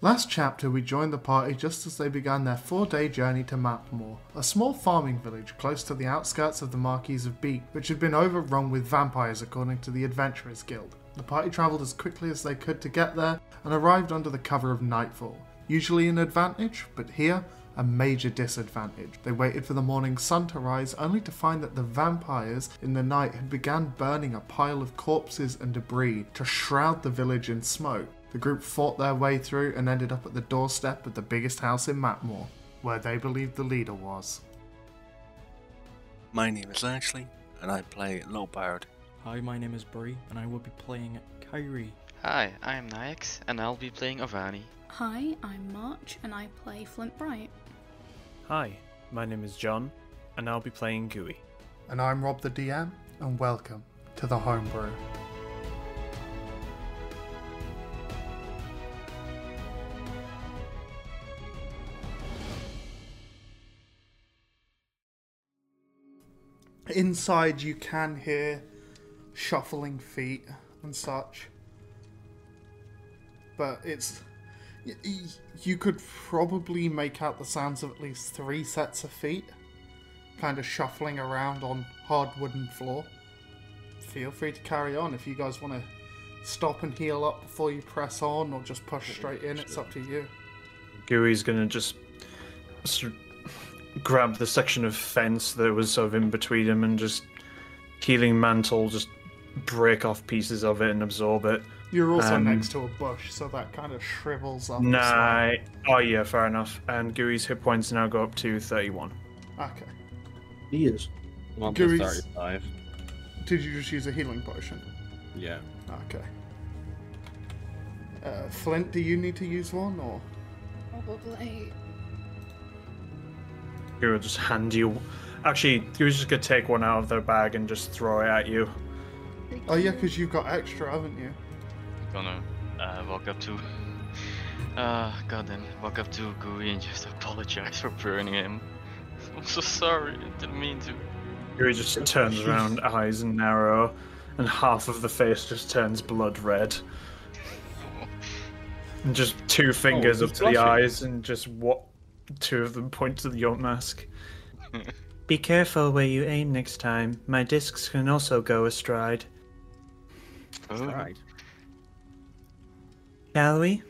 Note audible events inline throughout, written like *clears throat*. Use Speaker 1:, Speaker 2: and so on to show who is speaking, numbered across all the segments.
Speaker 1: Last chapter, we joined the party just as they began their four day journey to Mapmore, a small farming village close to the outskirts of the Marquis of Beak, which had been overrun with vampires according to the Adventurers Guild. The party travelled as quickly as they could to get there and arrived under the cover of nightfall. Usually an advantage, but here, a major disadvantage. They waited for the morning sun to rise only to find that the vampires in the night had begun burning a pile of corpses and debris to shroud the village in smoke. The group fought their way through and ended up at the doorstep of the biggest house in Matmore, where they believed the leader was.
Speaker 2: My name is Ashley, and I play Lowbird.
Speaker 3: Hi, my name is Bree, and I will be playing Kyrie.
Speaker 4: Hi, I am Nyax, and I'll be playing Avani.
Speaker 5: Hi, I'm March and I play Flint Bright.
Speaker 6: Hi, my name is John, and I'll be playing GUI.
Speaker 1: And I'm Rob the DM, and welcome to the Homebrew. Inside, you can hear shuffling feet and such, but it's. y- y- You could probably make out the sounds of at least three sets of feet, kind of shuffling around on hard wooden floor. Feel free to carry on if you guys want to stop and heal up before you press on, or just push straight in. It's up to you.
Speaker 6: GUI's gonna just sort of grab the section of fence that was sort of in between him and just healing mantle, just break off pieces of it and absorb it.
Speaker 1: You're also
Speaker 6: Um,
Speaker 1: next to a bush, so that kind of shrivels up.
Speaker 6: Nah. Oh yeah, fair enough. And GUI's hit points now go up to 31.
Speaker 1: Okay.
Speaker 7: He is.
Speaker 8: I'm on
Speaker 1: Gooey's-
Speaker 8: plus 35.
Speaker 1: Did you just use a healing potion?
Speaker 8: Yeah.
Speaker 1: Okay. Uh, Flint, do you need to use one or?
Speaker 5: Probably.
Speaker 6: GUI will just hand you. Actually, GUI's just gonna take one out of their bag and just throw it at you.
Speaker 1: Oh yeah, because you've got extra, haven't you?
Speaker 4: I'm gonna uh, walk up to. *laughs* Uh, goddamn, walk up to Gui and just apologize for burning him. *laughs* I'm so sorry, I didn't mean to.
Speaker 6: GUI just turns around, eyes narrow, and half of the face just turns blood red. And just two fingers
Speaker 8: Oh, he's
Speaker 6: up to
Speaker 8: blushing.
Speaker 6: the eyes, and just what? Two of them point to the yacht mask. *laughs* Be careful where you aim next time. My discs can also go astride.
Speaker 4: Oh,
Speaker 8: Alright.
Speaker 6: Shall we?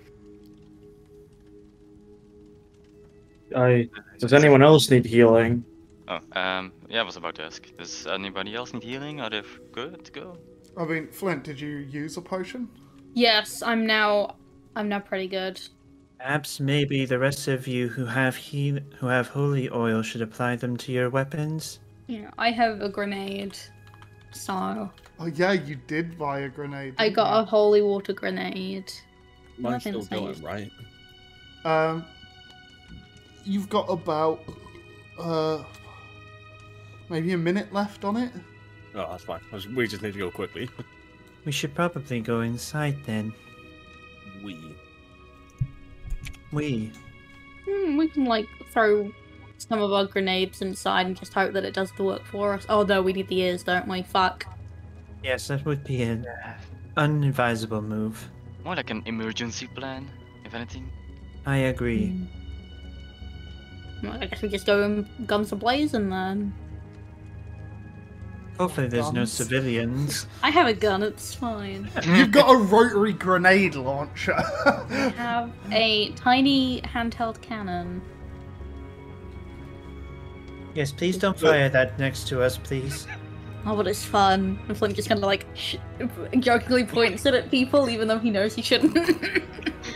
Speaker 7: I. Does anyone else need healing?
Speaker 4: oh, um, yeah, I was about to ask. Does anybody else need healing? Are they f- good to go?
Speaker 1: I mean, Flint, did you use a potion?
Speaker 5: Yes, I'm now. I'm now pretty good.
Speaker 7: Perhaps maybe the rest of you who have heal who have holy oil should apply them to your weapons.
Speaker 5: Yeah, I have a grenade. So
Speaker 1: Oh yeah, you did buy a grenade.
Speaker 5: I got a holy water grenade.
Speaker 8: Mine's
Speaker 5: Nothing
Speaker 8: still
Speaker 5: to say.
Speaker 8: going, right?
Speaker 1: a. Um, you've got about uh maybe a minute left on it.
Speaker 8: Oh, that's fine. I was- We just need to go quickly.
Speaker 7: We should probably go inside then.
Speaker 8: We.
Speaker 7: We.
Speaker 5: Hmm, we can like throw some of our grenades inside and just hope that it does the work for us. Oh no, we need the ears, don't we? Fuck.
Speaker 7: Yes, that would be an unadvisable move.
Speaker 4: More like an emergency plan, if anything.
Speaker 7: I agree.
Speaker 5: Hmm. Well, I guess we just go and guns a blazing then.
Speaker 7: Hopefully, there's no
Speaker 1: Guns.
Speaker 7: civilians.
Speaker 5: I have a gun, it's fine.
Speaker 1: you've got a rotary grenade launcher. *laughs*
Speaker 5: I have a tiny handheld cannon.
Speaker 7: yes, please don't fire that next to us, please.
Speaker 5: Oh, but it's fun. And Flint just kind of like sh- jokingly points it at people, even though he knows he shouldn't.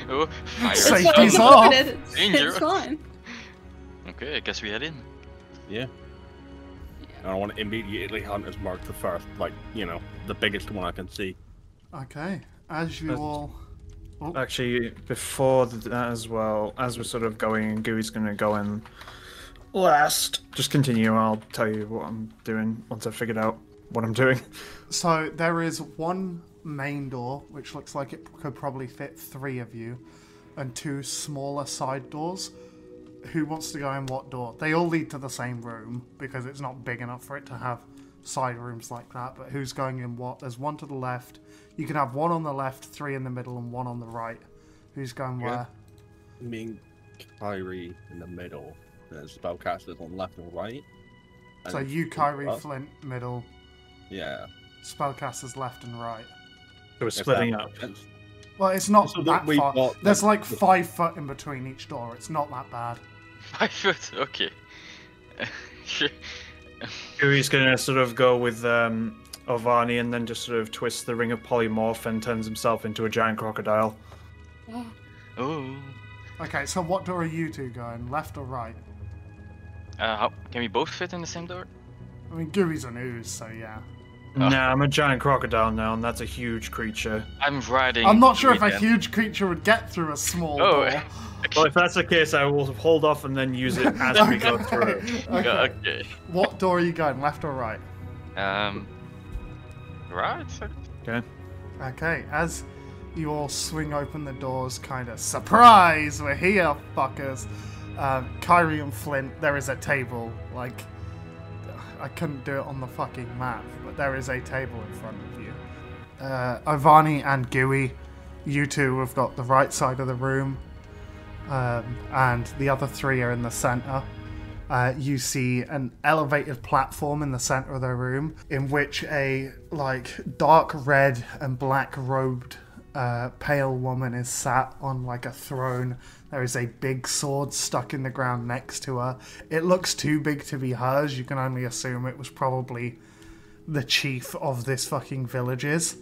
Speaker 4: Oh, fire.
Speaker 5: It's
Speaker 1: Safety's
Speaker 5: fine,
Speaker 4: sounds-
Speaker 5: look
Speaker 1: off.
Speaker 5: at it, *laughs* It's,
Speaker 4: Danger.
Speaker 5: it's fine.
Speaker 4: Okay, I guess we head in. *laughs*
Speaker 8: And I want to immediately hunt as Mark the first, like, you know, the biggest one I can see.
Speaker 1: okay, as you all.
Speaker 6: Actually, before th- that as well, as we're sort of going, and Gooey's gonna go in last. Just continue. I'll tell you what I'm doing once I've figured out what I'm doing. *laughs*
Speaker 1: So there is one main door, which looks like it could probably fit three of you, and two smaller side doors. Who wants to go in what door? They all lead to the same room because it's not big enough for it to have side rooms like that. But who's going in what? There's one to the left. You can have one on the left, three in the middle, and one on the right. Who's going where?
Speaker 8: me and Kyrie in the middle, and then spellcasters on left and right.
Speaker 1: So
Speaker 8: And
Speaker 1: you, Kyrie,
Speaker 8: up.
Speaker 1: Flint, middle,
Speaker 8: Yeah.
Speaker 1: spellcasters left and right.
Speaker 6: So we're
Speaker 8: if that
Speaker 6: splitting up.
Speaker 8: makes sense.
Speaker 1: Well, it's not
Speaker 8: So
Speaker 1: that
Speaker 8: we
Speaker 1: far.
Speaker 8: got-
Speaker 1: There's like five foot in between each door. It's not that bad.
Speaker 4: Five foot. Okay. *laughs* Sure.
Speaker 6: Kiri's gonna sort of go with um, Ovani and then just sort of twist the ring of polymorph and turns himself into a giant crocodile.
Speaker 4: oh.
Speaker 1: Okay, so what door are you two going? Left or right?
Speaker 4: Uh, how, can we both fit in the same door?
Speaker 1: I mean, Gooey's an ooze, so yeah.
Speaker 4: Ah.
Speaker 6: Nah, I'm a giant crocodile now, and that's a huge creature.
Speaker 4: I'm riding.
Speaker 1: I'm not sure
Speaker 4: Gui
Speaker 1: if a
Speaker 4: then.
Speaker 1: huge creature would get through a small
Speaker 4: Oh,
Speaker 6: *laughs*
Speaker 1: door.
Speaker 6: Well, if that's the case, I will hold off and then use it as we go through.
Speaker 1: *laughs* Okay.
Speaker 4: okay.
Speaker 1: What door are you going? Left or right?
Speaker 4: Um. Right. *laughs*
Speaker 6: Okay.
Speaker 1: Okay, as you all swing open the doors, kind of surprise, we're here, fuckers. Um, Kyrie and Flint, there is a table. Like, I couldn't do it on the fucking map, but there is a table in front of you. Uh, Ivani and Gui, you two have got the right side of the room, um, and the other three are in the center. Uh, you see an elevated platform in the center of the room in which a like dark red and black robed uh, pale woman is sat on like a throne there is a big sword stuck in the ground next to her it looks too big to be hers you can only assume it was probably the chief of this fucking village's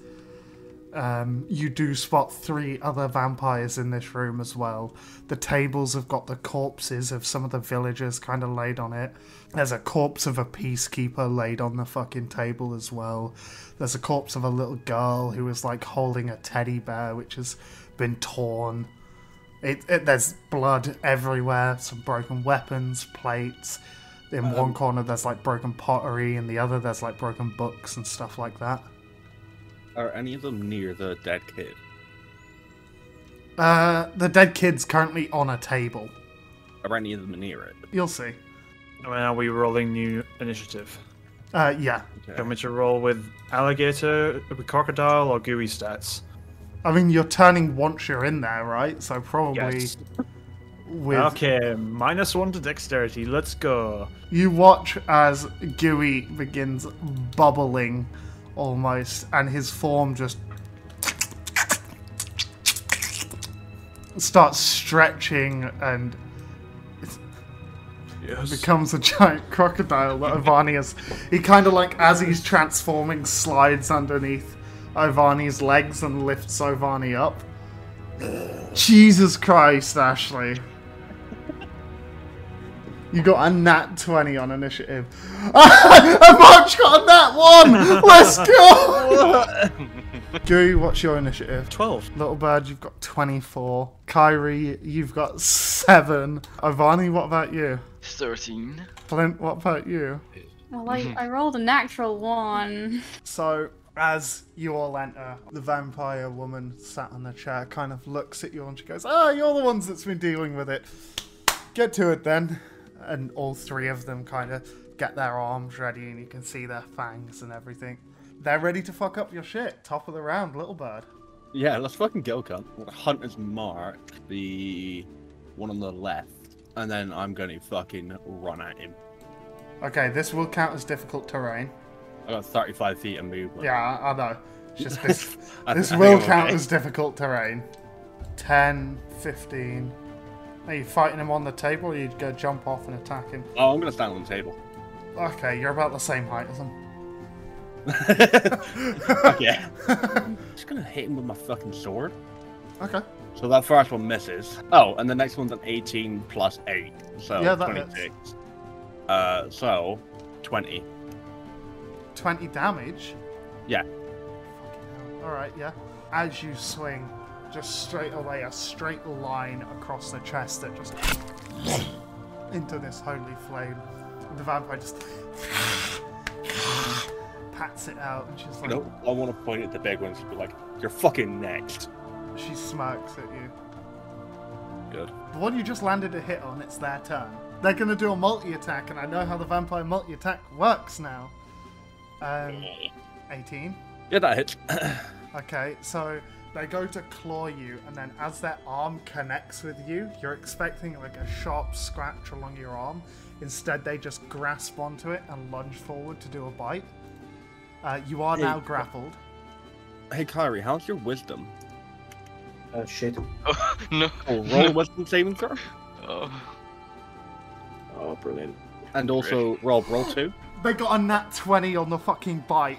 Speaker 1: you do spot three other vampires in this room as well. The tables have got the corpses of some of the villagers kind of laid on it. There's a corpse of a peacekeeper laid on the fucking table as well. There's a corpse of a little girl who is like holding a teddy bear which has been torn. It, it there's blood everywhere, some broken weapons, plates. In one corner there's like broken pottery, in the other there's like broken books and stuff like that.
Speaker 8: Are any of them near the dead kid?
Speaker 1: Uh, the dead kid's currently on a table.
Speaker 8: Are any of them near it?
Speaker 1: You'll see.
Speaker 6: I mean, are we rolling new initiative?
Speaker 1: Uh, yeah.
Speaker 6: Do you want me to roll with alligator, with crocodile, or gooey stats?
Speaker 1: I mean, you're turning once you're in there, right? So probably
Speaker 6: Yes.
Speaker 1: with
Speaker 6: Okay, minus one to dexterity. Let's go.
Speaker 1: you watch as Gooey begins bubbling almost, and his form just starts stretching and becomes a giant crocodile that Ivani is. He kind of like, as he's transforming, slides underneath Ivani's legs and lifts Ivani up. Jesus Christ, Ashley. You got a nat 20 on initiative. *laughs* Ah, March got a nat 1! Let's go! Goo, what's your initiative?
Speaker 6: 12.
Speaker 1: Little Bird, you've got 24. Kyrie, you've got 7. Ivani, what about you?
Speaker 4: Thirteen.
Speaker 1: Flint, what about you?
Speaker 5: Well, I, I rolled a natural one.
Speaker 1: So, as you all enter, the vampire woman sat on the chair kind of looks at you and she goes, Ah, you're the ones that's been dealing with it. Get to it then. And all three of them kind of get their arms ready and you can see their fangs and everything. They're ready to fuck up your shit. Top of the round, little bird.
Speaker 8: Yeah, let's fucking go, cunt. Hunter's mark the one on the left, and then I'm gonna fucking run at him.
Speaker 1: Okay, this will count as difficult terrain.
Speaker 8: I got 35 feet of movement.
Speaker 1: Yeah, I, I know. It's just this,
Speaker 8: *laughs* I
Speaker 1: this
Speaker 8: think
Speaker 1: will
Speaker 8: I'm
Speaker 1: count
Speaker 8: okay.
Speaker 1: as difficult terrain. 10, 15. Are you fighting him on the table or you'd go jump off and attack him?
Speaker 8: Oh, I'm gonna stand on
Speaker 1: *laughs*
Speaker 8: the table.
Speaker 1: Okay, you're about the same height as him. *laughs*
Speaker 8: Fuck yeah. I'm just gonna hit him with my fucking sword.
Speaker 1: Okay.
Speaker 8: So that first one misses. Oh, and the next one's an 18 plus 8. So
Speaker 1: Yeah, that hits.
Speaker 8: 26. Uh, so 20.
Speaker 1: 20 damage?
Speaker 8: Yeah.
Speaker 1: Alright, yeah. As you swing, just straight away a straight line across the chest that just *sniffs* into this holy flame. And the vampire just *sniffs* pats it out and she's like,
Speaker 8: Nope. I want to point at the big ones and be like, you're fucking next.
Speaker 1: she smirks at you.
Speaker 8: Good.
Speaker 1: The one you just landed a hit on, it's their turn. They're going to do a multi attack, and I know how the vampire multi attack works now. Um, 18.
Speaker 8: *clears throat* Yeah, that hits.
Speaker 1: Okay, so They go to claw you, and then as their arm connects with you, you're expecting like a sharp scratch along your arm. Instead, they just grasp onto it and lunge forward to do a bite. Uh, you are now grappled.
Speaker 8: Hey, Kyrie, how's your wisdom?
Speaker 7: Oh shit.
Speaker 4: Oh, no.
Speaker 8: Oh, roll a wisdom saving throw.
Speaker 4: Oh,
Speaker 7: Oh, brilliant.
Speaker 8: And also, Rob, roll two.
Speaker 1: They got a nat 20 on the fucking bite.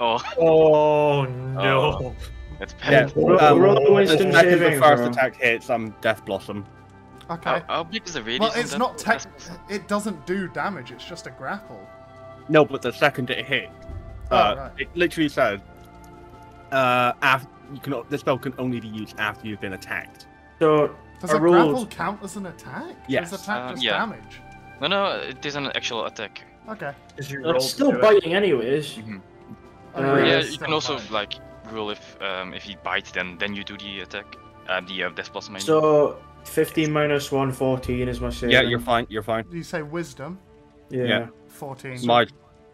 Speaker 4: oh,
Speaker 6: Oh no!
Speaker 4: that's
Speaker 8: Yeah.
Speaker 4: bad.
Speaker 7: Roll-
Speaker 8: um,
Speaker 7: roll a wisdom
Speaker 8: attack is
Speaker 7: saving
Speaker 8: the first
Speaker 7: throw.
Speaker 8: attack hits, I'm Death Blossom.
Speaker 1: Okay.
Speaker 4: How, how big is the radius?
Speaker 1: well,
Speaker 4: on
Speaker 1: it's
Speaker 4: that?
Speaker 1: not tech.
Speaker 4: That's-
Speaker 1: It doesn't do damage. It's just a grapple.
Speaker 8: No, but the second it hit, uh,
Speaker 1: Oh, right.
Speaker 8: it literally said, uh, after, you can, o- the spell can only be used after you've been attacked.
Speaker 7: So
Speaker 1: Does
Speaker 7: I
Speaker 1: a
Speaker 7: rolled-
Speaker 1: grapple count as an attack?
Speaker 8: Yes.
Speaker 1: Is attack
Speaker 4: Um,
Speaker 1: just
Speaker 4: yeah.
Speaker 1: damage?
Speaker 4: No, no, it is an actual attack.
Speaker 1: Okay.
Speaker 6: As you roll
Speaker 7: I'm still
Speaker 6: to do it-
Speaker 7: biting anyways.
Speaker 1: Oh,
Speaker 7: Uh,
Speaker 4: yeah,
Speaker 7: it's
Speaker 4: you can also like rule if um if he bites, then then you do the attack. Uh, the uh, death plus maybe.
Speaker 7: So 15 minus 1, 14 is my saving.
Speaker 8: Yeah, you're fine. You're fine.
Speaker 1: You say wisdom,
Speaker 7: Yeah.
Speaker 8: yeah.
Speaker 1: 14.
Speaker 8: My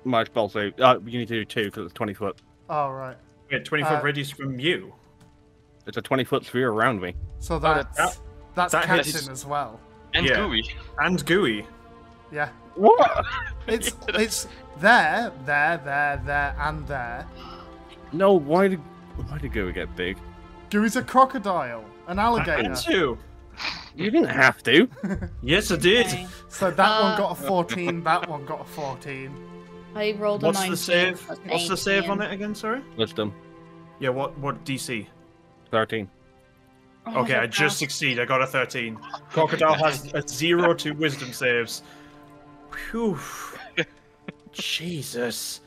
Speaker 8: my spell save. Uh, you need to do two because it's twenty foot.
Speaker 1: Oh, right.
Speaker 6: Wait, twenty foot
Speaker 1: Uh,
Speaker 6: radius from you.
Speaker 8: It's a twenty foot sphere around me.
Speaker 1: So that's,
Speaker 6: that-
Speaker 1: that's
Speaker 6: that
Speaker 1: catching
Speaker 4: hits-
Speaker 1: as well.
Speaker 4: and
Speaker 6: yeah.
Speaker 4: gooey.
Speaker 6: And gooey.
Speaker 1: Yeah.
Speaker 4: *laughs*
Speaker 8: What?
Speaker 1: It's it's there, there, there, there, and there.
Speaker 8: *laughs* No. Why did why did Gooey get big?
Speaker 1: Gooey's a crocodile, an alligator.
Speaker 6: And two.
Speaker 8: You didn't have to.
Speaker 6: Yes, I did.
Speaker 5: Okay.
Speaker 1: So that one
Speaker 5: Uh,
Speaker 1: got a 14, that one got a 14.
Speaker 5: I rolled a
Speaker 6: What's
Speaker 5: 19.
Speaker 6: the save?
Speaker 5: that's an
Speaker 6: What's the save on
Speaker 5: 18.
Speaker 6: it again? Sorry.
Speaker 8: Wisdom
Speaker 6: Yeah. What? What DC?
Speaker 8: thirteen.
Speaker 5: Oh,
Speaker 6: Okay,
Speaker 5: so
Speaker 6: I just
Speaker 5: fast.
Speaker 6: succeed. I got a 13. Crocodile has a zero to wisdom saves. Phew. Jesus.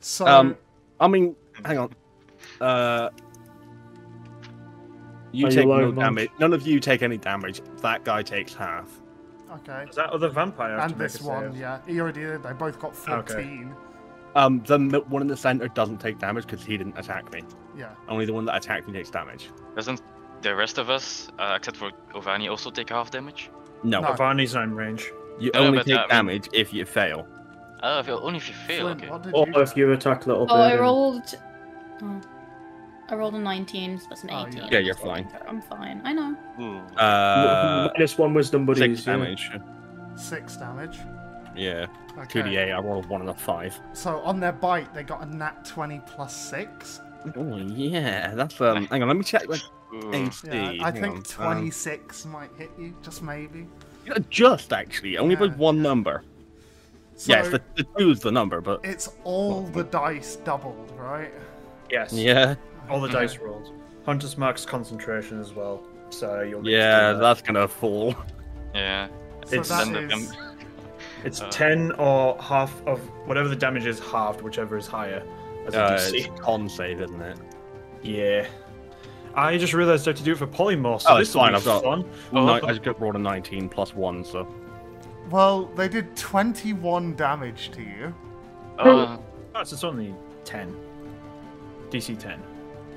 Speaker 1: So
Speaker 8: Um, I mean, hang on. Uh, you
Speaker 7: Are you
Speaker 8: take
Speaker 7: low,
Speaker 8: no
Speaker 7: Monk?
Speaker 8: damage. None of you take any damage. That guy takes half.
Speaker 1: okay.
Speaker 6: Is that other vampire? have
Speaker 1: And
Speaker 6: to make
Speaker 1: this
Speaker 6: a
Speaker 1: one,
Speaker 6: save?
Speaker 1: yeah. He already did. They both got 14.
Speaker 8: Um, the mi- one in the center doesn't take damage because he didn't attack me.
Speaker 1: Yeah.
Speaker 8: Only the one that attacked me takes damage.
Speaker 4: Doesn't the rest of us, uh, except for Ovani, also take half damage?
Speaker 8: No,
Speaker 1: No.
Speaker 6: Avani's nine range.
Speaker 8: you
Speaker 4: No,
Speaker 8: only
Speaker 4: but,
Speaker 8: take
Speaker 4: um,
Speaker 8: damage if you fail.
Speaker 4: Oh, if, only if you fail.
Speaker 1: Flint,
Speaker 4: Okay.
Speaker 1: what did
Speaker 7: Or
Speaker 1: you
Speaker 7: if
Speaker 1: get?
Speaker 7: you attack little
Speaker 5: Oh, I
Speaker 7: bird.
Speaker 5: rolled. Oh. I rolled a 19, so that's an
Speaker 1: Oh, yeah.
Speaker 5: 18.
Speaker 8: Yeah, you're
Speaker 5: That's what I'm- I'm fine. I know.
Speaker 4: Ooh.
Speaker 8: Uh,
Speaker 7: minus 1 wisdom buddies.
Speaker 8: six
Speaker 7: yeah.
Speaker 8: damage.
Speaker 1: Six damage.
Speaker 8: Yeah, two
Speaker 1: Okay.
Speaker 8: D eight. I rolled one and a five.
Speaker 1: So on their bite, they got a nat 20 plus six.
Speaker 8: Oh yeah, that's um. Hang on, let me check my
Speaker 4: Ooh.
Speaker 8: AC.
Speaker 1: Yeah, I
Speaker 8: Hang
Speaker 1: think
Speaker 8: on, um,
Speaker 1: 26 might hit you, just maybe.
Speaker 8: yeah, just actually, only by
Speaker 1: Yeah.
Speaker 8: one number.
Speaker 1: So
Speaker 8: yes, the, the two is the number, but
Speaker 1: it's all the dice doubled, right?
Speaker 6: Yes.
Speaker 8: yeah,
Speaker 6: All the dice rolls. Hunter's Mark's concentration as well. So you'll need to do
Speaker 8: yeah,
Speaker 1: uh,
Speaker 6: that.
Speaker 8: that's gonna fall.
Speaker 1: *laughs*
Speaker 4: Yeah.
Speaker 1: So
Speaker 6: It's-
Speaker 1: that
Speaker 4: Then the-
Speaker 1: is-
Speaker 6: It's
Speaker 4: Uh,
Speaker 6: 10 or half of whatever the damage is, halved, whichever is higher. As a
Speaker 8: Uh,
Speaker 6: DC.
Speaker 8: it's con save, isn't it?
Speaker 6: Yeah. I just realized I have to do it for polymorph. So
Speaker 8: Oh,
Speaker 6: this
Speaker 8: it's
Speaker 6: will
Speaker 8: fine,
Speaker 6: be
Speaker 8: I've got-
Speaker 6: fun.
Speaker 8: Oh,
Speaker 6: Oh,
Speaker 8: I just got rolled a 19 plus one, so
Speaker 1: Well, they did 21 damage to you.
Speaker 4: Uh,
Speaker 6: Plus, it's only 10. DC 10.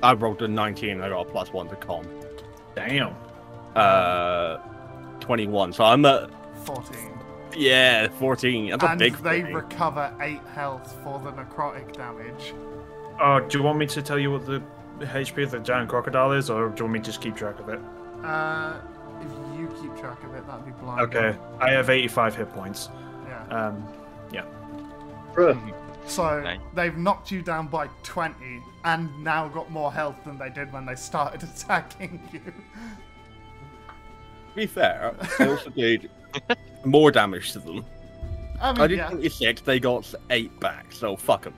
Speaker 8: I rolled a 19 and I got a plus one to con.
Speaker 6: Damn.
Speaker 8: Uh, 21. So I'm at
Speaker 1: 14.
Speaker 8: yeah 14. That's a
Speaker 1: And
Speaker 8: big
Speaker 1: they
Speaker 8: thing.
Speaker 1: recover 8 health for the necrotic damage.
Speaker 6: Uh, do you want me to tell you what the HP of the giant crocodile is, or do you want me to just keep track of it?
Speaker 1: Uh, if you keep track of it, that'd be blind.
Speaker 6: Okay. I have 85 hit points.
Speaker 8: Uh,
Speaker 1: Yeah.
Speaker 6: Um,
Speaker 7: Bruh.
Speaker 1: So
Speaker 4: Nice.
Speaker 1: they've knocked you down by 20 and now got more health than they did when they started *laughs* attacking you.
Speaker 8: To be fair, I *laughs* also did more damage to them.
Speaker 1: I
Speaker 8: I
Speaker 1: mean,
Speaker 8: did
Speaker 1: yeah.
Speaker 8: 26. They got eight back, so fuck them.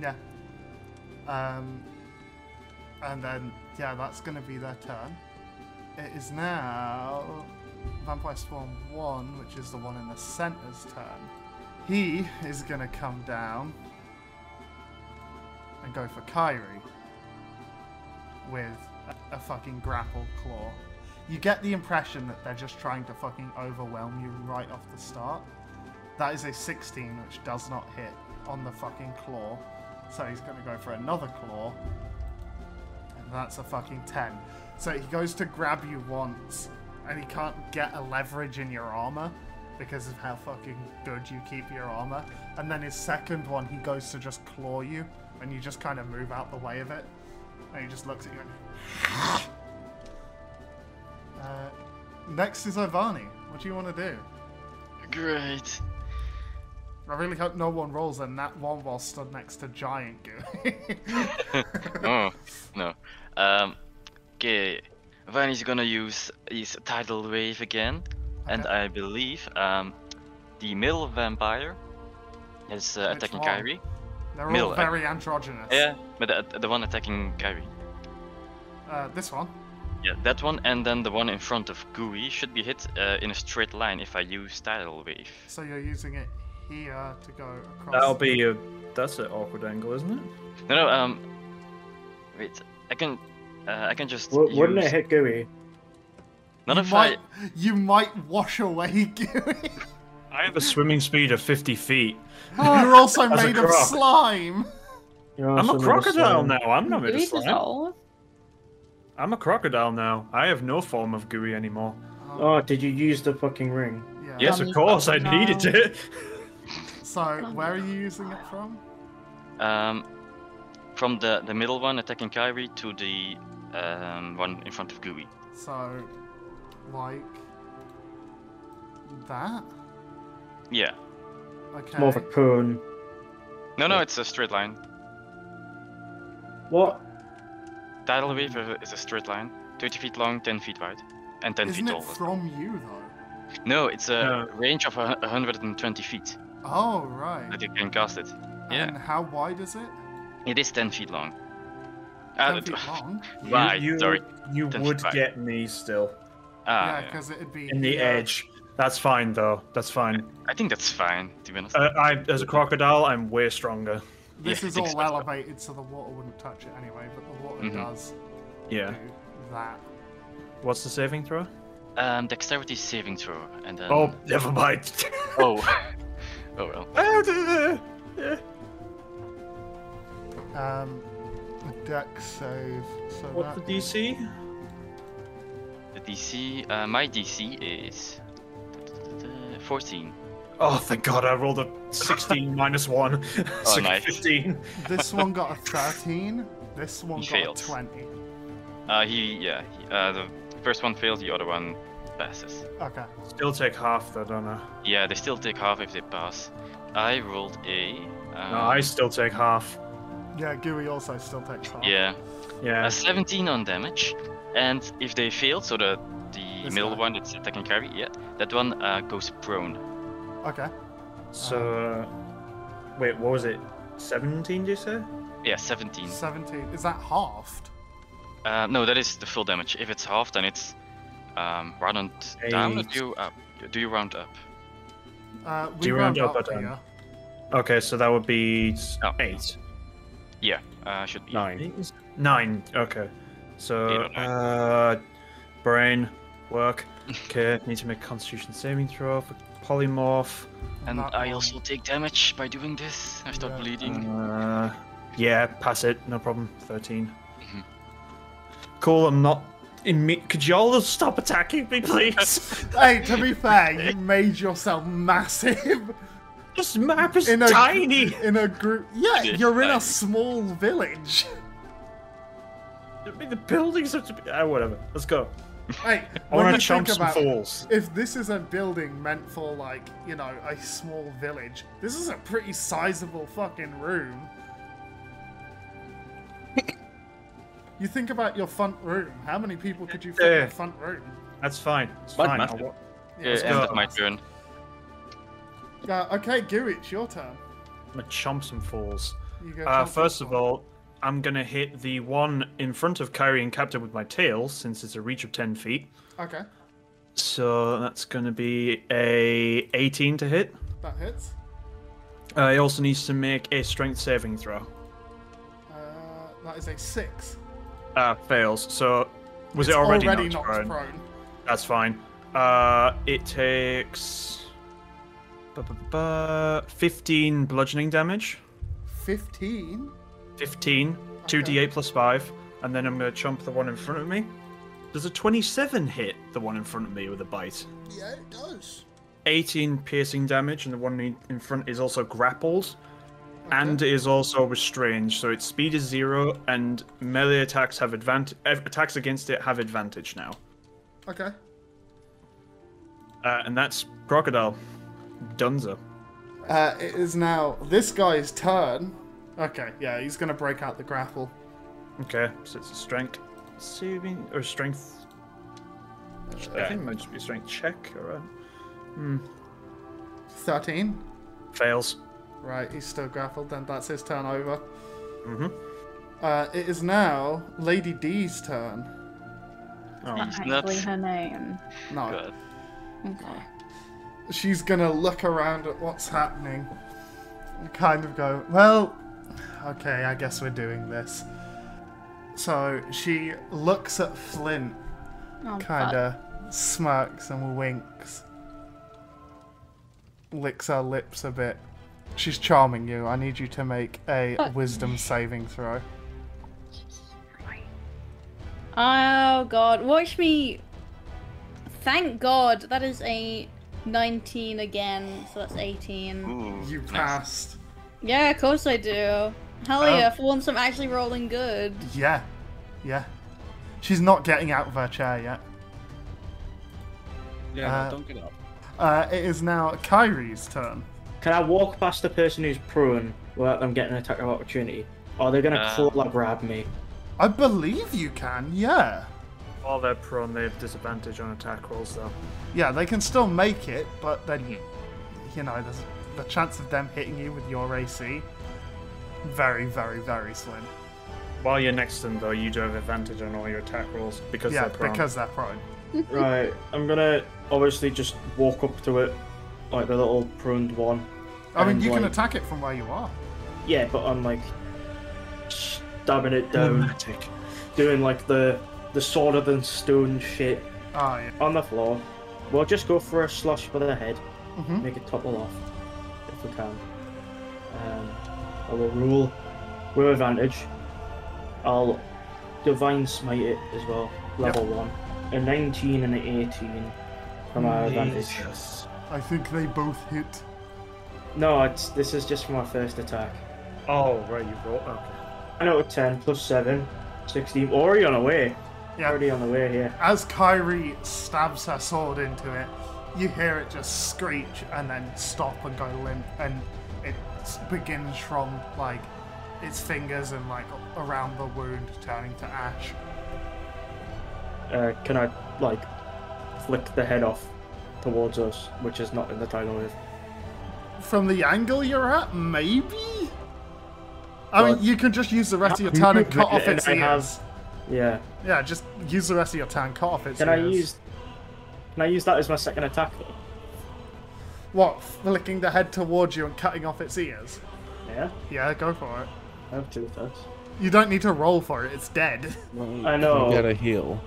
Speaker 1: Yeah. Um, and then, yeah, that's going to be their turn. It is now Vampire Swarm 1, which is the one in the center's turn. He is going to come down and go for Kyrie with a, a fucking grapple claw. You get the impression that they're just trying to fucking overwhelm you right off the start. That is a 16, which does not hit on the fucking claw. So he's going to go for another claw. And that's a fucking 10. So he goes to grab you once, and he can't get a leverage in your armor because of how fucking good you keep your armor. And then his second one, he goes to just claw you, and you just kind of move out the way of it. And he just looks at you. And... *laughs* Uh, next is Ivani. What do you want to do?
Speaker 4: Great.
Speaker 1: I really hope no one rolls a nat one while stood next to giant goo. *laughs*
Speaker 4: oh no. Um. Okay. Vanny's gonna use his tidal wave again, and
Speaker 1: Okay.
Speaker 4: I believe um, the male vampire is uh,
Speaker 1: Which
Speaker 4: attacking
Speaker 1: one?
Speaker 4: Kyrie.
Speaker 1: They're all
Speaker 4: Middle, I-
Speaker 1: very androgynous.
Speaker 4: Yeah, but uh, the, the one attacking Kyrie.
Speaker 1: Uh, this one.
Speaker 4: Yeah, that one, and then the one in front of Gui should be hit uh, in a straight line if I use tidal wave.
Speaker 1: So you're using it here to go across.
Speaker 6: That'll be a. That's an awkward angle, isn't it?
Speaker 4: No, no. Um. Wait. I can. Uh, I can just.
Speaker 7: W- wouldn't it
Speaker 4: use-
Speaker 7: hit Gooey?
Speaker 4: Not
Speaker 1: you
Speaker 4: if
Speaker 1: might, you might wash away *laughs*
Speaker 7: *laughs*
Speaker 1: goo.
Speaker 6: I have a swimming speed of 50 feet.
Speaker 1: You're also
Speaker 6: As a
Speaker 1: made of
Speaker 6: croc.
Speaker 1: slime.
Speaker 7: You're
Speaker 6: I'm
Speaker 7: also
Speaker 6: a
Speaker 7: made of
Speaker 6: crocodile
Speaker 7: slime.
Speaker 6: now. I'm not made
Speaker 5: Do
Speaker 6: of
Speaker 5: we
Speaker 6: slime.
Speaker 5: dissolve?
Speaker 6: I'm a crocodile now. I have no form of gooey anymore.
Speaker 1: Um,
Speaker 7: Oh, did you use the fucking ring?
Speaker 1: yeah.
Speaker 6: Yes, of
Speaker 5: Yummy
Speaker 6: course. I
Speaker 5: crocodile.
Speaker 6: needed *laughs* it.
Speaker 1: So where are you using it from?
Speaker 4: I. Um. From the the middle one attacking Kyrie to the um one in front of Gui.
Speaker 1: So, like that.
Speaker 4: Yeah.
Speaker 1: Okay.
Speaker 7: It's more of a cone.
Speaker 4: No, no, it's a straight line.
Speaker 7: What?
Speaker 4: Tidal wave uh, is a straight line, 30 feet long, 10 feet wide, and 10
Speaker 1: Isn't
Speaker 4: feet
Speaker 1: it
Speaker 4: tall.
Speaker 1: from you though?
Speaker 4: No, it's a
Speaker 6: No.
Speaker 4: range of a hun- 120 feet
Speaker 1: Oh right.
Speaker 4: that you can cast it. yeah.
Speaker 1: And how wide is it?
Speaker 4: It is 10 feet long. Uh,
Speaker 1: Ten
Speaker 6: *laughs*
Speaker 1: feet long.
Speaker 6: You-
Speaker 4: *laughs* Right,
Speaker 6: you,
Speaker 4: sorry.
Speaker 6: You
Speaker 4: That's
Speaker 6: would
Speaker 4: right.
Speaker 6: get me still
Speaker 4: Ah,
Speaker 1: yeah, because it'd be
Speaker 6: Uh, in the
Speaker 1: here.
Speaker 6: edge. That's fine though. That's fine.
Speaker 4: I think that's fine, to be honest.
Speaker 6: Uh, I, as a crocodile, I'm way stronger.
Speaker 1: This
Speaker 4: Yeah,
Speaker 1: is
Speaker 4: I think
Speaker 1: all
Speaker 4: so.
Speaker 1: elevated, so the water wouldn't touch it anyway. But the water
Speaker 4: Mhm.
Speaker 1: does
Speaker 6: Mm-hmm. Yeah.
Speaker 1: do that.
Speaker 6: What's the saving throw?
Speaker 4: Um, dexterity saving throw, and then.
Speaker 6: Oh, *laughs* never mind.
Speaker 4: *laughs* Oh. oh well.
Speaker 1: Um, deck save. So
Speaker 6: What's the
Speaker 1: that-
Speaker 6: DC?
Speaker 4: The DC, uh, my DC is 14.
Speaker 6: Oh, thank God! I rolled a *laughs* 16 minus one, *laughs* so
Speaker 4: nice.
Speaker 6: 15.
Speaker 1: this one got a thirteen. This one
Speaker 4: He
Speaker 1: got
Speaker 4: fails.
Speaker 1: a twenty.
Speaker 4: Uh, he, yeah, he- uh, the first one fails, the other one passes.
Speaker 1: Okay.
Speaker 6: Still take half though, don't I?
Speaker 4: Yeah, they still take half if they pass. I rolled a. Um,
Speaker 6: No, I still take half.
Speaker 1: Yeah, Gooey also still takes half.
Speaker 4: Yeah,
Speaker 6: Yeah.
Speaker 4: a 17 on damage, and if they fail, so the the
Speaker 1: This
Speaker 4: middle
Speaker 1: guy.
Speaker 4: one that's attacking carry, yeah, that one uh, goes prone.
Speaker 1: Okay.
Speaker 6: So, uh, wait, what was it? 17? Did you say?
Speaker 4: Yeah,
Speaker 6: Mm.
Speaker 4: 17.
Speaker 1: Seventeen. Is that halved?
Speaker 4: Uh, no, that is the full damage. If it's half, then it's um, rounded down. Or
Speaker 6: Eight.
Speaker 4: do you up? Do you round up?
Speaker 1: Uh, we
Speaker 6: Do you
Speaker 1: round
Speaker 6: round up
Speaker 1: up
Speaker 6: or down?
Speaker 1: here.
Speaker 6: Okay, so that would be s-
Speaker 4: Oh.
Speaker 6: eight.
Speaker 4: Yeah, uh, should be.
Speaker 8: Nine.
Speaker 6: Nine. Okay. So,
Speaker 4: Eight or nine.
Speaker 6: uh, brain, work. *laughs* Okay, need to make Constitution saving throw for polymorph.
Speaker 4: And
Speaker 1: Not
Speaker 4: I
Speaker 1: one.
Speaker 4: also take damage by doing this. I start
Speaker 1: Yeah,
Speaker 4: bleeding.
Speaker 6: Uh, yeah, pass it. No problem. Thirteen.
Speaker 4: Mm-hmm.
Speaker 6: Cool. I'm not. Imme- Could y'all stop attacking
Speaker 4: *laughs*
Speaker 6: me, please?
Speaker 1: Hey, to be fair, you made yourself massive *laughs*
Speaker 6: this map is
Speaker 1: in a
Speaker 6: tiny.
Speaker 1: in a group. Yeah,
Speaker 4: is
Speaker 1: you're in
Speaker 4: tiny.
Speaker 1: a small village.
Speaker 6: the buildings have to be. Ah, whatever. Let's go.
Speaker 1: Hey,
Speaker 6: I
Speaker 1: when
Speaker 6: want
Speaker 1: you
Speaker 6: to chomp
Speaker 1: think
Speaker 6: some
Speaker 1: about
Speaker 6: fools.
Speaker 1: if this is a building meant for like you know a small village, this is a pretty sizable fucking room. you think about your front room. How many people could you fit in
Speaker 6: Yeah.
Speaker 1: a front room?
Speaker 6: That's fine. It's
Speaker 8: Mud
Speaker 6: fine. I
Speaker 8: massive.
Speaker 6: wa-
Speaker 4: Yeah,
Speaker 1: it's
Speaker 4: end
Speaker 6: go.
Speaker 4: of my turn.
Speaker 1: Uh, okay, Guru, it's your turn.
Speaker 6: I'm gonna chomp some fools.
Speaker 1: You go
Speaker 6: Uh,
Speaker 1: chomp
Speaker 6: first
Speaker 1: some
Speaker 6: of all, I'm gonna hit the one in front of Kyrie and Captain with my tail, since it's a reach of ten feet.
Speaker 1: Okay,
Speaker 6: So that's gonna be a 18 to hit.
Speaker 1: that hits.
Speaker 6: Uh, he also needs to make a strength saving throw.
Speaker 1: Uh, that is a six.
Speaker 6: Uh, fails. So was
Speaker 1: It's
Speaker 6: it already,
Speaker 1: knocked
Speaker 6: knocked prone?
Speaker 1: prone.
Speaker 6: That's fine. Uh, it takes ba, ba, ba, 15 bludgeoning damage.
Speaker 1: Fifteen.
Speaker 6: 15, 2d8 plus 5, and then I'm gonna chomp the one in front of me. Does a 27 hit the one in front of me with a bite?
Speaker 1: Yeah, it does.
Speaker 6: 18 piercing damage, and the one in in front is also grappled. and it is also restrained, so its speed is zero, and melee attacks have advantage. Attacks against it have advantage now,
Speaker 1: Okay.
Speaker 6: uh, and that's crocodile, Dunza.
Speaker 1: Uh, it is now this guy's turn. Okay, yeah, he's gonna break out the grapple.
Speaker 6: Okay, so it's a strength saving or strength. I think it might just be a strength check. All right,
Speaker 1: 13.
Speaker 6: fails.
Speaker 1: Right, he's still grappled, then that's his turn over. Mm-hmm. Uh, it is now Lady D's turn.
Speaker 5: Not
Speaker 4: nuts. Oh,
Speaker 5: actually her name.
Speaker 1: No,
Speaker 4: God.
Speaker 5: Okay.
Speaker 1: she's gonna look around at what's happening and kind of go, well, okay, I guess we're doing this. So she looks at Flint,
Speaker 5: Oh, fuck.
Speaker 1: kinda smirks and winks, licks her lips a bit. She's charming you. I need you to make a
Speaker 5: *laughs* Fuck.
Speaker 1: wisdom saving throw.
Speaker 5: Oh god, watch me. Thank god, that is a 19 again, so that's 18.
Speaker 4: Ooh,
Speaker 1: You
Speaker 4: nice.
Speaker 1: passed.
Speaker 5: Yeah, of course I do. Hell yeah,
Speaker 1: Oh.
Speaker 5: for once I'm actually rolling good.
Speaker 1: Yeah, yeah. She's not getting out of her chair yet.
Speaker 8: Yeah,
Speaker 1: Uh,
Speaker 8: don't get up.
Speaker 1: Uh, it is now Kyrie's turn.
Speaker 9: Can I walk past the person who's prone without them getting an attack of opportunity? Or they're gonna
Speaker 4: Uh.
Speaker 9: claw grab me.
Speaker 1: I believe you can, yeah.
Speaker 6: While they're prone, they have disadvantage on attack rolls, though.
Speaker 1: Yeah, they can still make it, but then,
Speaker 5: Hmm.
Speaker 1: you know, there's the chance of them hitting you with your AC, very, very, very slim.
Speaker 6: While you're next to them, though, you do have advantage on all your attack rolls because
Speaker 1: yeah,
Speaker 6: they're prone.
Speaker 1: because they're prone.
Speaker 9: right, I'm gonna obviously just walk up to it, like the little pruned one.
Speaker 1: I mean,
Speaker 9: And,
Speaker 1: you can
Speaker 9: like-
Speaker 1: attack it from where you are.
Speaker 9: Yeah, but I'm like stabbing it down, doing like the the sword of the stone shit
Speaker 1: Oh, yeah.
Speaker 9: on the floor. We'll just go for a slush for the head,
Speaker 1: Mhm.
Speaker 9: make it topple off if we can. Um, I will rule with advantage. I'll divine smite it as well, level one. A 19 and an 18 from my advantage.
Speaker 1: I think they both hit.
Speaker 9: No, it's this is just for my first attack.
Speaker 6: Oh, right, you roll. Okay.
Speaker 9: I know 10 plus 7, 16. Already on the way.
Speaker 1: Yeah.
Speaker 9: Already on the way here.
Speaker 1: As Kyrie stabs her sword into it, you hear it just screech and then stop and go limp, and it s- begins from like its fingers and like around the wound, turning to ash.
Speaker 9: Uh, can I, like, flick the head off towards us, which is not in the tidal wave?
Speaker 1: From the angle you're at, maybe. I mean,
Speaker 9: Well-
Speaker 1: you can just use the rest of your turn and cut off its
Speaker 9: And I have-
Speaker 1: ears.
Speaker 9: Yeah.
Speaker 1: Yeah, just use the rest of your turn, cut off its
Speaker 9: Can I
Speaker 1: ears.
Speaker 9: use. Can I use that as my second attack, though?
Speaker 1: what? Flicking the head towards you and cutting off its ears.
Speaker 9: Yeah.
Speaker 1: Yeah, go for it.
Speaker 9: I have two attacks.
Speaker 1: You don't need to roll for it. It's dead. *laughs*
Speaker 9: I know.
Speaker 8: Get a heal.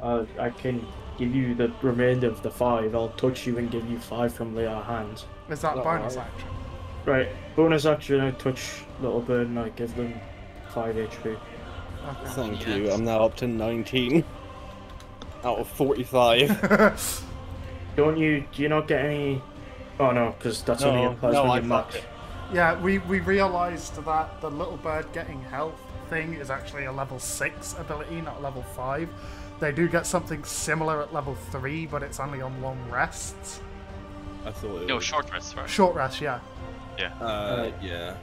Speaker 9: Uh, I can give you the remainder of the five. I'll touch you and give you five from the uh, hands.
Speaker 1: Is that
Speaker 8: Not
Speaker 1: bonus
Speaker 8: right.
Speaker 1: action?
Speaker 9: Right. Bonus action I touch Little Bird and I give them 5 HP.
Speaker 1: Okay.
Speaker 8: Thank
Speaker 4: Yes.
Speaker 8: you. I'm now up to 19 *laughs* out of 45.
Speaker 9: Don't you? Do you not get any? Oh no, because that's only
Speaker 8: No,
Speaker 9: applies
Speaker 8: no,
Speaker 9: when
Speaker 8: I
Speaker 9: you're max.
Speaker 8: fucked
Speaker 1: yeah, we we realised that the little bird getting health thing is actually a level six ability, not a level five. They do get something similar at level three, but it's only on long rests.
Speaker 8: *laughs* I thought it
Speaker 4: No,
Speaker 8: was.
Speaker 4: short rest, right?
Speaker 1: Short rest, yeah.
Speaker 8: Uh, yeah.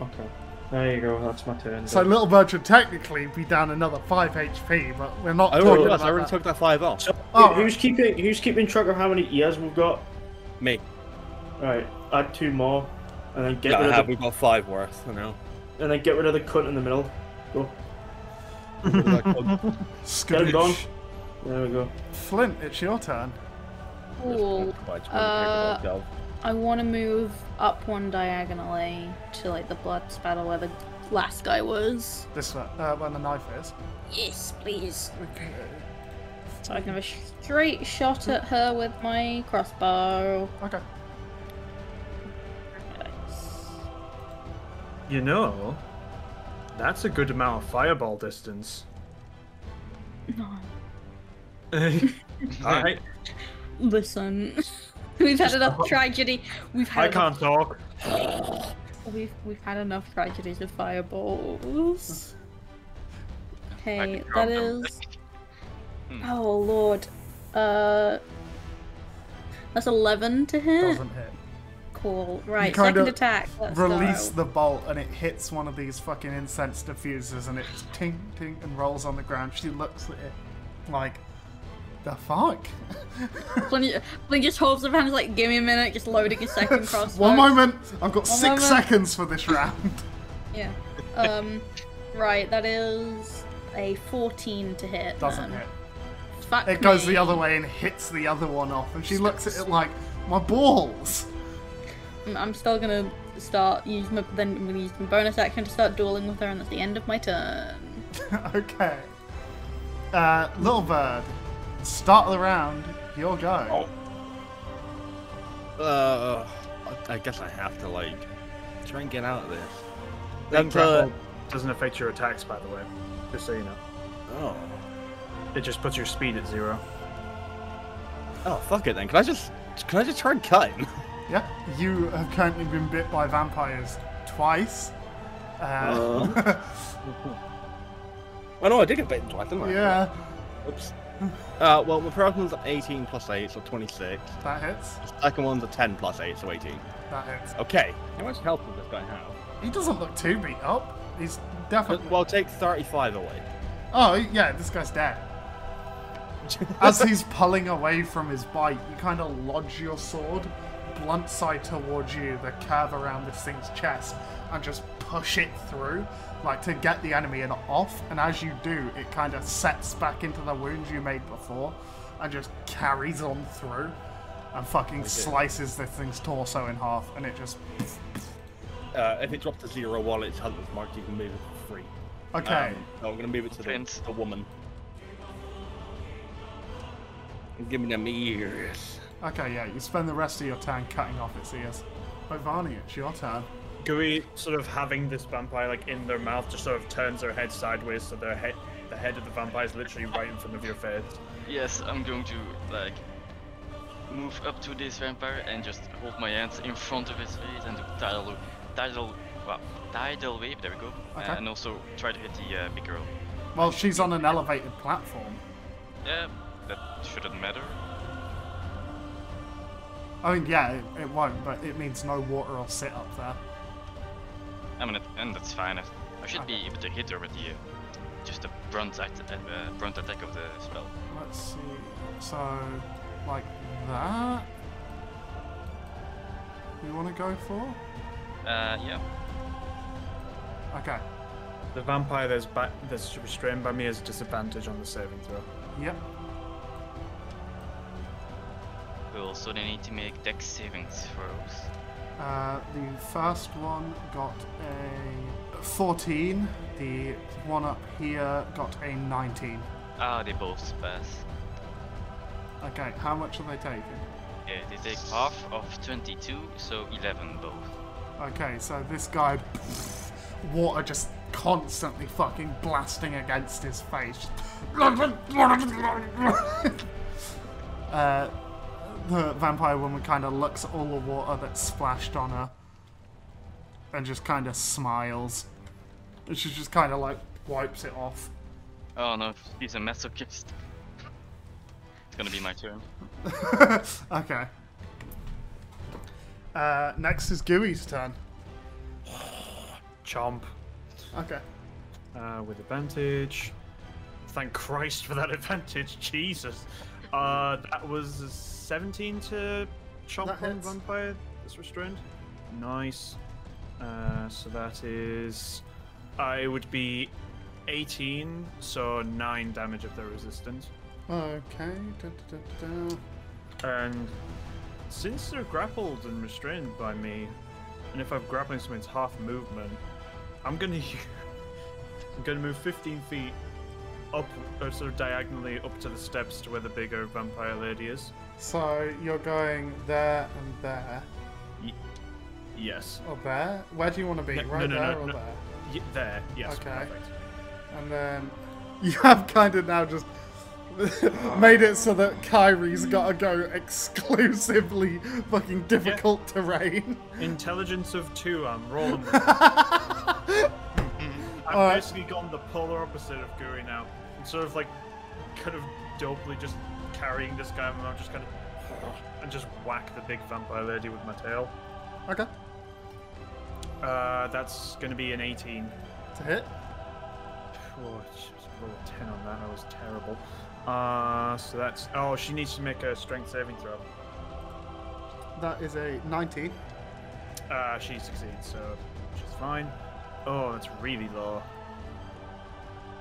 Speaker 9: Okay, there you go. That's my turn.
Speaker 1: So
Speaker 9: then.
Speaker 1: little bird should technically be down another five HP, but we're not.
Speaker 8: I
Speaker 1: talking
Speaker 8: already,
Speaker 1: about
Speaker 8: I already
Speaker 1: that.
Speaker 8: took that five off.
Speaker 1: Oh,
Speaker 9: who's keeping Who's keeping track of how many ears we've got?
Speaker 8: Me.
Speaker 9: Right, add two more, and then get
Speaker 8: Yeah, I
Speaker 9: rid of
Speaker 8: have.
Speaker 9: the,
Speaker 8: We've got five worth. I *laughs* know.
Speaker 9: and then get rid of the cunt in the middle. Go. Get him gone.
Speaker 1: Skadoosh.
Speaker 9: There we go.
Speaker 1: Flint, it's your turn.
Speaker 5: Cool. Uh, I want to move up one diagonally to like the blood spatter where the last guy was.
Speaker 1: This one, uh, when the knife is.
Speaker 5: Yes, please.
Speaker 1: Okay.
Speaker 5: So I can have a straight shot at her with my crossbow.
Speaker 1: Okay.
Speaker 6: You know, that's a good amount of fireball distance.
Speaker 5: No.
Speaker 6: Alright.
Speaker 5: Listen. *laughs* We've had enough tragedy. We've had
Speaker 6: I
Speaker 5: enough,
Speaker 6: can't talk.
Speaker 5: We've we've had enough tragedies with fireballs. Okay,
Speaker 4: drop
Speaker 5: that
Speaker 4: them. *laughs* Hmm.
Speaker 5: is. Oh lord, uh, that's eleven to hit.
Speaker 1: Doesn't hit.
Speaker 5: Cool. *laughs* Right,
Speaker 1: kinda
Speaker 5: second attack. Let's
Speaker 1: Release
Speaker 5: go.
Speaker 1: the bolt and it hits one of these fucking incense diffusers and it just ting ting and rolls on the ground. She looks at it like, the fuck?
Speaker 5: Blink, Blink just holds up and is like, give me a minute, just loading a second
Speaker 1: *laughs*
Speaker 5: crossbow.
Speaker 1: One moment. I've got six
Speaker 5: moment.
Speaker 1: seconds for this round.
Speaker 5: *laughs*
Speaker 1: *laughs*
Speaker 5: Yeah. Um, right, that is a 14 to hit.
Speaker 1: Doesn't
Speaker 5: then.
Speaker 1: hit.
Speaker 5: Fuck
Speaker 1: It goes
Speaker 5: me.
Speaker 1: the other way and hits the other one off, and she looks at it like, my balls. *laughs*
Speaker 5: I'm- Mm, I'm still gonna start use my then I'm gonna use my bonus action to start dueling with her, and that's the end of my *laughs* turn.
Speaker 1: okay. Uh, little bird, start of the round. Your go.
Speaker 8: Uh, I I guess I have to like try and get out of this.
Speaker 6: Being
Speaker 8: That's, uh,
Speaker 6: grappled doesn't affect your attacks, by the way. Just so you know,
Speaker 8: oh,
Speaker 6: it just puts your speed at zero.
Speaker 8: oh, fuck it then. Can I just can I just try and cut him? *laughs*
Speaker 1: Yeah, you have currently been bit by vampires twice. Uh,
Speaker 8: Oh no, I did get bitten twice, didn't
Speaker 1: *laughs*
Speaker 8: I?
Speaker 1: yeah,
Speaker 8: Oops. Uh, well, my first one's 18 plus 8, so 26.
Speaker 1: that hits.
Speaker 8: The second one's a 10 plus 8, so 18.
Speaker 1: That hits.
Speaker 8: Okay. How much health does this guy have?
Speaker 1: He doesn't look too beat up. He's
Speaker 8: Uh,
Speaker 1: definitely.
Speaker 8: Well, take 35 away.
Speaker 1: Oh yeah, this guy's dead. As he's pulling away from his bite, you kind of lodge your sword, blunt side towards you, the curve around this thing's chest, and just push it through, like to get the enemy and off. And as you do, it kind of sets back into the wounds you made before, and just carries on through, and fucking slices this thing's torso in half, and it just.
Speaker 8: Uh, if it drops to zero while it's hunter's marked, you can move it for free.
Speaker 1: Okay.
Speaker 8: Um, so I'm gonna move it to
Speaker 4: Vince.
Speaker 8: the, the woman. Give me them ears.
Speaker 1: Okay, yeah, you spend the rest of your turn cutting off its ears. Ivani, it's your turn.
Speaker 6: Gui, sort of having this vampire like in their mouth, just sort of turns their head sideways, so their head, the head of the vampire is literally right in front of your face.
Speaker 4: Yes, I'm going to like move up to this vampire and just hold my hands in front of his face and do tidal loop, tidal, well, tidal wave. There we go.
Speaker 1: Okay.
Speaker 4: and also try to hit the uh, big girl.
Speaker 1: Well, she's on an elevated platform.
Speaker 4: Yeah, that shouldn't matter.
Speaker 1: I mean, yeah, it, it won't, but it means no water will sit up there.
Speaker 4: I mean, it, and that's fine. I, I should be able to hit her with the uh, just the brunt, at, uh, brunt attack of the spell.
Speaker 1: Let's see. So, like that. You want to go for?
Speaker 4: Uh, yeah.
Speaker 1: Okay.
Speaker 6: The vampire that's back, that's restrained by me has disadvantage on the saving throw.
Speaker 1: Yep.
Speaker 4: Cool. So they need to make dex savings throws.
Speaker 1: Uh, the first one got a 14. The one up here got a 19.
Speaker 4: Ah, they both pass.
Speaker 1: Okay, how much are they taking?
Speaker 4: Yeah, they take half of 22, so 11 both.
Speaker 1: Okay, so this guy, water just constantly fucking blasting against his face. uh, the vampire woman kind of looks at all the water that's splashed on her and just kind of smiles. And she just kind of like wipes it off. *laughs*
Speaker 4: Oh no, he's a masochist. *laughs* it's gonna be my turn.
Speaker 1: okay. Uh, next is Gooey's turn.
Speaker 6: Chomp
Speaker 1: Okay.
Speaker 6: uh, with advantage. Thank Christ for that *laughs* advantage. Jesus, uh, that was a 17 to chomp
Speaker 1: That
Speaker 6: on
Speaker 1: hits.
Speaker 6: vampire that's restrained. Nice. Uh, so that is, uh, it would be 18, so nine damage if they're resistant.
Speaker 1: Okay. da, da, da, da, da.
Speaker 6: And since they're grappled and restrained by me, and if I'm grappling someone, it's half movement. I'm gonna, *laughs* u- I'm gonna move 15 feet up, or sort of diagonally up to the steps to where the bigger vampire lady is.
Speaker 1: So you're going there and there,
Speaker 6: Yes.
Speaker 1: or there? Where do you want to be?
Speaker 6: No,
Speaker 1: right
Speaker 6: no, no,
Speaker 1: there
Speaker 6: no,
Speaker 1: or
Speaker 6: no.
Speaker 1: there?
Speaker 6: Y- there. Yes.
Speaker 1: Okay.
Speaker 6: Perfect.
Speaker 1: *laughs* And then you have kind of now just *laughs* Made it so that Kyrie's gotta go exclusively fucking difficult terrain. *laughs*
Speaker 6: Intelligence of two, I'm rolling with. I've
Speaker 1: Alright.
Speaker 6: basically gone the polar opposite of Guri now. I'm sort of like, kind of dopely just carrying this guy, and I'm just kind of. *sighs* And just whack the big vampire lady with my tail.
Speaker 1: Okay.
Speaker 6: Uh, that's gonna be an 18.
Speaker 1: To hit.
Speaker 6: *sighs* Oh, she was roll a 10 on that. That was terrible. Uh, so that's. Oh, she needs to make a strength saving throw.
Speaker 1: That is a 19.
Speaker 6: Uh, she succeeds, so she's fine. Oh, that's really low.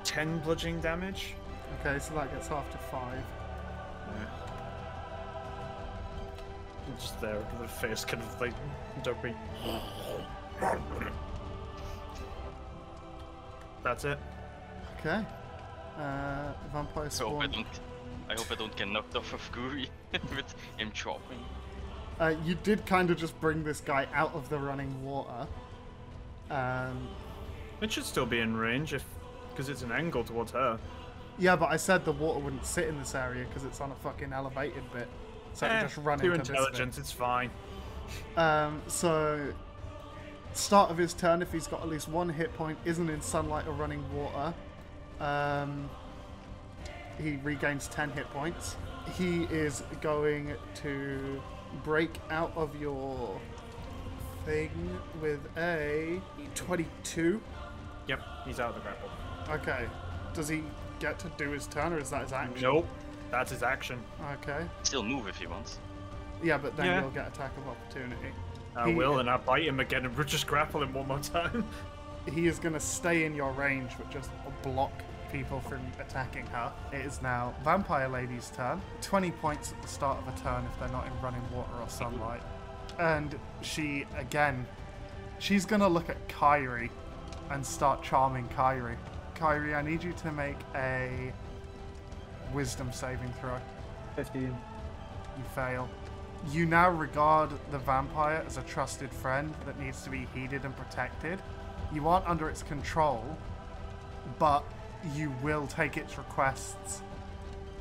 Speaker 6: 10 bludgeoning damage?
Speaker 1: Okay, so that gets half to 5.
Speaker 6: Yeah. Just there, with the face kind of like dopey. That's it.
Speaker 1: Okay. Uh, vampire
Speaker 4: I hope I
Speaker 1: spawn.
Speaker 4: don't. I hope I don't get knocked off of Guri *laughs* with him chopping.
Speaker 1: Uh, you did kind of just bring this guy out of the running water. Um,
Speaker 6: It should still be in range if. because it's an angle towards her.
Speaker 1: yeah, but I said the water wouldn't sit in this area because it's on a fucking elevated bit. So it
Speaker 6: Eh,
Speaker 1: would just run
Speaker 6: do
Speaker 1: into this bit.
Speaker 6: intelligence, it's fine.
Speaker 1: Um, so, start of his turn, if he's got at least one hit point, isn't in sunlight or running water, um, he regains 10 hit points. He is going to break out of your thing with a 22.
Speaker 6: Yep, he's out of the grapple.
Speaker 1: Okay. Does he get to do his turn, or is that his action?
Speaker 6: Nope, that's his action.
Speaker 1: Okay.
Speaker 4: Still move if he wants.
Speaker 1: Yeah, but then
Speaker 6: Yeah.
Speaker 1: you'll get attack of opportunity.
Speaker 6: I
Speaker 1: He-
Speaker 6: will, and I bite him again, and we'll just grapple him one more time.
Speaker 5: *laughs*
Speaker 1: He is going to stay in your range, but just block people from attacking her. It is now Vampire Lady's turn. 20 points at the start of a turn if they're not in running water or sunlight. And she, again, she's going to look at Kyrie and start charming Kyrie. Kyrie, I need you to make a wisdom saving throw.
Speaker 9: 15.
Speaker 1: You fail. You now regard the vampire as a trusted friend that needs to be heeded and protected. You aren't under its control, but you will take its requests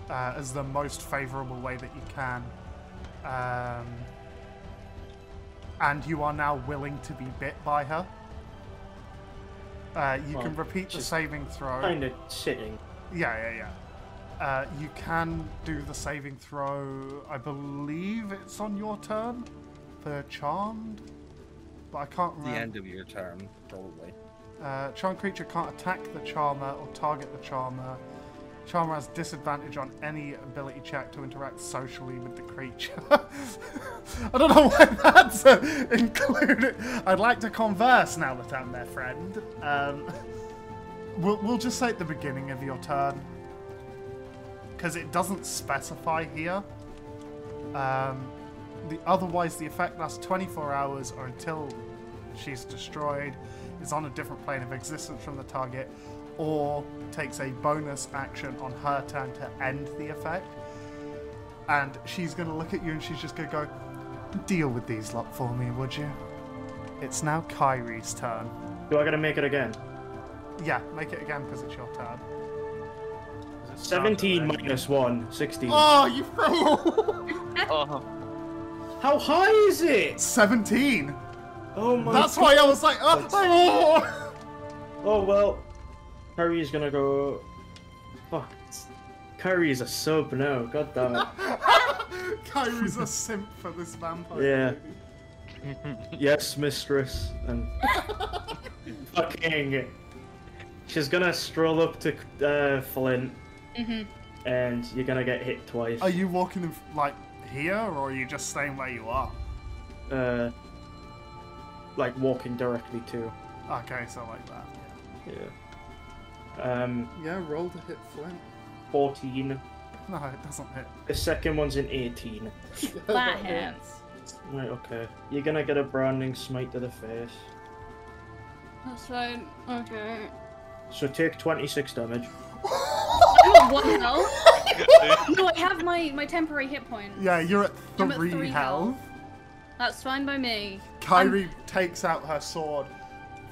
Speaker 1: uh, as the most favorable way that you can. Um, and you are now willing to be bit by her. Uh, you
Speaker 9: Well,
Speaker 1: can repeat the
Speaker 9: she's
Speaker 1: saving throw.
Speaker 9: Kind of sitting.
Speaker 1: Yeah, yeah, yeah. Uh, you can do the saving throw. I believe it's on your turn for charmed, but I can't
Speaker 8: The
Speaker 5: Um,
Speaker 1: remember.
Speaker 8: end of your turn, probably.
Speaker 1: Uh, charmed creature can't attack the charmer or target the charmer. Charmer has disadvantage on any ability check to interact socially with the creature. *laughs* I don't know why that's uh, included. I'd like to converse now that I'm their friend. Um, *laughs* we'll, we'll just say at the beginning of your turn, because it doesn't specify here. Um, the otherwise, the effect lasts 24 hours or until she's destroyed, is on a different plane of existence from the target, or takes a bonus action on her turn to end the effect. And she's going to look at you and she's just going to go, deal with these lot for me, would you? It's now Kyrie's turn.
Speaker 9: Do I gotta make it again?
Speaker 1: Yeah, make it again because it's your turn.
Speaker 9: 17 minus 1, 16.
Speaker 1: Oh, you *laughs* failed!
Speaker 8: Uh-huh.
Speaker 4: Oh,
Speaker 9: How high is it?
Speaker 1: 17!
Speaker 9: Oh my
Speaker 1: That's why I was like, oh, oh.
Speaker 9: Oh well, Curry's gonna go. Fuck. Curry is a sub now. God damn it.
Speaker 1: oh." *laughs* Kyrie's a simp for this vampire.
Speaker 9: Yeah.
Speaker 1: lady.
Speaker 9: yes, mistress. And fucking. She's gonna stroll up to uh, Flint,
Speaker 5: Mhm.
Speaker 9: and you're gonna get hit twice.
Speaker 1: Are you walking in, like here, or are you just staying where you are?
Speaker 9: Uh, like walking directly to.
Speaker 1: Okay, so like that.
Speaker 9: Yeah. Um,
Speaker 1: Yeah, roll to hit Flint.
Speaker 9: 14.
Speaker 1: No, it doesn't hit.
Speaker 9: The second one's an 18.
Speaker 5: That hits.
Speaker 9: Right. Okay. You're gonna get a branding smite to the face.
Speaker 5: That's fine. Okay.
Speaker 9: So take 26 damage.
Speaker 5: I'm at one *laughs* health. no, I have my, my temporary hit point.
Speaker 1: Yeah, you're at
Speaker 5: I'm at
Speaker 1: three,
Speaker 5: three
Speaker 1: health.
Speaker 5: That's fine by me.
Speaker 1: Kyrie takes out her sword,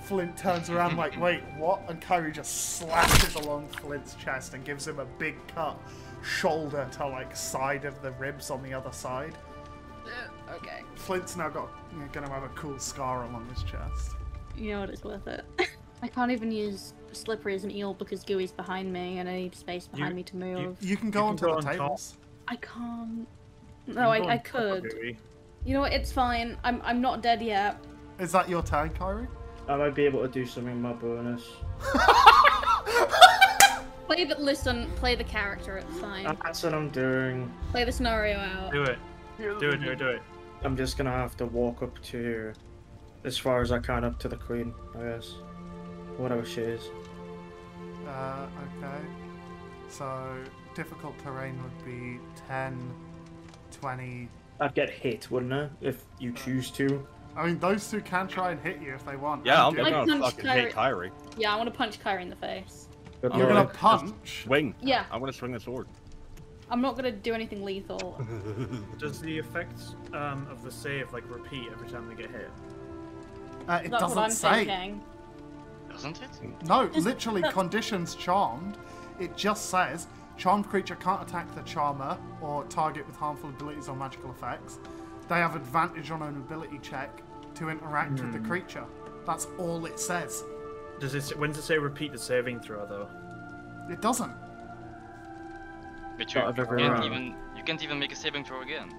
Speaker 1: Flint turns around like, wait, what? And Kyrie just slashes along Flint's chest and gives him a big cut, shoulder to like side of the ribs on the other side.
Speaker 5: Okay.
Speaker 1: Flint's now got gonna have a cool scar along his chest.
Speaker 5: You know what? It's worth it. *laughs* I can't even use slippery as an eel because Gooey's behind me and I need space behind me to move.
Speaker 1: You can go
Speaker 6: You
Speaker 1: onto
Speaker 6: can go
Speaker 1: the
Speaker 6: on top.
Speaker 1: tables.
Speaker 5: I can't. No, I, I could. You know what? It's fine. I'm I'm not dead yet.
Speaker 1: Is that your turn, *laughs* Kyrie?
Speaker 9: I might be able to do something with my bonus.
Speaker 5: Play the listen. Play the character. It's fine.
Speaker 9: That's what I'm doing.
Speaker 5: Play the scenario out.
Speaker 6: Do it. Do it, do it, do it.
Speaker 9: I'm just gonna have to walk up to as far as I can up to the queen, I guess. Whatever she is.
Speaker 1: Uh, okay. So, difficult terrain would be 10, 20.
Speaker 9: I'd get hit, wouldn't I? If you choose to.
Speaker 1: I mean, those two can try and hit you if they want.
Speaker 8: Yeah, I'm
Speaker 1: And you-
Speaker 5: I
Speaker 8: gonna
Speaker 5: punched
Speaker 8: fucking hate Kyrie.
Speaker 5: Yeah, I want to punch Kyrie in the face.
Speaker 9: Good
Speaker 1: You're
Speaker 9: lord.
Speaker 1: gonna punch.
Speaker 8: Swing.
Speaker 5: Yeah.
Speaker 8: Uh, I'm gonna swing the sword.
Speaker 5: I'm not gonna do anything lethal.
Speaker 6: Does the effects um, of the save like repeat every time they get hit?
Speaker 1: Uh, it
Speaker 5: That's what I'm
Speaker 1: doesn't say.
Speaker 5: thinking.
Speaker 4: Doesn't it?
Speaker 1: No, literally, *laughs* conditions charmed. It just says charmed creature can't attack the charmer or target with harmful abilities or magical effects. They have advantage on an ability check to interact with the creature. That's all it says.
Speaker 6: Does it? When does it say repeat the saving throw though?
Speaker 1: It doesn't.
Speaker 4: But you,
Speaker 9: Start of
Speaker 4: you
Speaker 9: every
Speaker 4: can't
Speaker 9: round.
Speaker 4: even you can't even make a saving throw again.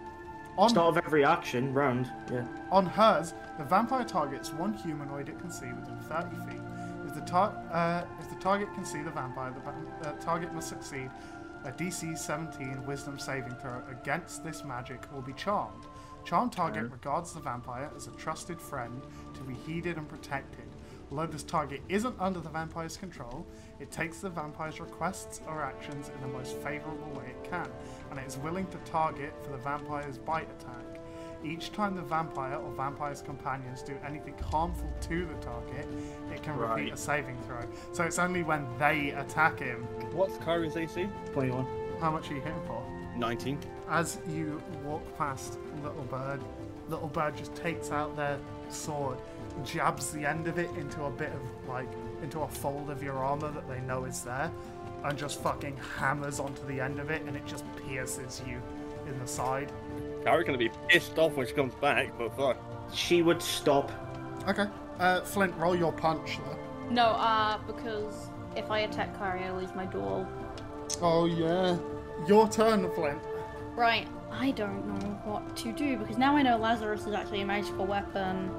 Speaker 1: On
Speaker 9: Start of every action, round. Yeah.
Speaker 1: On hers, the vampire targets one humanoid it can see within 30 feet. If the, tar- uh, if the target can see the vampire, the va- uh, target must succeed a DC 17 Wisdom saving throw against this magic or be charmed. Charmed target regards the vampire as a trusted friend to be heeded and protected. Although this target isn't under the vampire's control, it takes the vampire's requests or actions in the most favorable way it can, and it is willing to target for the vampire's bite attack. Each time the vampire or vampire's companions do anything harmful to the target, it can repeat
Speaker 6: Right.
Speaker 1: a saving throw. So it's only when they attack him.
Speaker 8: What's Kyrie's AC?
Speaker 9: 21.
Speaker 1: How much are you hitting for?
Speaker 8: 19.
Speaker 1: As you walk past Little Bird, Little Bird just takes out their sword, jabs the end of it into a bit of like into a fold of your armor that they know is there, and just fucking hammers onto the end of it, and it just pierces you in the side.
Speaker 8: Kyrie's gonna be pissed off when she comes back, but fuck.
Speaker 9: She would stop.
Speaker 1: Okay, uh, Flint, roll your punch. There.
Speaker 5: No, uh, because if I attack Kyrie, I lose my duel.
Speaker 1: Oh yeah, your turn, Flint.
Speaker 5: Right. I don't know what to do because now I know Lazarus is actually a magical weapon.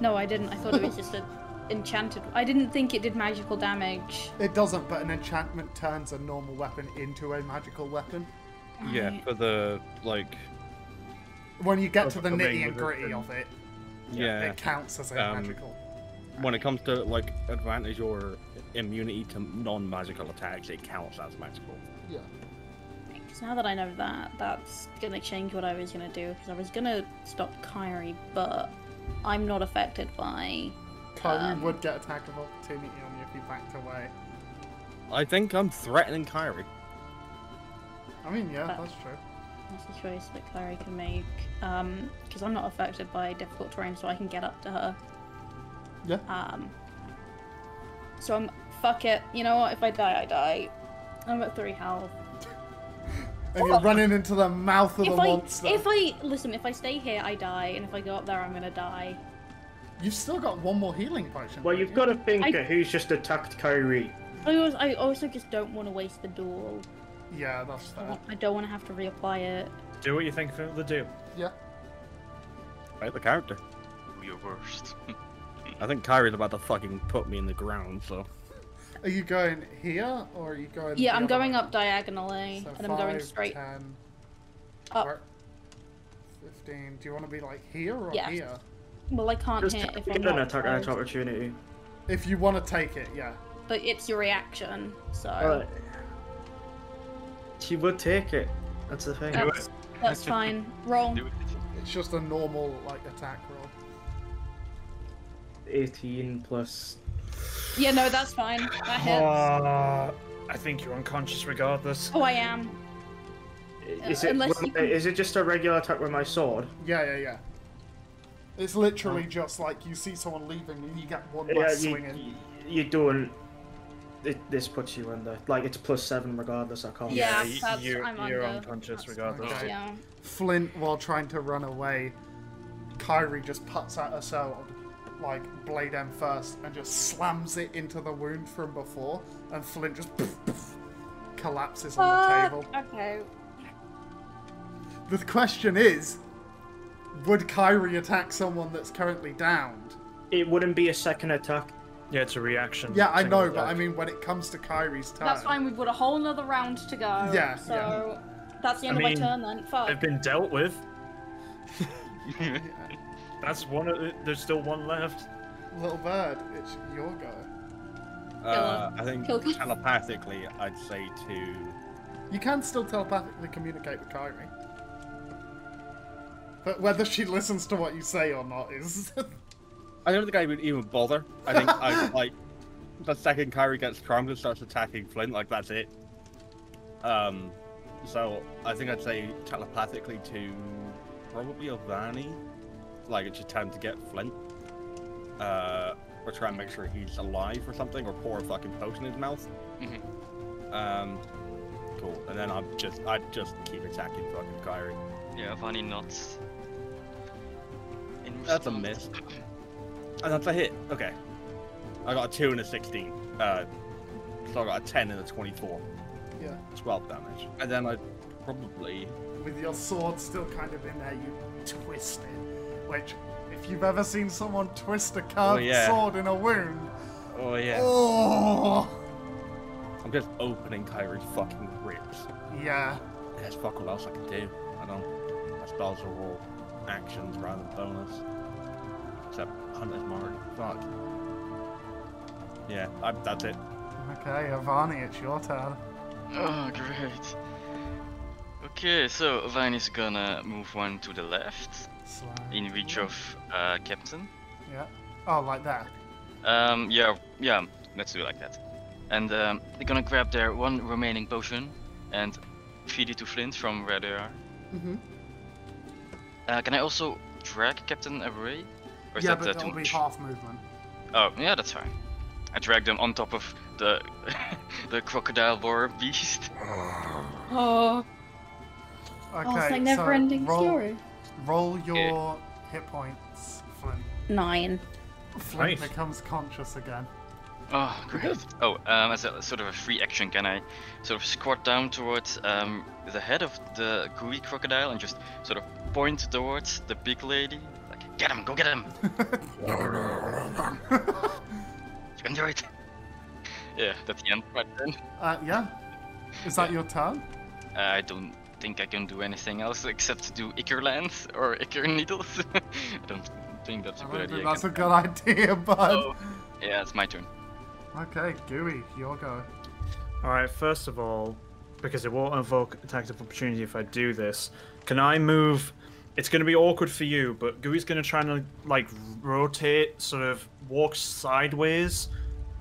Speaker 5: No, I didn't. I thought it was just an enchanted. I didn't think it did magical damage.
Speaker 1: It doesn't, but an enchantment turns a normal weapon into a magical weapon.
Speaker 8: Yeah,
Speaker 5: Right.
Speaker 8: for the like.
Speaker 1: When you get to the
Speaker 6: Overcoming
Speaker 1: nitty and
Speaker 6: with
Speaker 1: gritty
Speaker 6: it.
Speaker 1: of it,
Speaker 8: Yeah.
Speaker 1: it counts as a
Speaker 8: Um,
Speaker 1: magical.
Speaker 8: When it comes to like advantage or immunity to non-magical attacks, it counts as magical.
Speaker 1: Yeah.
Speaker 5: Because now that I know that, that's gonna change what I was gonna do. Because I was gonna stop Kyrie, but I'm not affected by.
Speaker 1: Kyrie
Speaker 5: Um,
Speaker 1: would get attack of opportunity on you if you backed away.
Speaker 8: I think I'm threatening Kyrie.
Speaker 1: I mean, yeah,
Speaker 5: But-
Speaker 1: that's true.
Speaker 5: That's a choice that Kyrie can make. Um, because I'm not affected by difficult terrain, so I can get up to her.
Speaker 1: Yeah.
Speaker 5: Um. So I'm fuck it. You know what? If I die, I die. I'm at three health.
Speaker 1: And you're running into the mouth of the
Speaker 5: If I
Speaker 1: monster.
Speaker 5: if I listen, if I stay here, I die, and if I go up there, I'm gonna die.
Speaker 1: You've still got one more healing potion.
Speaker 9: Well,
Speaker 1: don't
Speaker 9: you've
Speaker 1: you?
Speaker 9: got to think
Speaker 5: I-
Speaker 9: of who's just attacked Kyrie.
Speaker 5: I also, I also just don't want to waste the duel.
Speaker 1: Yeah, that's fair.
Speaker 5: I don't want to have to reapply it.
Speaker 6: Do what you think it will do.
Speaker 1: Yeah.
Speaker 8: Right, the character.
Speaker 4: You're worst. *laughs*
Speaker 8: I think Kyrie's about to fucking put me in the ground, so.
Speaker 1: Are you going here or are you going?
Speaker 5: Yeah,
Speaker 1: the
Speaker 5: I'm
Speaker 1: other
Speaker 5: going
Speaker 1: way?
Speaker 5: up diagonally,
Speaker 1: So
Speaker 5: and I'm going
Speaker 1: five,
Speaker 5: straight
Speaker 1: 10,
Speaker 5: up.
Speaker 1: or- 15. Do you want to be like here or
Speaker 5: Yeah.
Speaker 1: here?
Speaker 5: Well, I can't
Speaker 9: Just
Speaker 5: hit
Speaker 9: to
Speaker 5: if
Speaker 9: get
Speaker 5: I'm
Speaker 9: an
Speaker 5: not
Speaker 9: attack an
Speaker 5: close,
Speaker 9: attack opportunity.
Speaker 1: If you want to take it, yeah.
Speaker 5: but it's your reaction, so
Speaker 9: Alright. She would take it. That's the thing.
Speaker 5: that's, that's fine. Roll.
Speaker 4: Do it.
Speaker 1: It's just a normal like attack roll.
Speaker 9: 18 plus.
Speaker 5: Yeah, no, that's fine. That hits.
Speaker 6: Uh, I think you're unconscious regardless.
Speaker 5: Oh, I am.
Speaker 9: Is it,
Speaker 5: unless you can-
Speaker 9: is it just a regular attack with my sword?
Speaker 1: Yeah, yeah, yeah. It's literally just like you see someone leaving and you get one
Speaker 9: Oh. Yeah,
Speaker 1: less
Speaker 9: you,
Speaker 1: swing in.
Speaker 9: you- you're doing. It, this puts you in the like it's plus seven regardless. I can't.
Speaker 5: Yeah.
Speaker 6: you-
Speaker 5: that's-
Speaker 6: you're,
Speaker 5: I'm
Speaker 6: you're
Speaker 5: under.
Speaker 6: unconscious
Speaker 1: That's
Speaker 6: regardless.
Speaker 1: okay.
Speaker 5: Yeah.
Speaker 1: Flint, while trying to run away, Kyrie just puts at her sword, like blade end first, and just slams it into the wound from before, and Flint just poof, poof, collapses on the table.
Speaker 5: Uh, Okay.
Speaker 1: The question is, would Kyrie attack someone that's currently downed?
Speaker 9: It wouldn't be a second attack.
Speaker 6: Yeah, it's a reaction.
Speaker 1: Yeah, I
Speaker 6: single
Speaker 1: know, but I
Speaker 6: attack.
Speaker 1: mean, when it comes to Kyrie's turn,
Speaker 5: That's fine. We've got a whole nother round to go.
Speaker 1: Yeah,
Speaker 5: So
Speaker 1: yeah.
Speaker 5: that's the end
Speaker 6: I
Speaker 5: of
Speaker 6: mean,
Speaker 5: my turn then. Fuck.
Speaker 6: They've been dealt with. That's one. Of, the- there's still one left.
Speaker 1: little bird, it's your go.
Speaker 5: Hello.
Speaker 8: Uh, I think
Speaker 5: Kill them.
Speaker 8: telepathically, I'd say to.
Speaker 1: You can still telepathically communicate with Kyrie. But whether she listens to what you say or not is. *laughs*
Speaker 8: I don't think I would even bother. I think I like the second Kyrie gets crammed and starts attacking Flint. Like that's it. Um, so I think I'd say telepathically to probably Ovani, like it's just time to get Flint, uh, or try and make sure he's alive or something, or pour a fucking potion in his mouth. Um, cool. And then I'm just I'd just keep attacking fucking Kyrie.
Speaker 4: Yeah, Vani nuts. In
Speaker 8: That's a
Speaker 4: response-
Speaker 8: miss. And that's a hit. Okay. I got a 2 and a 16. Uh, so I got a 10 and a 24.
Speaker 1: yeah.
Speaker 8: 12 damage. And then I probably.
Speaker 1: With your sword still kind of in there, you twist it. Which, if you've ever seen someone twist a curved
Speaker 8: yeah.
Speaker 1: sword in a wound.
Speaker 8: Oh, yeah.
Speaker 1: Oh!
Speaker 8: I'm just opening Kyrie's fucking ribs.
Speaker 1: Yeah.
Speaker 8: There's fuck all else I can do. I don't. My spells are all actions rather than bonus. Except Hunter's Mark. Fuck. Yeah, I, that's it.
Speaker 1: Okay, Ivani, it's your turn.
Speaker 4: Oh, great. Okay, so Vine is gonna move one to the left,
Speaker 1: Slide.
Speaker 4: in reach of uh, Captain.
Speaker 1: Yeah. Oh, like that.
Speaker 4: Um, yeah, yeah, let's do it like that. And um, they're gonna grab their one remaining potion and feed it to Flint from where they are.
Speaker 1: Mm-hmm.
Speaker 4: Uh, can I also drag Captain away? Or is
Speaker 1: Yeah,
Speaker 4: that
Speaker 1: but
Speaker 4: uh,
Speaker 1: that'll
Speaker 4: too
Speaker 1: be
Speaker 4: much?
Speaker 1: half movement.
Speaker 4: Oh, yeah, that's fine. I drag them on top of the *laughs* the crocodile boar beast.
Speaker 5: Oh,
Speaker 1: Okay,
Speaker 5: oh, it's like
Speaker 1: so
Speaker 5: never-ending
Speaker 1: roll,
Speaker 5: story.
Speaker 1: Roll your hit points, Flynn.
Speaker 5: Nine.
Speaker 1: Flint
Speaker 6: Nice.
Speaker 1: becomes conscious again.
Speaker 4: Oh, great. Oh, um, as a sort of a free action, can I sort of squat down towards um, the head of the gooey crocodile and just sort of point towards the big lady? Like, get him, go
Speaker 1: *laughs*
Speaker 4: get him! you can do it! Yeah, that's the end right then.
Speaker 1: Uh, yeah. Is that your turn?
Speaker 4: I don't think I can do anything else except do Icar lands or Icar needles. *laughs* I don't think that's a
Speaker 1: I
Speaker 4: good
Speaker 1: don't
Speaker 4: idea.
Speaker 1: think that's a
Speaker 4: can-
Speaker 1: good idea, *laughs* bud.
Speaker 4: Oh, yeah, it's my turn.
Speaker 1: Okay, Gooey, your go.
Speaker 6: All right. First of all, because it won't invoke attack of opportunity if I do this, can I move? It's going to be awkward for you, but Gooey's going to try and like rotate, sort of walk sideways,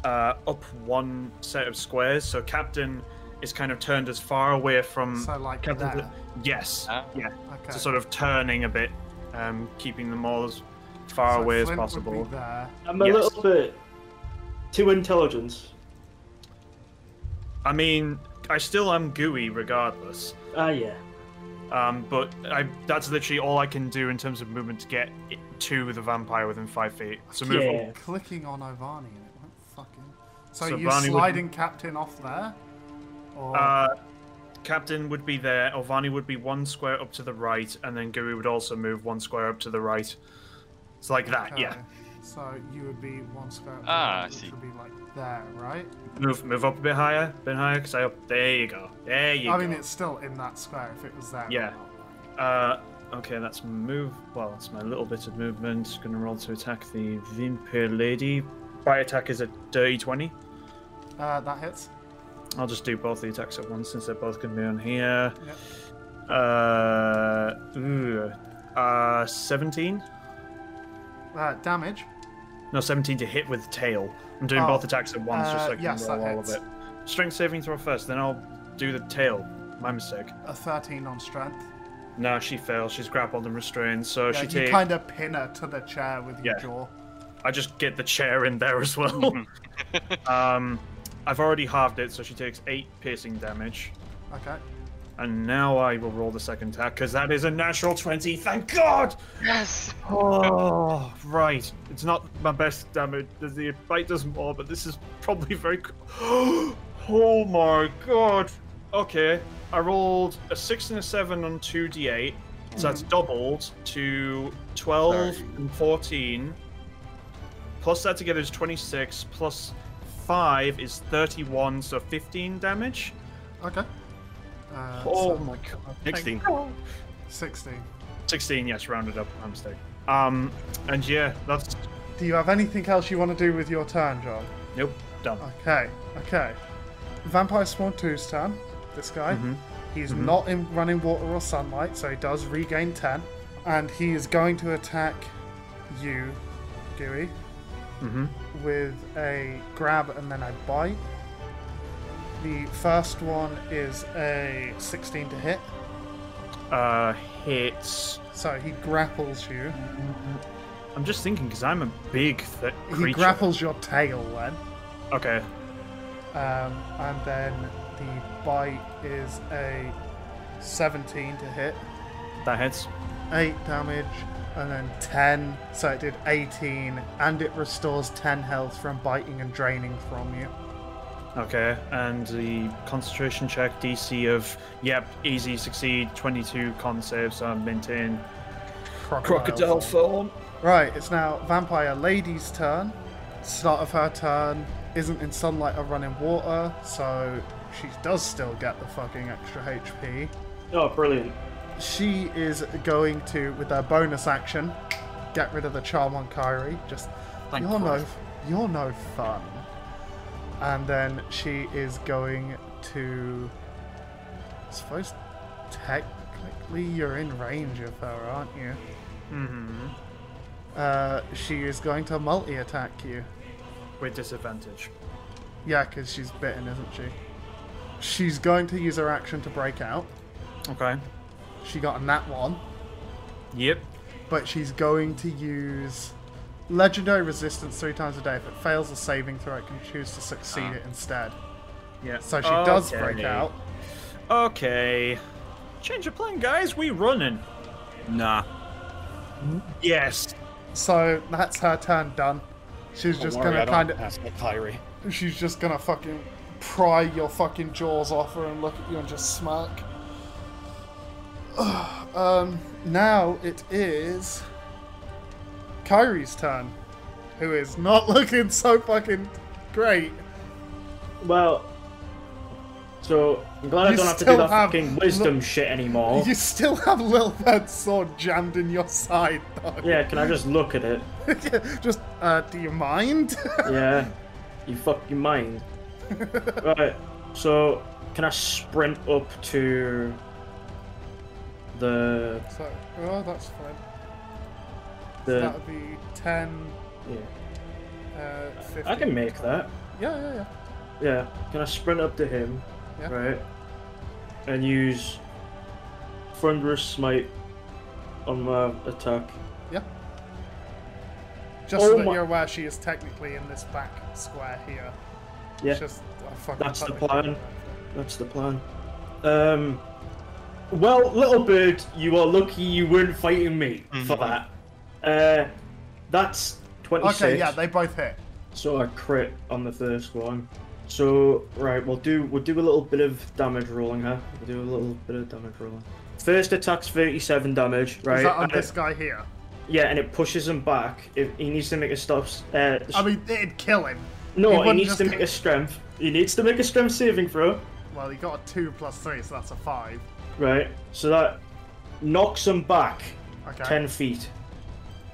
Speaker 6: uh, up one set of squares. So Captain is kind of turned as far away from.
Speaker 1: So, like
Speaker 6: Captain's-
Speaker 1: there?
Speaker 6: Yes.
Speaker 4: Ah.
Speaker 6: yeah.
Speaker 1: Okay.
Speaker 6: So sort of turning a bit, um, keeping them all as far
Speaker 1: So
Speaker 6: away
Speaker 1: Flint
Speaker 6: as
Speaker 1: would
Speaker 6: possible.
Speaker 1: be there.
Speaker 9: I'm a
Speaker 6: Yes.
Speaker 9: little bit too intelligent.
Speaker 6: I mean, I still am gooey regardless.
Speaker 9: Ah, yeah.
Speaker 6: Um, but I, that's literally all I can do in terms of movement to get it to the vampire within five feet. So move
Speaker 9: yeah.
Speaker 6: on.
Speaker 1: Clicking on Ivani and it won't fucking. So,
Speaker 6: So
Speaker 1: you're
Speaker 6: Ivani would-
Speaker 1: sliding Captain off there? Or.
Speaker 6: Uh, Captain would be there. Ovani would be one square up to the right, and then Gooey would also move one square up to the right. It's like that,
Speaker 1: okay.
Speaker 6: yeah.
Speaker 1: So you would be one square. up,
Speaker 4: Ah, I
Speaker 1: which
Speaker 4: see.
Speaker 1: would be like there, right?
Speaker 6: Move, move up a bit higher, bit higher. Cause I up. There you go. There you
Speaker 1: I
Speaker 6: go.
Speaker 1: mean, it's still in that square if it was there. or
Speaker 6: Yeah.
Speaker 1: not.
Speaker 6: Uh, okay, that's move. Well, that's my little bit of movement. Gonna roll to attack the vampire lady. Right attack is a dirty twenty.
Speaker 1: Uh, that hits.
Speaker 6: I'll just do both the attacks at once since they're both gonna be on here.
Speaker 1: Yep.
Speaker 6: Uh, ooh, uh, seventeen.
Speaker 1: Uh, damage.
Speaker 6: No, seventeen to hit with tail. I'm doing
Speaker 1: Oh,
Speaker 6: both attacks at once, just
Speaker 1: uh,
Speaker 6: so I can
Speaker 1: yes,
Speaker 6: roll
Speaker 1: that
Speaker 6: all of
Speaker 1: hits.
Speaker 6: it. Strength saving throw first, then I'll do the tail. My mistake.
Speaker 1: A 13 on strength.
Speaker 6: Nah, she fails. She's grappled and restrained, so
Speaker 1: Yeah,
Speaker 6: she
Speaker 1: you
Speaker 6: takes.
Speaker 1: kind of pin her to the chair with your
Speaker 6: Yeah.
Speaker 1: jaw.
Speaker 6: I just get the chair in there as well. *laughs* um, I've already halved it, so she takes eight piercing damage.
Speaker 1: Okay.
Speaker 6: And now I will roll the second attack because that is a natural 20. Thank God!
Speaker 1: *laughs*
Speaker 4: Yes.
Speaker 6: Oh, right. It's not my best damage. The- The bite does more, but this is probably very. co- *gasps* oh my God! Okay, I rolled a 6 and a 7 on 2d8, so that's doubled to 12 and 14. Plus that together is 26, plus 5 is 31, so 15 damage.
Speaker 1: Okay. Uh,
Speaker 6: Oh
Speaker 1: so
Speaker 6: my god. thank
Speaker 8: 16.
Speaker 6: God.
Speaker 1: 16.
Speaker 6: 16, yes, rounded up, my mistake. Um, and yeah, that's.
Speaker 1: Do you have anything else you want to do with your turn, John?
Speaker 6: Nope, done.
Speaker 1: Okay, okay. Vampire Spawn 2's turn. This guy.
Speaker 6: Mm-hmm.
Speaker 1: He's not in running water or sunlight, so he does regain 10. And he is going to attack you, Gooey,
Speaker 6: Mm-hmm.
Speaker 1: with a grab and then a bite. The first one is a 16 to hit,
Speaker 6: Uh, hits.
Speaker 1: so he grapples you.
Speaker 6: I'm just thinking because I'm a big th- creature.
Speaker 1: He grapples your tail then.
Speaker 6: Okay.
Speaker 1: Um, and then the bite is a 17 to hit,
Speaker 6: That hits.
Speaker 1: 8 damage, and then 10. So it did 18, and it restores 10 health from biting and draining from you.
Speaker 6: Okay. And the concentration check DC of, yep, easy, succeed, 22 con saves, and maintain.
Speaker 1: Crocodile
Speaker 6: form.
Speaker 1: Right, it's now Vampire Lady's turn. Start of her turn isn't in sunlight or running water, so she does still get the fucking extra HP.
Speaker 9: Oh, brilliant.
Speaker 1: She is going to, with her bonus action, get rid of the charm on Kyrie. Just
Speaker 3: Thank
Speaker 1: you're no,
Speaker 3: Christ.
Speaker 1: you're no fun. And then she is going to. I suppose technically you're in range of her, aren't you?
Speaker 6: Mm-hmm.
Speaker 1: Uh, she is going to multi-attack you.
Speaker 6: With disadvantage.
Speaker 1: Yeah, because she's bitten, isn't she? She's going to use her action to break out.
Speaker 6: Okay.
Speaker 1: She got a nat one.
Speaker 6: Yep.
Speaker 1: but she's going to use legendary resistance three times a day. If it fails a saving throw, it can choose to succeed it instead.
Speaker 6: Yeah.
Speaker 1: So she does break out.
Speaker 6: Okay. Change of plan, guys. We running.
Speaker 2: Nah.
Speaker 1: Hmm?
Speaker 6: Yes.
Speaker 1: So that's her turn done. She's just gonna kind of,
Speaker 8: Ask Kyrie.
Speaker 1: she's just gonna fucking pry your fucking jaws off her and look at you and just smirk. *sighs* Ugh, um, now it is Kyrie's turn, who is not *laughs* looking so fucking great.
Speaker 9: Well, so I'm glad
Speaker 1: You
Speaker 9: I don't have to
Speaker 1: still
Speaker 9: do that
Speaker 1: have
Speaker 9: fucking wisdom
Speaker 1: lo-
Speaker 9: shit anymore.
Speaker 1: You still have Lilbed's sword jammed in your side, though.
Speaker 9: Yeah, can I just look at it?
Speaker 1: *laughs* Just, uh, do you mind? *laughs*
Speaker 9: Yeah. You fucking mind. right. So, can I sprint up to the
Speaker 1: so, oh, that's fine. that
Speaker 9: the?
Speaker 1: would be 10,
Speaker 9: Yeah.
Speaker 1: uh, 15.
Speaker 9: I can make that.
Speaker 1: Yeah, yeah, yeah.
Speaker 9: Yeah. Can I sprint up to him?
Speaker 1: Yeah.
Speaker 9: Right. And use thunderous smite on my attack.
Speaker 1: Just
Speaker 9: Oh
Speaker 1: so that
Speaker 9: my-
Speaker 1: you're aware, she is technically in this back square here.
Speaker 9: Yeah.
Speaker 1: It's just, I fucking
Speaker 9: That's the
Speaker 1: totally
Speaker 9: plan.
Speaker 1: forgot about
Speaker 9: That's the plan. Um. Well, little bird, you are lucky you weren't fighting me for that. Uh, that's
Speaker 1: that.
Speaker 9: twenty-six.
Speaker 1: Okay, yeah, they both hit.
Speaker 9: So I crit on the first one. So right, we'll do we'll do a little bit of damage rolling here. We'll do a little bit of damage rolling. First attack's thirty-seven damage, right?
Speaker 1: Is that on
Speaker 9: and
Speaker 1: this
Speaker 9: it-
Speaker 1: guy here?
Speaker 9: yeah, and it pushes him back. If he needs to make a stop, s- uh,
Speaker 1: I mean, it'd kill him. he
Speaker 9: no, he
Speaker 1: wouldn't
Speaker 9: needs
Speaker 1: just
Speaker 9: to
Speaker 1: get-
Speaker 9: make a strength. He needs to make a strength saving throw.
Speaker 1: Well, he got a 2 plus 3, so that's a 5.
Speaker 9: Right, so that knocks him back
Speaker 1: Okay.
Speaker 9: ten feet.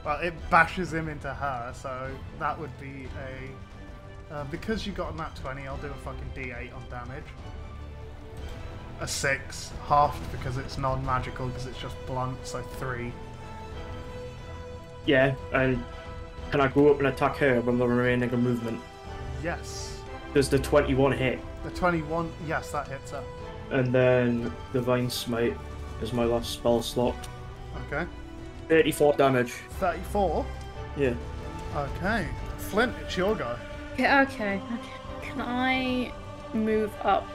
Speaker 1: Well, it bashes him into her, so that would be a. Uh, because you got a nat 20, I'll do a fucking d8 on damage. A 6, halved because it's non magical, because it's just blunt, so 3.
Speaker 9: Yeah, and can I go up and attack her when the remaining of movement?
Speaker 1: Yes.
Speaker 9: Does the twenty-one hit?
Speaker 1: The 21, yes, that hits her.
Speaker 9: And then divine smite. as my last spell slot.
Speaker 1: Okay.
Speaker 9: 34 damage.
Speaker 1: 34.
Speaker 9: Yeah.
Speaker 1: Okay. Flint, it's your go.
Speaker 5: Okay, okay. okay. Can I move up?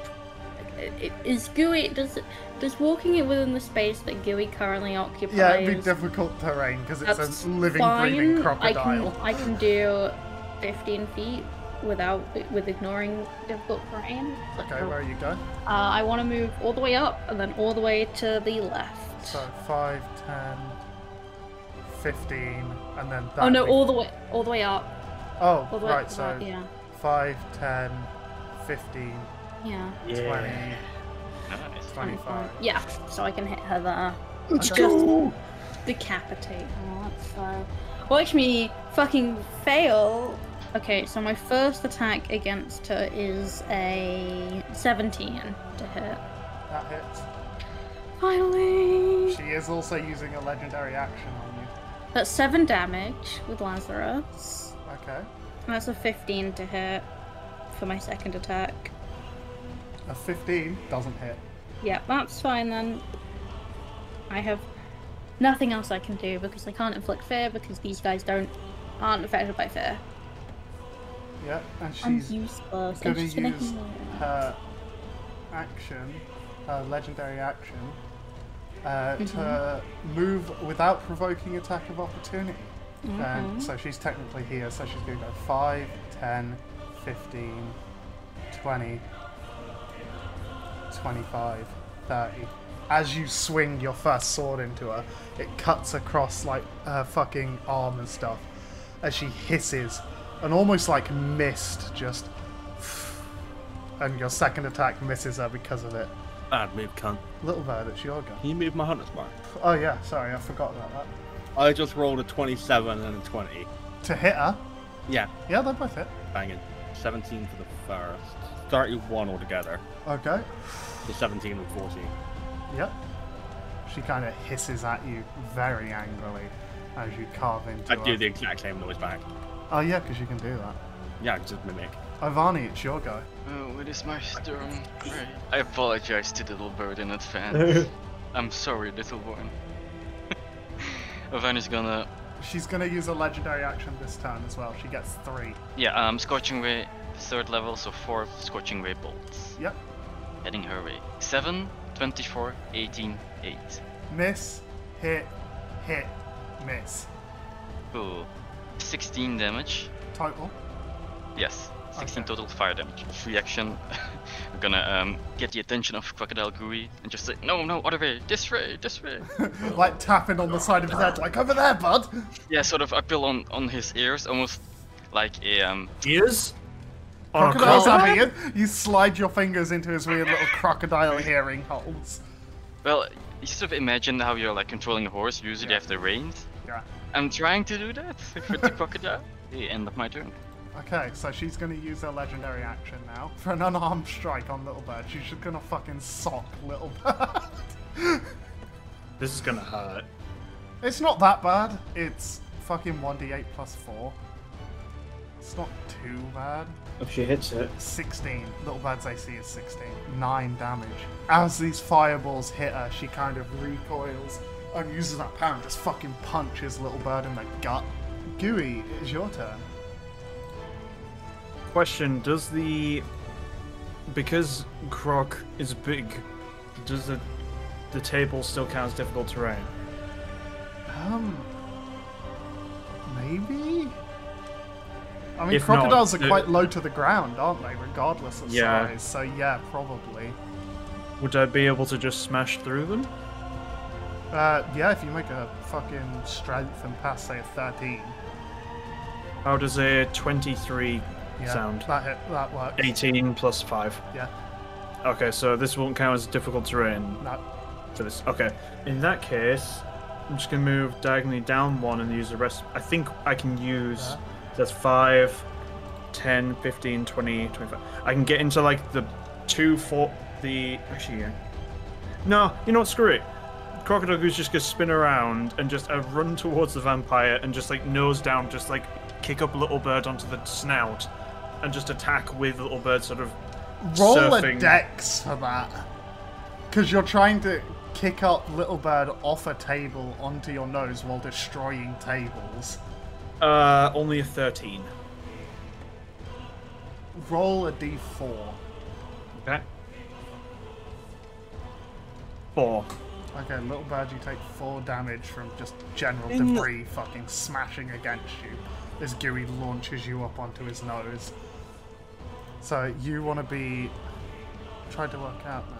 Speaker 5: I- i- Is Gooey does does walking it within the space that Gooey currently occupies?
Speaker 1: Yeah, it'd be difficult terrain because it's
Speaker 5: that's
Speaker 1: a living,
Speaker 5: fine.
Speaker 1: breathing crocodile.
Speaker 5: I can I can do fifteen feet without with ignoring difficult terrain.
Speaker 1: Okay, where you go?
Speaker 5: Uh, I want to move all the way up and then all the way to the left.
Speaker 1: So 5, 10, 15, and then that.
Speaker 5: oh no,
Speaker 1: we-
Speaker 5: all the way all the way up.
Speaker 1: Oh,
Speaker 5: All the way
Speaker 1: right,
Speaker 5: up,
Speaker 1: so
Speaker 5: yeah,
Speaker 1: five, ten, fifteen,
Speaker 5: yeah.
Speaker 1: twenty,
Speaker 4: Nice.
Speaker 1: twenty-five.
Speaker 5: Yeah, so I can hit her there.
Speaker 1: Let's
Speaker 5: go! Decapitate her, so. Watch me fucking fail! Okay, so my first attack against her is a 17 to hit.
Speaker 1: That hits.
Speaker 5: Finally!
Speaker 1: She is also using a legendary action on you.
Speaker 5: That's 7 damage with Lazarus.
Speaker 1: Okay.
Speaker 5: And that's a 15 to hit for my second attack.
Speaker 1: A 15 doesn't hit.
Speaker 5: Yeah, that's fine then. I have nothing else I can do because I can't inflict fear because these guys don't aren't affected by fear.
Speaker 1: Yeah, and
Speaker 5: I'm
Speaker 1: she's
Speaker 5: useless. I'm
Speaker 1: gonna
Speaker 5: just gonna
Speaker 1: use
Speaker 5: heal.
Speaker 1: her action, her legendary action, uh, to move without provoking attack of opportunity. And so she's technically here, so she's going to go 5, 10, 15, 20, 25, 30. As you swing your first sword into her, it cuts across like her fucking arm and stuff. As she hisses, and almost like mist just and your second attack misses her because of it.
Speaker 8: Bad Ah, move, cunt.
Speaker 1: Little bird, it's your go.
Speaker 8: Can you move my hunter's mark?
Speaker 1: Oh yeah, sorry, I forgot about that.
Speaker 8: I just rolled a 27 and a 20.
Speaker 1: To hit her,
Speaker 8: Yeah,
Speaker 1: yeah, they both hit.
Speaker 8: banging. 17 for the first. 31 altogether.
Speaker 1: Okay,
Speaker 8: So 17 and 14.
Speaker 1: yep. She kind of hisses at you very angrily as you carve into
Speaker 8: I
Speaker 1: her.
Speaker 8: do the exact same noise back.
Speaker 1: Oh yeah, because you can do that.
Speaker 8: Yeah, just mimic.
Speaker 1: Ivani, it's your go.
Speaker 4: Oh, it is my storm. Right. I apologize to little bird in advance. I'm sorry, little one. *laughs* Ivan is gonna.
Speaker 1: She's gonna use a legendary action this turn as well. She gets three.
Speaker 4: Yeah, um, Scorching Ray, third level, so four Scorching Ray bolts.
Speaker 1: Yep,
Speaker 4: Heading her way. 7, 24, 18, 8.
Speaker 1: miss, hit, hit, miss.
Speaker 4: Cool. 16 damage.
Speaker 1: Total. *laughs*
Speaker 4: Yes, 16
Speaker 1: Okay.
Speaker 4: total fire damage. Reaction. *laughs* I'm gonna um, get the attention of Crocodile Gooey and just say, no, no, other way, this way, this way.
Speaker 1: like tapping on the side of his head, like over there, bud.
Speaker 4: yeah, sort of uphill on, on his ears, almost like a um,
Speaker 6: Ears? On a
Speaker 1: Crocodile's
Speaker 6: croc-
Speaker 1: having it. You slide your fingers into his weird little crocodile hearing holes.
Speaker 4: Well, you sort of imagine how you're like controlling a horse. You usually
Speaker 1: Yeah.
Speaker 4: have the reins.
Speaker 1: Yeah.
Speaker 4: I'm trying to do that *laughs* with the crocodile. The end of my turn.
Speaker 1: Okay, so she's gonna use her legendary action now for an unarmed strike on Little Bird. She's just gonna fucking sock Little *laughs* Bird.
Speaker 6: This is gonna hurt.
Speaker 1: it's not that bad. It's fucking 1d8 plus 4. It's not too bad.
Speaker 9: If she hits it,
Speaker 1: 16. Little Bird's AC is 16. 9 damage. As these fireballs hit her, she kind of recoils and uses that power and just fucking punches Little Bird in the gut. Gooey, it's your turn.
Speaker 6: Question: Does the because Croc is big, does the the table still count as difficult terrain?
Speaker 1: Um. Maybe? I mean,
Speaker 6: If not,
Speaker 1: crocodiles are
Speaker 6: the-
Speaker 1: quite low to the ground, aren't they? Regardless of
Speaker 6: Yeah.
Speaker 1: size. So, yeah, probably.
Speaker 6: Would I be able to just smash through them?
Speaker 1: Uh, yeah, if you make a fucking strength and pass, say, a 13.
Speaker 6: How does a twenty-three
Speaker 1: Yeah,
Speaker 6: sound?
Speaker 1: That, hit, that works.
Speaker 6: Eighteen plus five.
Speaker 1: Yeah,
Speaker 6: Okay, so this won't count as difficult terrain
Speaker 1: that,
Speaker 6: for this. Okay. In that case, I'm just gonna move diagonally down one and use the rest. I think I can use
Speaker 1: Yeah.
Speaker 6: that's 5, 10, 15, 20, 25. I can get into like the 2, 4, the. Actually, yeah. No, you know what? Screw it. Crocodile Goose just gonna spin around and just uh, run towards the vampire and just like nose down, just like kick up Little Bird onto the snout and just attack with Little Bird sort of
Speaker 1: roll
Speaker 6: surfing.
Speaker 1: a dex for that because you're trying to kick up Little Bird off a table onto your nose while destroying tables.
Speaker 6: Uh, only a 13.
Speaker 1: Roll a d4.
Speaker 6: Okay. Four.
Speaker 1: Okay, Little Bird, you take four damage from just general
Speaker 6: In-
Speaker 1: debris fucking smashing against you as Gooey launches you up onto his nose. So you want to be. Try to work out now.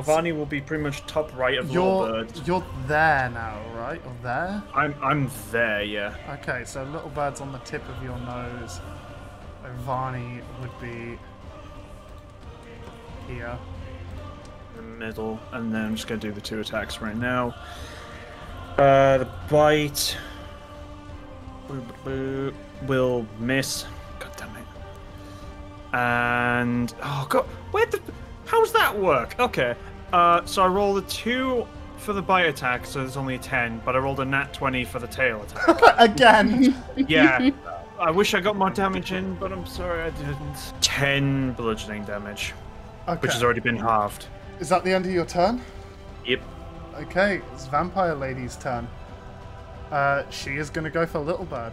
Speaker 6: Ovani will be pretty much top right of Little
Speaker 1: You're,
Speaker 6: Bird.
Speaker 1: you're there now, right? Or there?
Speaker 6: I'm, I'm there, yeah.
Speaker 1: Okay, so little bird's on the tip of your nose. Ivani would be here.
Speaker 6: the middle, and then I'm just gonna do the two attacks right now. Uh, the bite boop, boop, boop, will miss. God damn it! And oh god, where the? How's that work? Okay. Uh, so I roll a two for the bite attack, so it's only a ten, but I rolled a nat twenty for the tail attack.
Speaker 1: Again!
Speaker 6: yeah. I wish I got more damage in, but I'm sorry I didn't. Ten bludgeoning damage,
Speaker 1: Okay.
Speaker 6: which has already been halved.
Speaker 1: Is that the end of your turn?
Speaker 6: Yep.
Speaker 1: Okay, it's Vampire Lady's turn. Uh, she is going to go for Little Bird.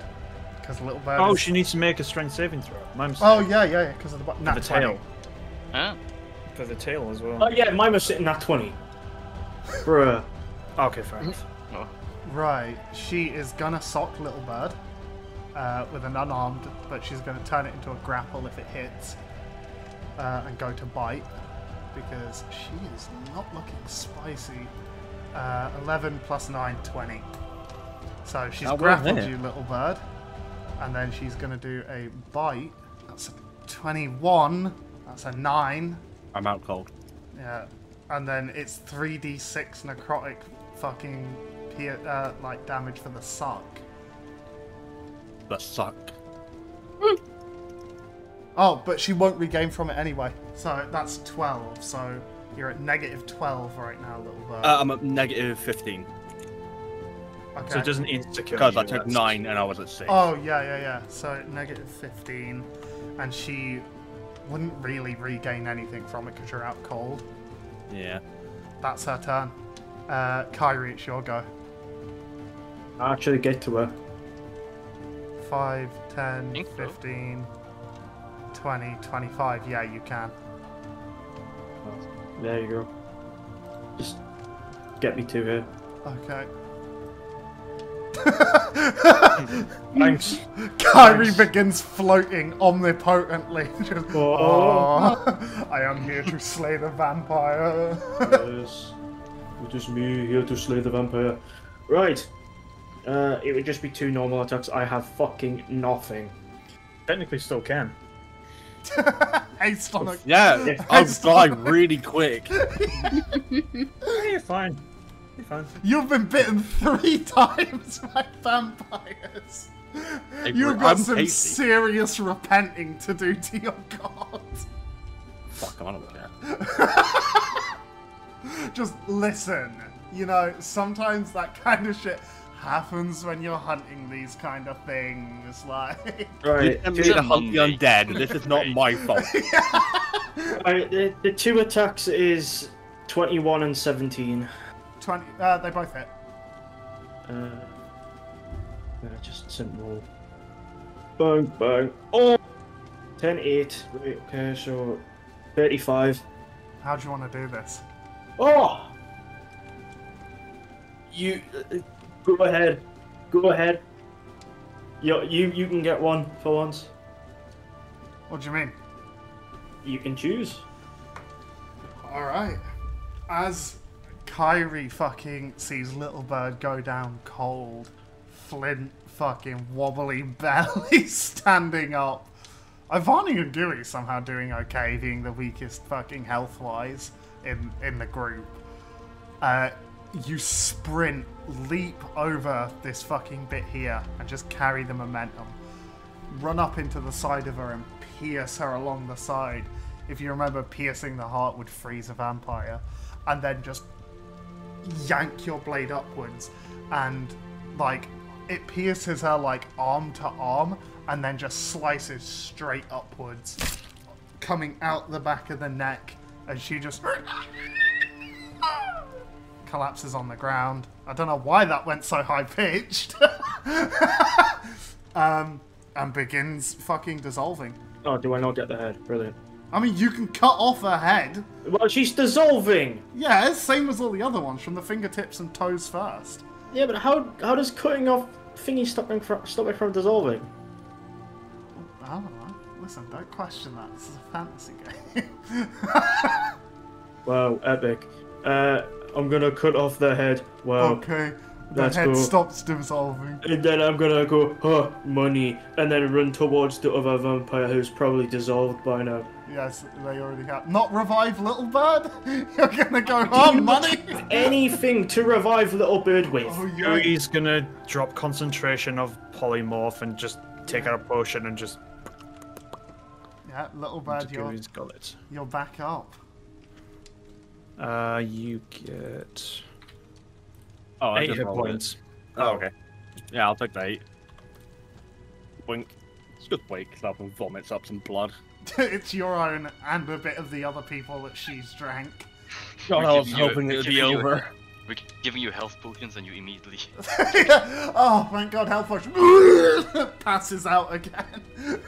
Speaker 1: Because Little Bird
Speaker 6: Oh,
Speaker 1: is...
Speaker 6: she needs to make a strength saving throw. My mistake.
Speaker 1: Oh, yeah, yeah, yeah, because of the... bu-
Speaker 6: for
Speaker 1: Nat
Speaker 6: the
Speaker 1: 20.
Speaker 6: tail.
Speaker 4: Huh?
Speaker 6: For the tail as well.
Speaker 9: Oh yeah, mine was sitting at twenty. Bruh.
Speaker 6: Okay, fair enough.
Speaker 4: No.
Speaker 1: Right, she is gonna sock Little Bird uh, with an unarmed, but she's gonna turn it into a grapple if it hits uh, and go to bite because she is not looking spicy. Uh, 11 plus 9, 20. So she's
Speaker 3: Not well
Speaker 1: grappled
Speaker 3: hit.
Speaker 1: you, Little Bird, and then she's gonna do a bite. That's a 21, that's a 9.
Speaker 8: I'm out cold.
Speaker 1: Yeah, and then it's three d six necrotic fucking pi- uh, like damage for the suck.
Speaker 8: The suck.
Speaker 1: Oh, but she won't regain from it anyway. So that's twelve. So you're at negative twelve right now, little bird.
Speaker 8: Uh, I'm at negative 15
Speaker 1: okay.
Speaker 6: So it doesn't insta kill.
Speaker 8: because
Speaker 6: you,
Speaker 8: I took
Speaker 6: that's-
Speaker 8: nine and I was at six.
Speaker 1: Oh yeah, yeah, yeah. So negative fifteen, and she wouldn't really regain anything from it because you're out cold.
Speaker 8: Yeah.
Speaker 1: That's her turn. Uh, Kyrie, it's your go.
Speaker 9: I actually get to her.
Speaker 1: 5, 10,
Speaker 4: Think so.
Speaker 1: 15, 20, 25. Yeah, you can.
Speaker 9: There you go. Just get me to her.
Speaker 1: Okay.
Speaker 6: Thanks.
Speaker 1: Kyrie
Speaker 6: Nice.
Speaker 1: begins floating omnipotently. *laughs* Just,
Speaker 9: Oh.
Speaker 1: "Oh, *laughs* I am here to slay the vampire. *laughs*
Speaker 9: yes. It is me here to slay the vampire. Right. Uh, it would just be two normal attacks. I have fucking nothing.
Speaker 6: Technically, still can.
Speaker 1: Haste on a
Speaker 8: Yeah, I'll die really quick.
Speaker 6: Yeah, you're fine. You're fine.
Speaker 1: You've been bitten three *laughs* times by vampires. You've got
Speaker 8: I'm
Speaker 1: some
Speaker 8: hasty.
Speaker 1: serious repenting to do to your god. *laughs*
Speaker 8: Fuck, I don't care.
Speaker 1: Just listen. You know, sometimes that kind of shit happens when you're hunting these kind of things. *laughs* Like.
Speaker 9: Right.
Speaker 8: I'm
Speaker 4: Is it
Speaker 8: to hunt the
Speaker 4: Monday?
Speaker 8: undead. This is not *laughs* my fault.
Speaker 9: Alright, the, the two attacks is 21 and 17.
Speaker 1: 20. Uh, they both hit.
Speaker 9: Uh, yeah, just simple. Bang, bang. Oh! 10, 8. Right, okay, so 35.
Speaker 1: How do you want to do this?
Speaker 9: Oh! You. uh, Go ahead. Go ahead. You, you, you can get one for once.
Speaker 1: What do you mean?
Speaker 9: You can choose.
Speaker 1: All right. As Kyrie fucking sees Little Bird go down cold, Flint fucking wobbly *laughs* barely standing up. Ivani and Dewey somehow doing okay, being the weakest fucking health wise in, in the group. Uh, you sprint, leap over this fucking bit here, and just carry the momentum. run up into the side of her and pierce her along the side. If you remember, piercing the heart would freeze a vampire. And then just yank your blade upwards. And, like, it pierces her, like, arm to arm, and then just slices straight upwards, coming out the back of the neck. And she just collapses on the ground. I don't know why that went so high *laughs* pitched. um, and begins fucking dissolving.
Speaker 9: Oh, do I not get the head? Brilliant.
Speaker 1: I mean, you can cut off her head.
Speaker 9: Well, she's dissolving.
Speaker 1: Yeah, same as all the other ones, from the fingertips and toes first.
Speaker 9: Yeah, but how how does cutting off thingy stop me from stop me from dissolving?
Speaker 1: I don't know. Listen, don't question that. This is a fantasy game. *laughs*
Speaker 9: Wow, epic. Uh, I'm gonna cut off their head. Wow.
Speaker 1: okay, the
Speaker 9: Oh, That's
Speaker 1: head
Speaker 9: cool.
Speaker 1: stops dissolving.
Speaker 9: And then I'm gonna go, huh, money, and then run towards the other vampire who's probably dissolved by now.
Speaker 1: Yes, they already have. Not revive little bird. *laughs* You're gonna
Speaker 9: *laughs*
Speaker 1: go oh money.
Speaker 9: Anything to revive Little Bird with.
Speaker 1: Oh, you-
Speaker 6: Yuri's gonna drop concentration of polymorph and just take out a potion and just.
Speaker 1: Yeah, little bird, you're
Speaker 6: Yuri's got it.
Speaker 1: you're back up. *laughs*
Speaker 6: Uh, you get
Speaker 8: Oh, I
Speaker 6: eight
Speaker 8: just
Speaker 6: hit
Speaker 8: rolled it.
Speaker 6: points.
Speaker 8: Oh, okay. Yeah, I'll take the eight. Wink. It's just wakes up and vomits up some blood.
Speaker 1: it's your own and a bit of the other people that she's drank.
Speaker 8: God,
Speaker 4: We
Speaker 8: I
Speaker 4: give
Speaker 8: was
Speaker 4: you-
Speaker 8: hoping
Speaker 4: we
Speaker 8: it would
Speaker 4: give
Speaker 8: be
Speaker 4: you-
Speaker 8: over.
Speaker 4: We're giving you health potions and you immediately. *laughs*
Speaker 1: *laughs* Oh, thank God, health potion *laughs* passes out again. *laughs*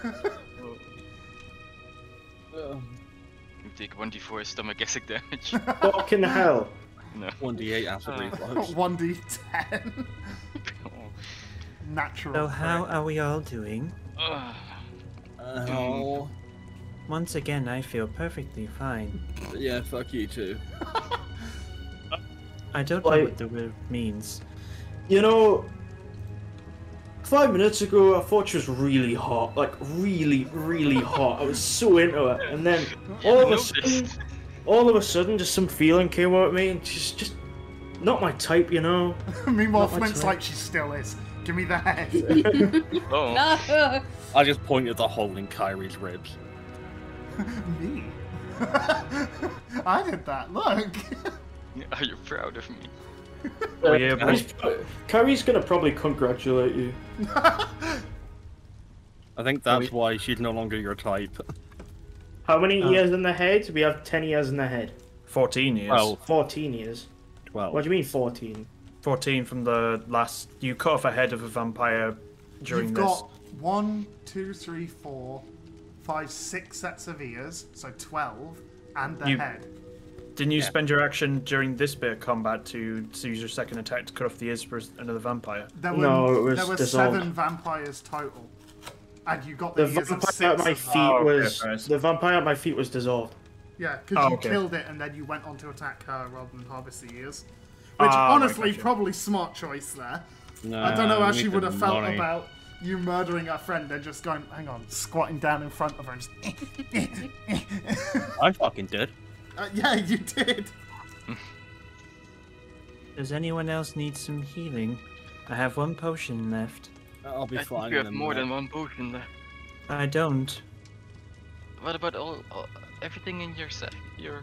Speaker 8: *laughs*
Speaker 4: You take 1d4 stomach acid damage.
Speaker 9: Fucking hell.
Speaker 4: no.
Speaker 8: 1d8 acid reflux.
Speaker 1: One d
Speaker 9: *laughs*
Speaker 1: ten. Natural.
Speaker 7: So, how
Speaker 1: crit.
Speaker 7: are we all doing?
Speaker 8: Oh,
Speaker 7: Once again, I feel perfectly fine.
Speaker 8: yeah, fuck you too.
Speaker 7: I don't know
Speaker 9: Like-
Speaker 7: what the word means.
Speaker 9: You know, five minutes ago, I thought she was really hot. Like, really, really hot. I was so into it. And then all of a sudden,
Speaker 4: Noticed.
Speaker 9: all of a sudden, just some feeling came over me, and she's just not my type, you know?
Speaker 1: *laughs* Meanwhile,
Speaker 9: Not much
Speaker 1: Flint's
Speaker 9: left.
Speaker 1: like she still is. Give me the head.
Speaker 9: *laughs*
Speaker 4: Oh.
Speaker 5: *laughs* No.
Speaker 8: I just pointed the hole in Kyrie's ribs.
Speaker 1: me. *laughs* I did that. Look.
Speaker 4: *laughs* Are you proud of me?
Speaker 9: Oh,
Speaker 6: yeah, bro.
Speaker 9: Carrie's gonna probably congratulate you.
Speaker 8: I think that's why she's no longer your type.
Speaker 9: How many
Speaker 6: Oh.
Speaker 9: years in the head? We have 10 years in the head.
Speaker 6: Fourteen years.
Speaker 8: Well,
Speaker 9: 14 years.
Speaker 8: twelve.
Speaker 9: What do you mean 14?
Speaker 6: Fourteen from the last. You cut off a head of a vampire during
Speaker 1: You've
Speaker 6: this.
Speaker 1: got one, two, three, four, five, six sets of ears, so twelve, and the
Speaker 6: You-
Speaker 1: head.
Speaker 6: Didn't you spend your action during this bit of combat to, to use your second attack to cut off the ears for another vampire?
Speaker 1: There were,
Speaker 9: No, it was
Speaker 1: there were
Speaker 9: dissolved.
Speaker 1: seven vampires total, and you got the,
Speaker 9: The
Speaker 1: ears of six.
Speaker 9: vampire at my
Speaker 1: of them.
Speaker 9: feet
Speaker 6: Oh, okay,
Speaker 9: was
Speaker 6: first.
Speaker 9: the vampire at my feet was dissolved.
Speaker 1: Yeah, because
Speaker 6: Oh,
Speaker 1: you
Speaker 6: okay.
Speaker 1: killed it and then you went on to attack her rather than harvest the ears. Which,
Speaker 6: Ah, right,
Speaker 1: honestly,
Speaker 6: gotcha. Uh,
Speaker 1: probably smart choice there. I don't know how she would have felt about you murdering her friend and just going, hang on, squatting down in front of her and just. *laughs*
Speaker 8: I fucking did.
Speaker 1: Uh, yeah, you did. *laughs*
Speaker 7: Does anyone else need some healing? I have one potion left.
Speaker 8: I'll be
Speaker 4: I
Speaker 8: fine.
Speaker 4: think you have more than one potion there.
Speaker 7: I don't.
Speaker 4: What about all, all everything in your sack? Your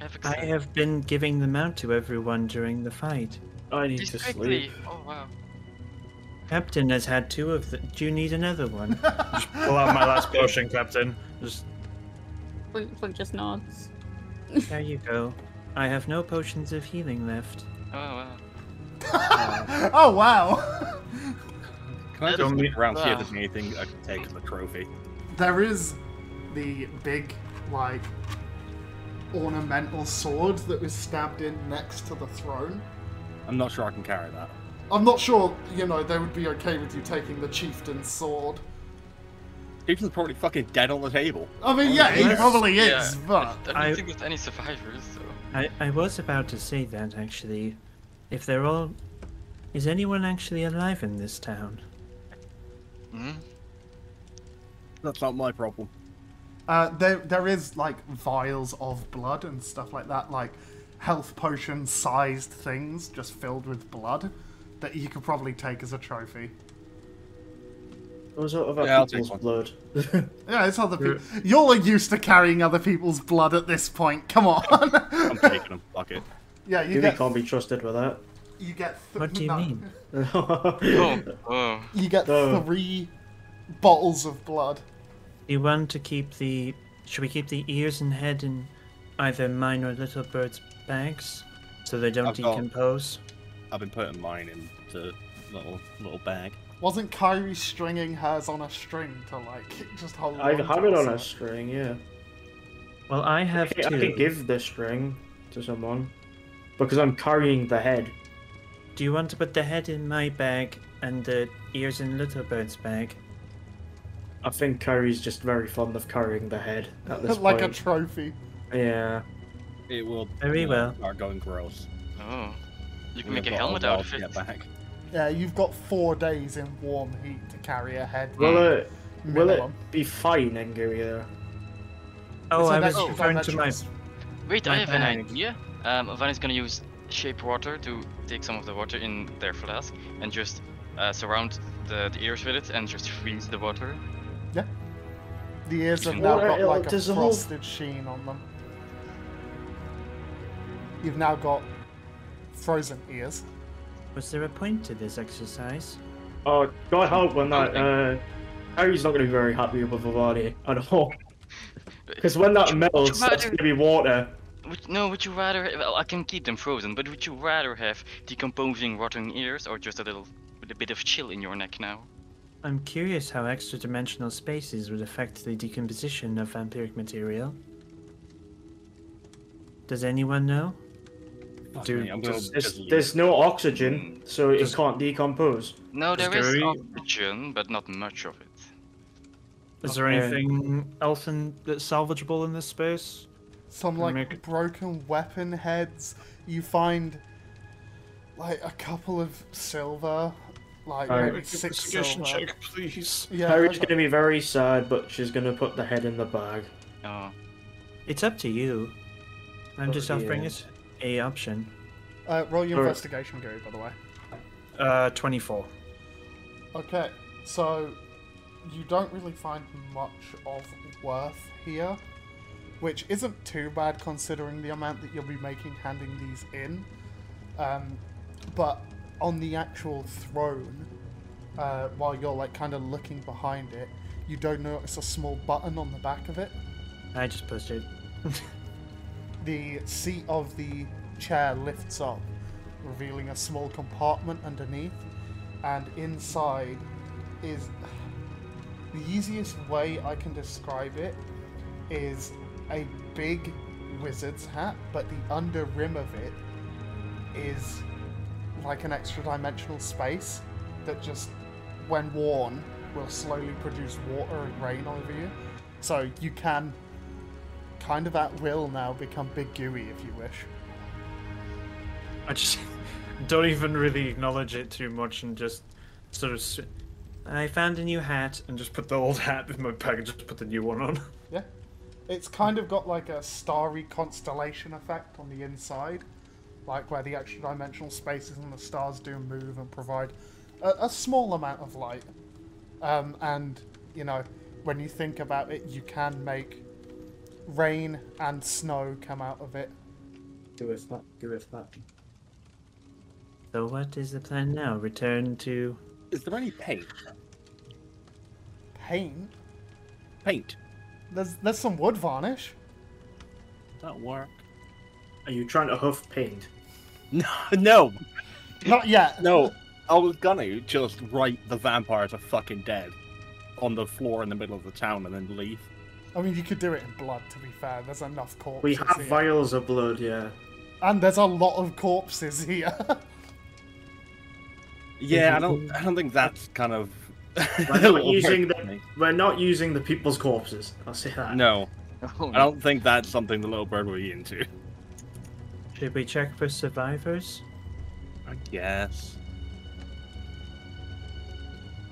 Speaker 4: have
Speaker 7: I have been giving them out to everyone during the fight.
Speaker 9: I need
Speaker 4: Just
Speaker 9: to
Speaker 4: quickly. *laughs*
Speaker 9: sleep.
Speaker 4: Oh wow.
Speaker 7: Captain has had two of them. Do you need another one?
Speaker 6: Pull out my last potion, Captain. Just
Speaker 5: Flint, Flint just nods.
Speaker 7: there you go. I have no potions of healing left.
Speaker 4: Oh wow.
Speaker 1: Oh wow. *laughs*
Speaker 8: Can I
Speaker 4: That
Speaker 8: just
Speaker 4: is
Speaker 8: look around see if
Speaker 4: wow.
Speaker 8: there's anything I can take as a trophy?
Speaker 1: there is the big like ornamental sword that was stabbed in next to the throne.
Speaker 8: I'm not sure I can carry that.
Speaker 1: I'm not sure, you know, they would be okay with you taking the chieftain's sword.
Speaker 8: Ethan's probably fucking dead on the table.
Speaker 1: I mean, yeah, he
Speaker 7: yes.
Speaker 1: probably
Speaker 4: Yeah.
Speaker 1: is, but
Speaker 4: I don't
Speaker 7: I-
Speaker 4: think there's any survivors. So.
Speaker 7: I, I was about to say that actually. If they're all. Is anyone actually alive in this town?
Speaker 4: Hmm?
Speaker 8: That's not my problem.
Speaker 1: Uh, there, there is like vials of blood and stuff like that, like health potion sized things just filled with blood that you could probably take as a trophy.
Speaker 9: Those are other
Speaker 8: Yeah, I'll
Speaker 9: people's
Speaker 8: take
Speaker 9: blood.
Speaker 1: Yeah, it's other people. You're used to carrying other people's blood at this point. Come
Speaker 9: *laughs*
Speaker 1: on.
Speaker 8: I'm taking them. Fuck it.
Speaker 1: yeah, you
Speaker 9: You
Speaker 1: get.
Speaker 9: can't be trusted with that.
Speaker 1: You get. Th-
Speaker 7: What do you
Speaker 1: no.
Speaker 7: mean?
Speaker 9: *laughs*
Speaker 4: Oh, oh.
Speaker 1: You get
Speaker 9: No.
Speaker 1: three bottles of blood.
Speaker 7: You want to keep the. Should we keep the ears and head in either mine or little bird's bags? so they don't
Speaker 8: I've got-
Speaker 7: decompose.
Speaker 8: I've been putting mine into little little bag.
Speaker 1: Wasn't Kyrie stringing hers on a string to like just hold?
Speaker 9: I
Speaker 1: on
Speaker 9: have
Speaker 1: to
Speaker 9: it on
Speaker 1: so-
Speaker 9: a string, yeah.
Speaker 7: Well, I have
Speaker 9: Okay, I
Speaker 7: two.
Speaker 9: could give the string to someone because I'm carrying the head.
Speaker 7: Do you want to put the head in my bag and the ears in Little Bird's bag?
Speaker 9: I think Curry's just very fond of carrying the head at
Speaker 1: *laughs*
Speaker 9: this
Speaker 1: like a
Speaker 9: point.
Speaker 1: trophy.
Speaker 9: yeah.
Speaker 8: It will
Speaker 7: Very well.
Speaker 8: start going gross.
Speaker 4: Oh, you can
Speaker 8: We've
Speaker 4: make a
Speaker 8: got
Speaker 4: helmet
Speaker 8: while
Speaker 4: out of
Speaker 8: to
Speaker 4: it.
Speaker 8: Get back.
Speaker 1: Yeah, you've got four days in warm heat to carry a head.
Speaker 9: Will it will it
Speaker 1: minimum.
Speaker 9: be fine, Ngiri, though?
Speaker 7: Oh,
Speaker 1: It's
Speaker 7: I
Speaker 1: an
Speaker 7: was
Speaker 1: extra
Speaker 7: referring to my.
Speaker 1: dimensions.
Speaker 4: Wait,
Speaker 7: My
Speaker 4: I have an
Speaker 7: bag.
Speaker 4: idea. Um, Van is gonna use shape water to take some of the water in their flask and just uh, surround the, the ears with it and just freeze the water.
Speaker 1: The ears have
Speaker 4: Or
Speaker 1: now got
Speaker 9: it'll
Speaker 1: like a
Speaker 9: dissolve.
Speaker 1: frosted sheen on them. You've now got frozen ears.
Speaker 7: Was there a point to this exercise?
Speaker 9: Oh, God help when that. Uh, Harry's not going to be very happy with Vivani at all. Because when that melts,
Speaker 4: Would
Speaker 9: that's
Speaker 4: you
Speaker 9: going to be water.
Speaker 4: rather- would- no, would you rather? Well, I can keep them frozen, but would you rather have decomposing rotten ears or just a little with a bit of chill in your neck now?
Speaker 7: I'm curious how extra dimensional spaces would affect the decomposition of vampiric material. Does anyone know?
Speaker 8: Fuck
Speaker 6: Dude,
Speaker 8: me, I'm gonna
Speaker 6: just-
Speaker 8: just
Speaker 9: There's,
Speaker 8: leave.
Speaker 9: there's no oxygen, so it can't decompose.
Speaker 4: No,
Speaker 6: Just
Speaker 4: there is
Speaker 6: Gary-
Speaker 4: oxygen, but not much of it.
Speaker 6: Is there
Speaker 7: Okay.
Speaker 6: anything else in, that's salvageable in this space?
Speaker 1: Some
Speaker 6: Can I
Speaker 1: like
Speaker 6: make-
Speaker 1: broken weapon heads. You find like a couple of silver, like
Speaker 9: Alright.
Speaker 1: maybe six silver.
Speaker 6: please.
Speaker 1: Yeah,
Speaker 9: Harry's
Speaker 1: okay.
Speaker 9: going to be very sad, but she's going to put the head in the bag.
Speaker 4: Oh, *laughs*
Speaker 7: It's up to you. I'm
Speaker 9: Oh,
Speaker 7: just offering
Speaker 9: yeah.
Speaker 7: it a option.
Speaker 1: Uh, roll your
Speaker 9: Alright.
Speaker 1: investigation, Gary. By the way.
Speaker 6: Uh, 24.
Speaker 1: Okay, so you don't really find much of worth here, which isn't too bad considering the amount that you'll be making handing these in. Um, but on the actual throne, uh, while you're like kind of looking behind it, you don't notice a small button on the back of it.
Speaker 7: I just posted.
Speaker 1: The seat of the chair lifts up, revealing a small compartment underneath, and inside is the easiest way I can describe it is a big wizard's hat, but the under rim of it is like an extra dimensional space that just, when worn, will slowly produce water and rain over you. So you can kind of at will now become big gooey if you wish.
Speaker 6: I just *laughs* don't even really acknowledge it too much and just sort of s-
Speaker 7: I found a new hat.
Speaker 6: and just put the old hat in my bag and just put the new one on. *laughs*
Speaker 1: Yeah. It's kind of got like a starry constellation effect on the inside, like where the extra dimensional spaces and the stars do move and provide a, a small amount of light. Um, and, you know, when you think about it, you can make rain and snow come out of it.
Speaker 9: Do with that. Do with that.
Speaker 7: So what is the plan now? Return to
Speaker 8: Is there any paint?
Speaker 1: Paint?
Speaker 8: Paint.
Speaker 1: There's, there's some wood varnish.
Speaker 8: That work?
Speaker 9: Are you trying to huff paint?
Speaker 8: *laughs* No, no,
Speaker 1: Not yet.
Speaker 8: no. I was gonna just write the vampires are fucking dead on the floor in the middle of the town and then leave.
Speaker 1: I mean, you could do it in blood, to be fair. There's enough corpses.
Speaker 9: We have
Speaker 1: here.
Speaker 9: vials of blood, yeah.
Speaker 1: And there's a lot of corpses here. *laughs*
Speaker 8: Yeah, I don't. I don't think that's
Speaker 1: *laughs*
Speaker 8: kind of. *laughs*
Speaker 9: We're not using the, we're not using the people's corpses. I'll say
Speaker 7: *laughs*
Speaker 9: that.
Speaker 8: No,
Speaker 4: oh
Speaker 8: I don't think that's something the little bird would be into.
Speaker 7: should we check for survivors?
Speaker 8: I guess.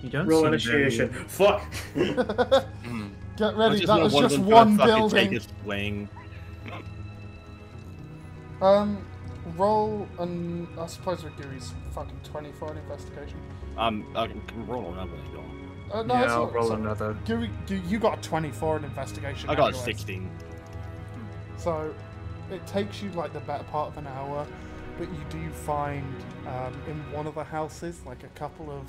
Speaker 7: You don't
Speaker 9: Roll
Speaker 7: seem
Speaker 9: initiation.
Speaker 7: very-
Speaker 9: Fuck.
Speaker 1: Get
Speaker 8: I
Speaker 1: ready,
Speaker 8: just
Speaker 1: that
Speaker 8: know
Speaker 1: was
Speaker 8: one's
Speaker 1: just
Speaker 8: gonna
Speaker 1: one
Speaker 8: fucking take
Speaker 1: building.
Speaker 8: his wing.
Speaker 1: Um, roll and I suppose we're Gooey's fucking 24 on investigation.
Speaker 8: Um, I can roll another one. if you want.
Speaker 1: Uh, no,
Speaker 6: yeah,
Speaker 1: that's
Speaker 6: I'll
Speaker 1: not-
Speaker 6: roll
Speaker 1: so-
Speaker 6: another.
Speaker 1: Gooey, Goo- you got a 24 in investigation.
Speaker 8: I got a
Speaker 1: anyways.
Speaker 8: 16.
Speaker 1: So it takes you like the better part of an hour, but you do find um, in one of the houses like a couple of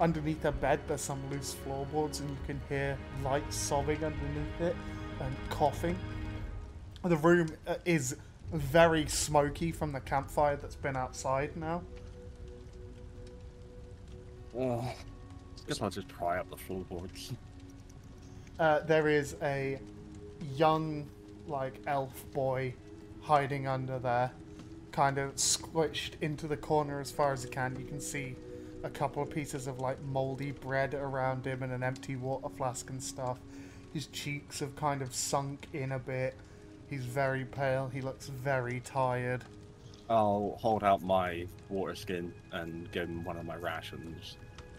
Speaker 1: underneath a bed there's some loose floorboards and you can hear light sobbing underneath it and coughing. The room uh, is very smoky from the campfire that's been outside now.
Speaker 8: Oh, just want to try up the floorboards.
Speaker 1: Uh, there is a young, like, elf boy hiding under there, kind of squished into the corner as far as he can. You can see a couple of pieces of, like, moldy bread around him and an empty water flask and stuff. His cheeks have kind of sunk in a bit. He's very pale. He looks very tired.
Speaker 8: I'll hold out my water skin and give him one of my rations.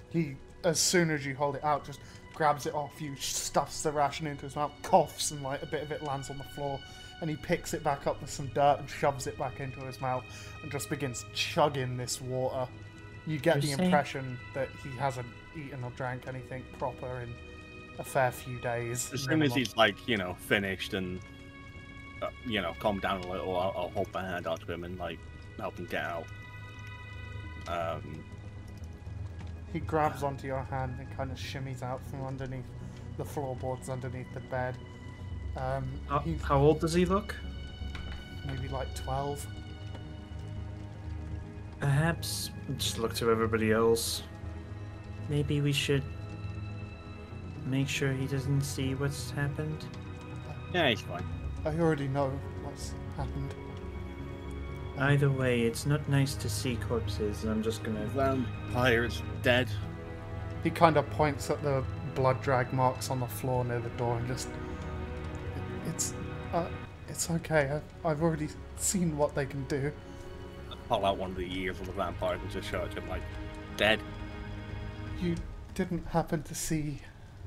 Speaker 1: He, as soon as you hold it out, just grabs it off you, stuffs the ration into his mouth, coughs, and like a bit of it lands on the floor. And he picks it back up with some dirt and shoves it back into his mouth and just begins chugging this water. You get
Speaker 7: You're
Speaker 1: the
Speaker 7: saying-
Speaker 1: impression that he hasn't eaten or drank anything proper in a fair few days.
Speaker 8: As soon as
Speaker 1: minimum.
Speaker 8: he's like, you know, finished and uh, you know, calmed down a little, I'll, I'll hold my hand out to him and like help him get out. Um,
Speaker 1: He grabs onto your hand and kind of shimmies out from underneath the floorboards underneath the bed. Um,
Speaker 6: How,
Speaker 8: Uh.
Speaker 1: he's
Speaker 6: how old does he look?
Speaker 1: maybe like 12.
Speaker 7: Perhaps
Speaker 6: Just look to everybody else.
Speaker 7: maybe we should make sure he doesn't see what's happened.
Speaker 8: yeah, he's fine.
Speaker 1: I already know what's happened.
Speaker 7: Either way, it's not nice to see corpses. I'm just gonna.
Speaker 8: Vampire's dead.
Speaker 1: He kind of points at the blood drag marks on the floor near the door and just. It's. Uh, it's okay. I've, I've already seen what they can do.
Speaker 8: Pull out one of the ears of the vampire and just show it to him like dead.
Speaker 1: You didn't happen to see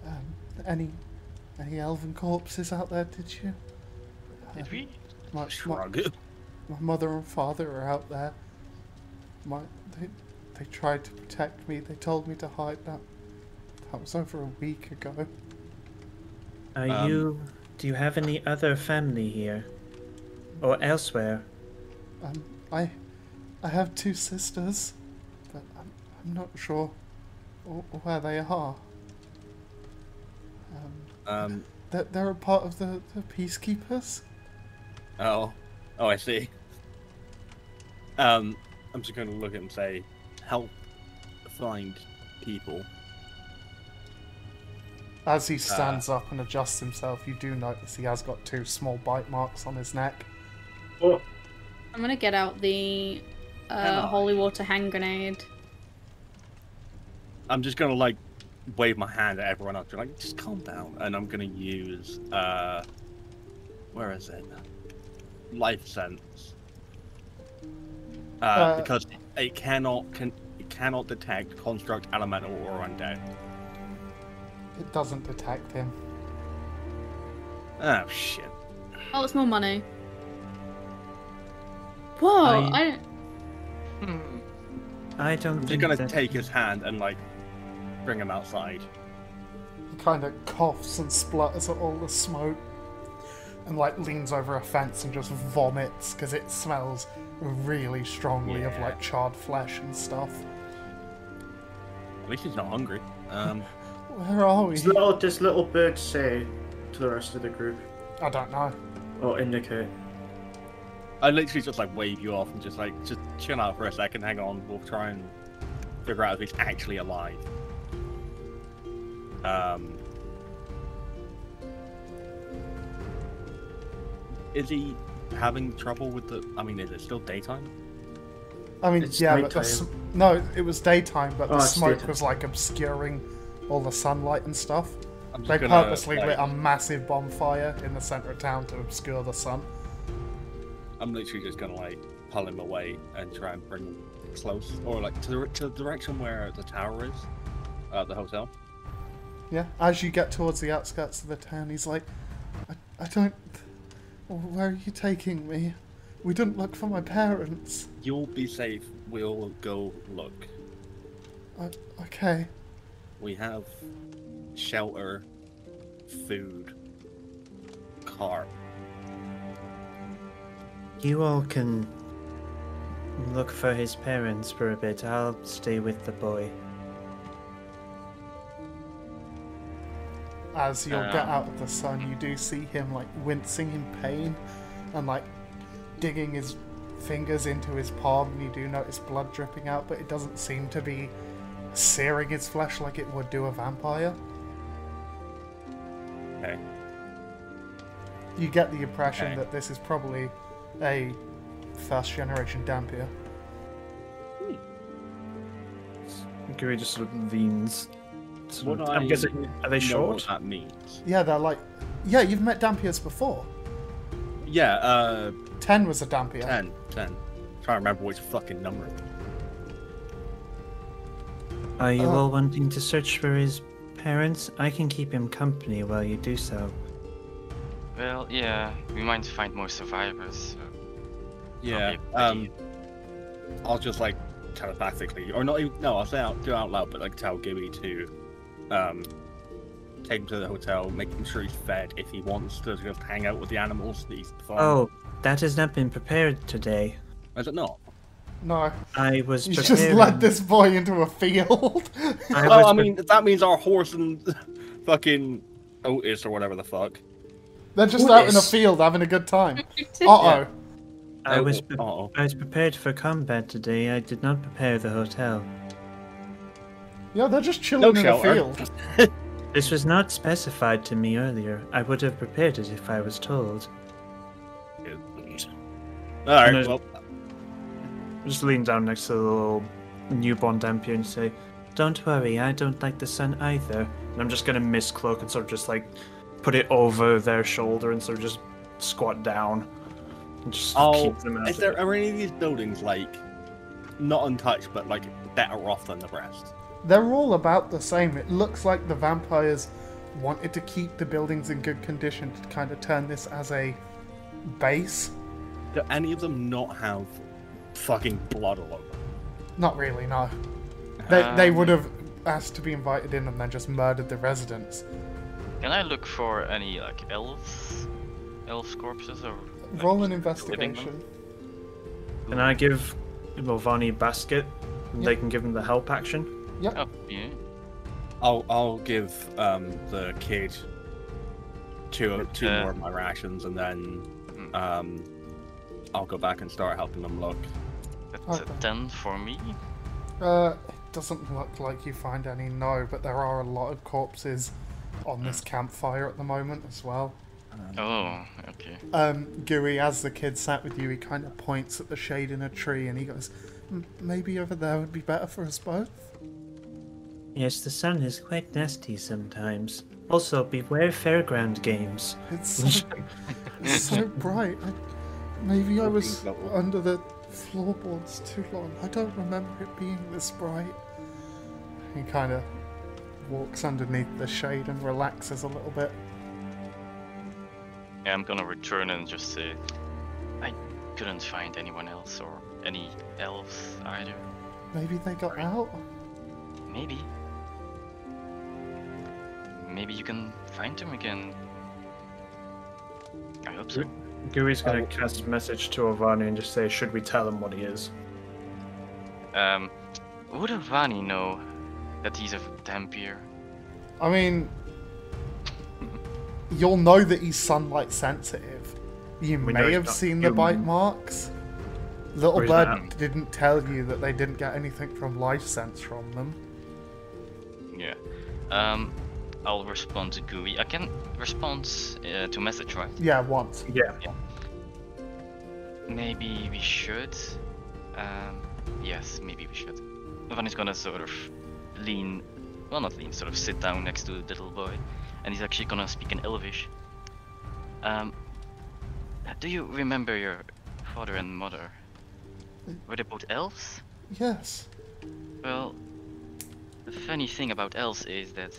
Speaker 1: um, any any elven corpses out there, did you? Uh,
Speaker 4: Did we?
Speaker 1: My, my,
Speaker 8: Shrug.
Speaker 1: my mother and father are out there. My they, they tried to protect me. They told me to hide. That that was over a week ago.
Speaker 7: Are
Speaker 8: Um,
Speaker 7: you? Do you have any other family here, or elsewhere?
Speaker 1: Um, I, I have two sisters, but I'm, I'm not sure wh- where they are. Um,
Speaker 8: Um,
Speaker 1: they're, they're a part of the, the peacekeepers.
Speaker 8: oh, oh, I see. Um, I'm just going to look at him and say, help find people.
Speaker 1: As he stands up and adjusts himself, you do notice he has got two small bite marks on his neck.
Speaker 5: I'm gonna get out the
Speaker 8: Am I?
Speaker 5: uh, holy water hand grenade.
Speaker 8: I'm just gonna like wave my hand at everyone else, be like just calm down, and I'm gonna use uh, where is it? Life sense. Uh,
Speaker 1: Uh,
Speaker 8: because it cannot can it cannot detect construct elemental or undead.
Speaker 1: It doesn't detect him.
Speaker 8: Oh shit!
Speaker 5: Oh, it's more money. Whoa! I,
Speaker 7: I- I don't
Speaker 8: I'm just
Speaker 7: think
Speaker 8: gonna
Speaker 7: that-
Speaker 8: take his hand and like bring him outside.
Speaker 1: He kind of coughs and splutters at all the smoke and like leans over a fence and just vomits because it smells really strongly of
Speaker 8: Yeah.
Speaker 1: like charred flesh and stuff.
Speaker 8: At least he's not hungry. Um,
Speaker 1: Where are we?
Speaker 9: Does little, does little bird say to the rest of the group
Speaker 1: I don't know.
Speaker 9: or indicate?
Speaker 8: I literally just like wave you off and just like just chill out for a second. Hang on, we'll try and figure out if he's actually alive. Um, is he having trouble with the? I mean, is it still daytime?
Speaker 1: I mean,
Speaker 9: It's
Speaker 1: yeah, but the
Speaker 9: nighttime.
Speaker 1: sm- no, it was daytime, but the
Speaker 9: Oh, it's
Speaker 1: smoke
Speaker 9: daytime.
Speaker 1: was like obscuring all the sunlight and stuff.
Speaker 8: I'm just
Speaker 1: They
Speaker 8: gonna,
Speaker 1: purposely
Speaker 8: like,
Speaker 1: lit a massive bonfire in the center of town to obscure the sun.
Speaker 8: I'm literally just gonna like pull him away and try and bring him close, or like to the, to the direction where the tower is, uh, the hotel.
Speaker 1: Yeah, as you get towards the outskirts of the town, he's like, I, I don't. Where are you taking me? We didn't look for my parents.
Speaker 8: You'll be safe. We'll go look.
Speaker 1: I, okay.
Speaker 8: We have shelter, food, car.
Speaker 7: You all can look for his parents for a bit. I'll stay with the boy.
Speaker 1: As you'll get
Speaker 4: Um.
Speaker 1: out of the sun, you do see him like wincing in pain and like digging his fingers into his palm, and you do notice blood dripping out, but it doesn't seem to be searing his flesh like it would do a vampire.
Speaker 8: Okay.
Speaker 1: You get the impression
Speaker 8: Okay.
Speaker 1: that this is probably a first generation Dampier.
Speaker 6: Gui just sort of leans. sort
Speaker 8: Would
Speaker 6: of- I'm
Speaker 8: I
Speaker 6: guessing. Are they
Speaker 8: know what
Speaker 6: short?
Speaker 8: that means.
Speaker 1: Yeah, they're like, yeah, you've met Dampiers before.
Speaker 8: Yeah, uh,
Speaker 1: Ten was a Dampier.
Speaker 8: 10. 10. Trying to remember which fucking number.
Speaker 7: Are you
Speaker 1: Oh.
Speaker 7: all wanting to search for his parents? I can keep him company while you do so.
Speaker 4: Well, yeah, we might find more survivors. So.
Speaker 8: Yeah.
Speaker 4: Probably
Speaker 8: Um, I'll just like telepathically, or not even. No, I'll say out, do it out loud, but like tell Gibby to, um, take him to the hotel, make him sure he's fed if he wants to just hang out with the animals that he's fine.
Speaker 7: Oh, that has not been prepared today.
Speaker 8: is it not?
Speaker 1: No,
Speaker 7: I was
Speaker 1: you
Speaker 7: preparing.
Speaker 1: just led this boy into a field. *laughs*
Speaker 7: I
Speaker 8: Well,
Speaker 7: was
Speaker 8: Oh, I
Speaker 7: pre-
Speaker 8: mean, that means our horse and *laughs* fucking Otis or whatever the fuck.
Speaker 1: they're just
Speaker 7: What
Speaker 1: out in a
Speaker 7: is-
Speaker 1: field having a good time. Uh oh.
Speaker 7: I was,
Speaker 8: Oh,
Speaker 7: pre-
Speaker 8: oh.
Speaker 7: I was prepared for combat today. I did not prepare the hotel.
Speaker 1: Yeah, they're just
Speaker 8: No
Speaker 1: chilling in a
Speaker 8: shelter.
Speaker 1: field.
Speaker 7: This was not specified to me earlier. I would have prepared it if I was told.
Speaker 8: All right.
Speaker 6: there's-
Speaker 8: Well,
Speaker 6: Just lean down next to the little newborn Dampier and say,
Speaker 7: Don't worry, I don't like the sun either.
Speaker 6: and I'm just gonna miscloak and sort of just like put it over their shoulder and sort of just squat down. And just
Speaker 8: I'll,
Speaker 6: keep them out.
Speaker 8: is
Speaker 6: of
Speaker 8: there
Speaker 6: it.
Speaker 8: are any of these buildings like not untouched, but like better off than the rest?
Speaker 1: They're all about the same. It looks like the vampires wanted to keep the buildings in good condition to kind of turn this as a base.
Speaker 8: Do any of them not have fucking blood all over?
Speaker 1: Not really, no. They, they
Speaker 4: Um,
Speaker 1: would have asked to be invited in and then just murdered the residents.
Speaker 4: Can I look for any like elves, elf corpses or? like,
Speaker 1: Roll an
Speaker 4: living one?
Speaker 1: investigation.
Speaker 6: Can I give Mulvani basket? And They can give him the help action.
Speaker 4: Oh, yeah.
Speaker 8: I'll I'll give um, the kid two two
Speaker 4: Uh,
Speaker 8: more of my rations, and then
Speaker 6: hmm.
Speaker 8: um, I'll go back and start helping them look.
Speaker 4: That's
Speaker 1: Okay.
Speaker 4: a ten for me.
Speaker 1: Uh, it doesn't look like you find any, no, but there are a lot of corpses on this campfire at the moment as well.
Speaker 4: Oh, okay.
Speaker 1: um, Guri, as the kid sat with you, he kind of points at the shade in a tree and he goes, "M- Maybe over there would be better for us both.
Speaker 7: Yes, the sun is quite nasty sometimes. Also, beware fairground games.
Speaker 1: It's so, it's so bright. I, maybe I was under the floorboards too long. I don't remember it being this bright. He kind of walks underneath the shade and relaxes a little bit.
Speaker 4: Yeah, I'm gonna return and just say, I couldn't find anyone else or any elves either.
Speaker 1: Maybe they got out?
Speaker 4: Maybe. Maybe you can find them again. I hope so.
Speaker 6: Gui's
Speaker 1: Oh.
Speaker 6: gonna cast a message to Ovani and just say, should we tell him what he is?
Speaker 4: Um, would Avani know that he's a vampire?
Speaker 1: I mean, you'll know that he's sunlight sensitive. You
Speaker 6: We know
Speaker 1: may
Speaker 6: he's
Speaker 1: have
Speaker 6: not
Speaker 1: seen the bite
Speaker 6: human.
Speaker 1: marks. Little
Speaker 6: Or he's
Speaker 1: Bird
Speaker 6: not
Speaker 1: didn't tell you that they didn't get anything from life sense from them.
Speaker 4: Yeah. Um, I'll respond to GUI. I can respond uh, to message, right?
Speaker 1: Yeah, once.
Speaker 6: Yeah.
Speaker 4: Maybe we should. Um, yes, maybe we should. Van is gonna sort of lean, well, not lean, sort of sit down next to the little boy, and he's actually gonna speak in Elvish. Um, do you remember your father and mother? Were they both elves?
Speaker 1: Yes.
Speaker 4: Well, the funny thing about elves is that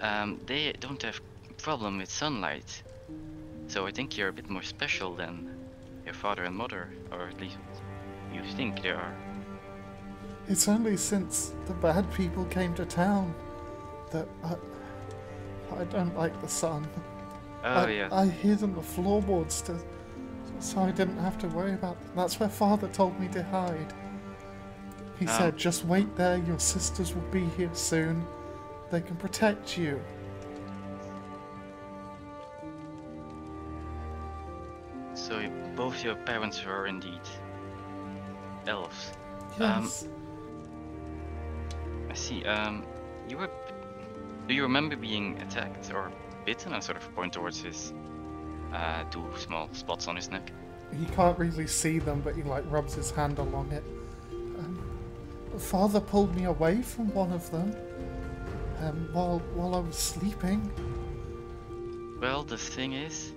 Speaker 4: um, they don't have problem with sunlight. So I think you're a bit more special than your father and mother, or at least you think they are.
Speaker 1: It's only since the bad people came to town that I, I don't like the sun.
Speaker 4: Oh
Speaker 1: I,
Speaker 4: yeah,
Speaker 1: I hid in the floorboards to, so I didn't have to worry about them. That's where Father told me to hide. He
Speaker 4: Ah.
Speaker 1: said, just wait there, your sisters will be here soon. They can protect you.
Speaker 4: so you both both your parents were indeed elves. Um,
Speaker 1: Yes.
Speaker 4: I see. Um, you were. Do you remember being attacked or bitten? I sort of point towards his uh, two small spots on his neck.
Speaker 1: he can't really see them, but he like rubs his hand along it. Um, Father pulled me away from one of them um, while while I was sleeping.
Speaker 4: Well, the thing is,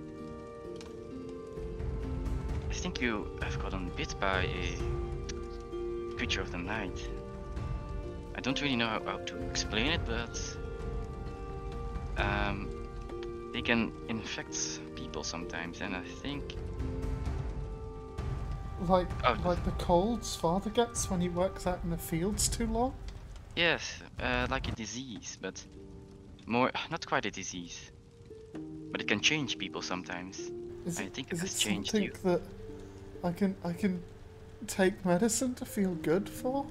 Speaker 4: I think you have gotten bit by a creature of the night. I don't really know how, how to explain it, but um, they can infect people sometimes, and I think
Speaker 1: Like
Speaker 4: Oh.
Speaker 1: like the colds Father gets when he works out in the fields too long.
Speaker 4: Yes, uh, like a disease, but more *sighs* not quite a disease. But it can change people sometimes.
Speaker 1: Is
Speaker 4: I
Speaker 1: it-
Speaker 4: think it
Speaker 1: is it
Speaker 4: has changed
Speaker 1: something
Speaker 4: you.
Speaker 1: that I can I can take medicine to feel good for?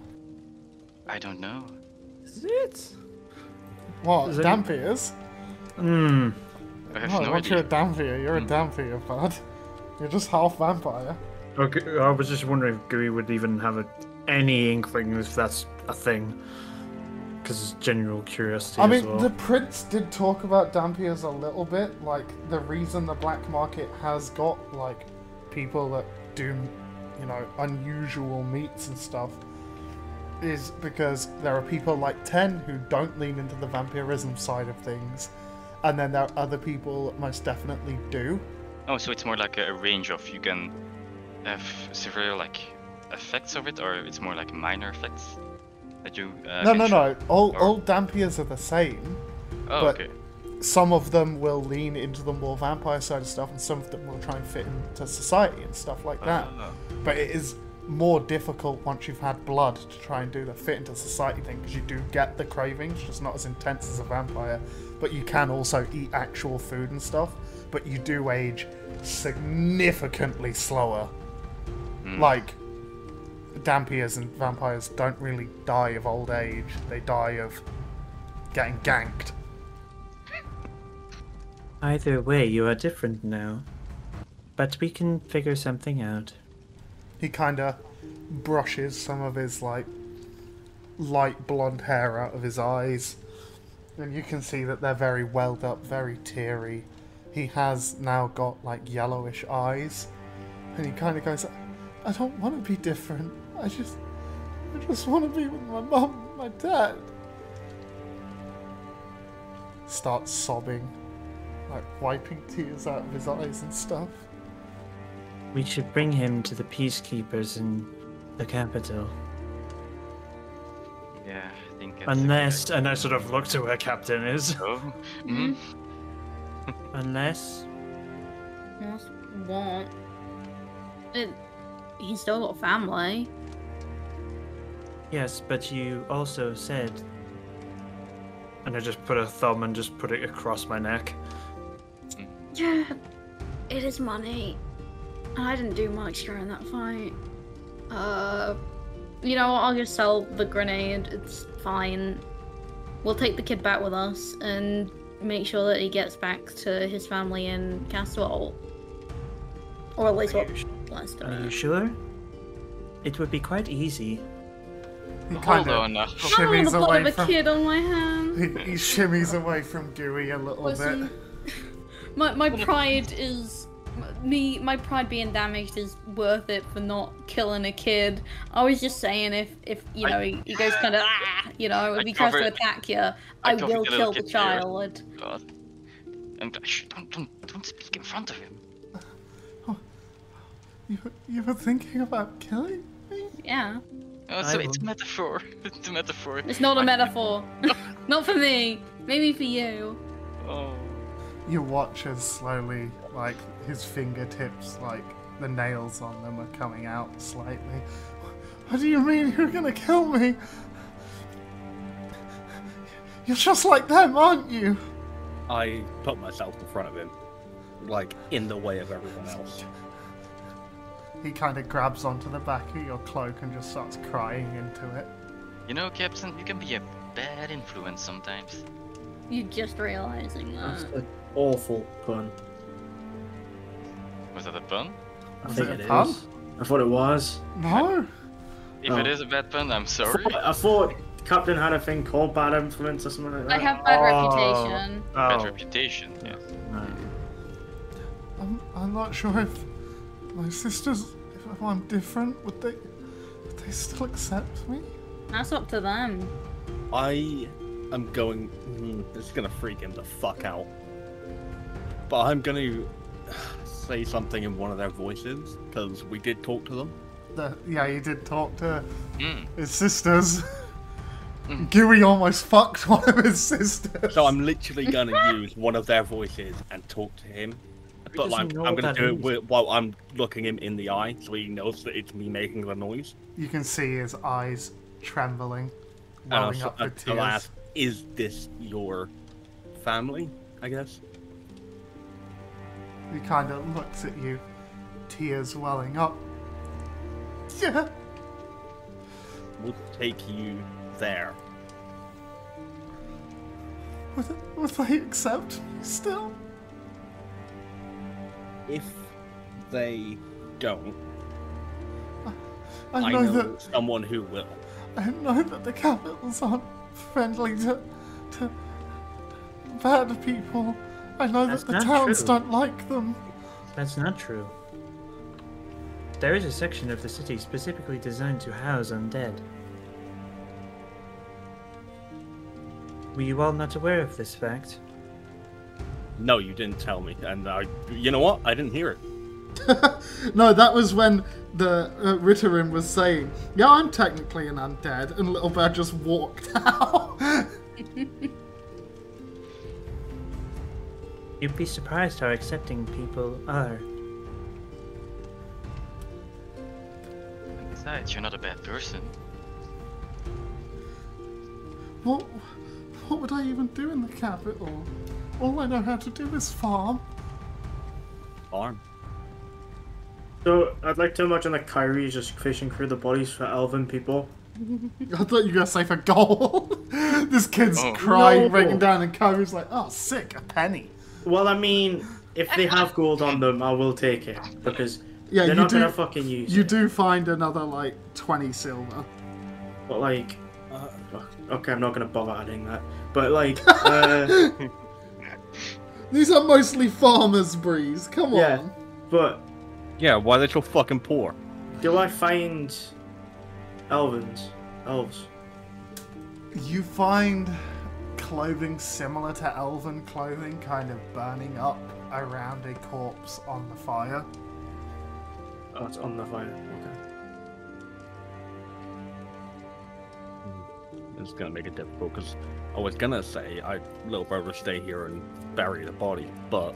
Speaker 4: I don't know.
Speaker 7: Is it?
Speaker 1: What
Speaker 6: Is it-
Speaker 1: Dampiers?
Speaker 6: Hmm.
Speaker 4: I have
Speaker 1: Oh,
Speaker 4: no
Speaker 1: what, you're a
Speaker 4: idea. Hmm.
Speaker 1: Dampier. You're a Dampier, bud. You're just half vampire.
Speaker 6: Okay, I was just wondering if Gooey would even have a, any inkling if that's a thing. Because it's general curiosity
Speaker 1: I
Speaker 6: as
Speaker 1: mean,
Speaker 6: well.
Speaker 1: the prince did talk about Dampiers a little bit, like the reason the black market has got like people that do, you know, unusual meats and stuff, is because there are people like Ten who don't lean into the vampirism side of things, and then there are other people that most definitely do.
Speaker 4: Oh, so it's more like a range of you can have severe like effects of it, or it's more like minor effects that you. Uh,
Speaker 1: no,
Speaker 4: can
Speaker 1: no,
Speaker 4: tr-
Speaker 1: no. All
Speaker 4: or-
Speaker 1: all Dampiers are the same.
Speaker 4: Oh,
Speaker 1: but-
Speaker 4: okay.
Speaker 1: some of them will lean into the more vampire side of stuff, and some of them will try and fit into society and stuff like that. But it is more difficult once you've had blood to try and do the fit into society thing because you do get the cravings, just not as intense as a vampire. But you can also eat actual food and stuff, but you do age significantly slower. Like, dampiers and vampires don't really die of old age, they die of getting ganked.
Speaker 7: Either way, you are different now. But we can figure something out.
Speaker 1: he kind of brushes some of his like light blonde hair out of his eyes and you can see that they're very welled up very teary he has now got like yellowish eyes and he kind of goes i don't want to be different i just i just want to be with my mum and my dad starts sobbing like wiping tears out of his eyes and stuff
Speaker 7: We should bring him to the peacekeepers in the capital.
Speaker 4: Yeah, I think. That's a good
Speaker 7: Unless,
Speaker 6: And I sort of look to where Captain is.
Speaker 4: idea. Oh, mhm.
Speaker 7: unless
Speaker 5: Most won't. It, he's still got a family.
Speaker 7: Yes, but you also said
Speaker 6: And I just put a thumb and just put it across my neck.
Speaker 5: Yeah, it is money. And I didn't do much during that fight. Uh, you know what? I'll just sell the grenade. It's fine. We'll take the kid back with us and make sure that he gets back to his family in Castle. Or at least what last
Speaker 7: Are
Speaker 5: time.
Speaker 7: you sure? It would be quite easy.
Speaker 1: he
Speaker 4: Hold
Speaker 1: kind of
Speaker 4: on. uh, now.
Speaker 5: Oh,
Speaker 1: shimmies
Speaker 5: the blood of
Speaker 1: away
Speaker 5: a
Speaker 1: from
Speaker 5: kid on my hand.
Speaker 1: He, he shimmies away from Gooey a little
Speaker 5: Listen,
Speaker 1: bit.
Speaker 4: *laughs*
Speaker 5: my my pride is me. My pride being damaged is worth it for not killing a kid. I was just saying, if if you know he, he goes
Speaker 4: *laughs*
Speaker 5: kind of ah, you know, if
Speaker 4: I
Speaker 5: he tries to
Speaker 4: covered-
Speaker 5: attack you, I
Speaker 4: covered
Speaker 5: will
Speaker 4: the little
Speaker 5: kill the
Speaker 4: kid there.
Speaker 5: child.
Speaker 4: God. And uh, shh, don't, don't, don't speak in front of him.
Speaker 1: You, you were thinking about killing me?
Speaker 5: Yeah,
Speaker 4: Oh,
Speaker 7: I
Speaker 4: so it's a
Speaker 7: will.
Speaker 4: metaphor. *laughs* It's a metaphor.
Speaker 5: it's not a
Speaker 4: I- *laughs*
Speaker 5: metaphor. *laughs* not for me. Maybe for you.
Speaker 4: Oh.
Speaker 1: You watch as slowly, like, his fingertips, like, the nails on them are coming out slightly. What do you mean you're gonna kill me? You're just like them, aren't you?
Speaker 8: I put myself in front of him, like in the way of everyone else.
Speaker 1: He kind of grabs onto the back of your cloak and just starts crying into it.
Speaker 4: You know, Captain, you can be a bad influence sometimes.
Speaker 5: You're just realizing
Speaker 9: That's
Speaker 5: that.
Speaker 9: an awful pun.
Speaker 4: Was that a pun?
Speaker 7: I
Speaker 1: Was
Speaker 7: think
Speaker 1: it
Speaker 7: it
Speaker 1: a
Speaker 7: is.
Speaker 1: pun?
Speaker 7: I thought it was.
Speaker 1: *laughs* No.
Speaker 4: If
Speaker 7: Oh.
Speaker 4: it is a bad pun, I'm
Speaker 7: I *laughs*
Speaker 4: sorry.
Speaker 7: thought, I thought Captain had a thing called Bad Influence or something like
Speaker 5: I
Speaker 7: that.
Speaker 5: have bad
Speaker 6: Oh.
Speaker 5: reputation.
Speaker 4: Bad
Speaker 6: Oh,
Speaker 4: reputation. Yeah.
Speaker 7: No.
Speaker 1: I'm, I'm not sure if my sisters, if I'm different, would they, would they still accept me?
Speaker 5: That's up to them.
Speaker 8: I am going. hmm, This is gonna freak him the fuck out. But I'm gonna say something in one of their voices because we did talk to them.
Speaker 1: The, yeah, you did talk to
Speaker 4: Mm.
Speaker 1: his sisters. Gui almost fucked one of his sisters.
Speaker 8: So I'm
Speaker 7: *laughs*
Speaker 8: literally gonna use one of their voices and talk to him. But
Speaker 7: doesn't
Speaker 8: like,
Speaker 7: know
Speaker 8: I'm
Speaker 7: what
Speaker 8: gonna
Speaker 7: that
Speaker 8: do it
Speaker 7: means.
Speaker 8: wi- while I'm looking him in the eye, so he knows that it's me making the noise.
Speaker 1: You can see his eyes trembling,
Speaker 8: And I'll
Speaker 1: welling
Speaker 8: s-
Speaker 1: up with
Speaker 8: I'll
Speaker 1: tears.
Speaker 8: ask, uh, "Is this your family?" I guess.
Speaker 1: He kind of looks at you, tears welling up. Yeah.
Speaker 8: We'll take you there.
Speaker 1: Would, would they accept me still?
Speaker 8: If they don't,
Speaker 1: I,
Speaker 8: I
Speaker 1: know,
Speaker 8: know
Speaker 1: that
Speaker 8: someone who will.
Speaker 1: I know that the capitals aren't friendly to to bad people. I know
Speaker 7: That's
Speaker 1: that the
Speaker 7: not
Speaker 1: towns
Speaker 7: true.
Speaker 1: don't like them.
Speaker 7: That's not true. There is a section of the city specifically designed to house undead. Were you all not aware of this fact?
Speaker 8: No, you didn't tell me, and I, you know what? I didn't hear it.
Speaker 1: No, that was when the uh, Ritterin was saying, "Yeah, I'm technically an undead," and Little Bird just walked *laughs* out.
Speaker 7: You'd be surprised how accepting people are.
Speaker 4: And Besides, you're not a
Speaker 7: *laughs*
Speaker 4: bad person.
Speaker 1: what? What would I even do in the capital? All I know how to do is farm.
Speaker 8: Arm.
Speaker 9: So I'd like to imagine that Kyrie is just fishing through the bodies for elven people.
Speaker 1: I thought you were gonna say for gold. *laughs* this kid's
Speaker 4: Oh.
Speaker 1: crying,
Speaker 9: No.
Speaker 1: breaking down, and Kyrie's like, "Oh, sick, a penny."
Speaker 9: Well, I mean, if they have gold on them, I will take it because
Speaker 1: Yeah,
Speaker 9: they're
Speaker 1: you
Speaker 9: not
Speaker 1: do.
Speaker 9: gonna fucking use
Speaker 1: You
Speaker 9: it.
Speaker 1: do find another like twenty silver.
Speaker 9: But like, uh, okay, I'm not gonna bother adding that.
Speaker 1: *laughs*
Speaker 9: But like, uh,
Speaker 1: These are mostly farmers' breeze. Come
Speaker 9: Yeah.
Speaker 1: on.
Speaker 9: but
Speaker 8: Yeah, why they so fucking poor?
Speaker 9: do I find elvins, elves?
Speaker 1: You find clothing similar to elven clothing kind of burning up around a corpse on the fire.
Speaker 9: Oh, it's on the fire. Okay.
Speaker 8: It's gonna make it difficult because I was gonna say I'd little brother stay here and bury the body, but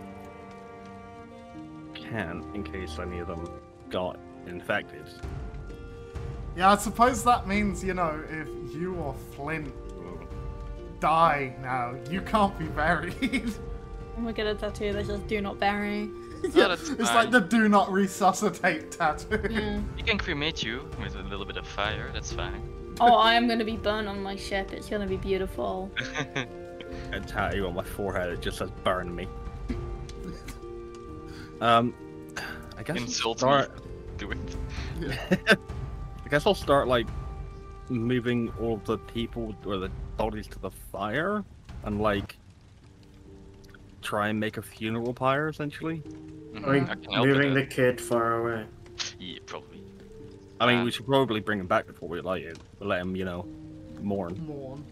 Speaker 8: can in case any of them got infected.
Speaker 1: Yeah, I suppose that means you know if you or Flint die now, you can't be
Speaker 4: *laughs*
Speaker 1: buried.
Speaker 5: I'm gonna get a tattoo that says "Do not bury."
Speaker 1: Yeah,
Speaker 4: that's
Speaker 1: it's
Speaker 4: fine.
Speaker 1: like the do not resuscitate tattoo. *laughs*
Speaker 4: We can cremate you with a little bit of fire. That's fine.
Speaker 5: oh, I am gonna be burnt on my ship. It's gonna be beautiful.
Speaker 8: A tattoo on my forehead. It just says "burn me." *laughs* um, I guess we'll
Speaker 4: Insult
Speaker 8: start.
Speaker 4: me. Do it.
Speaker 8: I guess I'll start like moving all of the people or the bodies to the fire and like try and make a funeral pyre essentially.
Speaker 4: Mhm,
Speaker 9: Like
Speaker 4: I can help with
Speaker 9: moving the
Speaker 4: that.
Speaker 9: kid far away.
Speaker 4: Yeah, probably.
Speaker 8: I mean,
Speaker 4: Ah.
Speaker 8: we should probably bring him back before we light it, let him, you know, mourn.
Speaker 1: Mourn.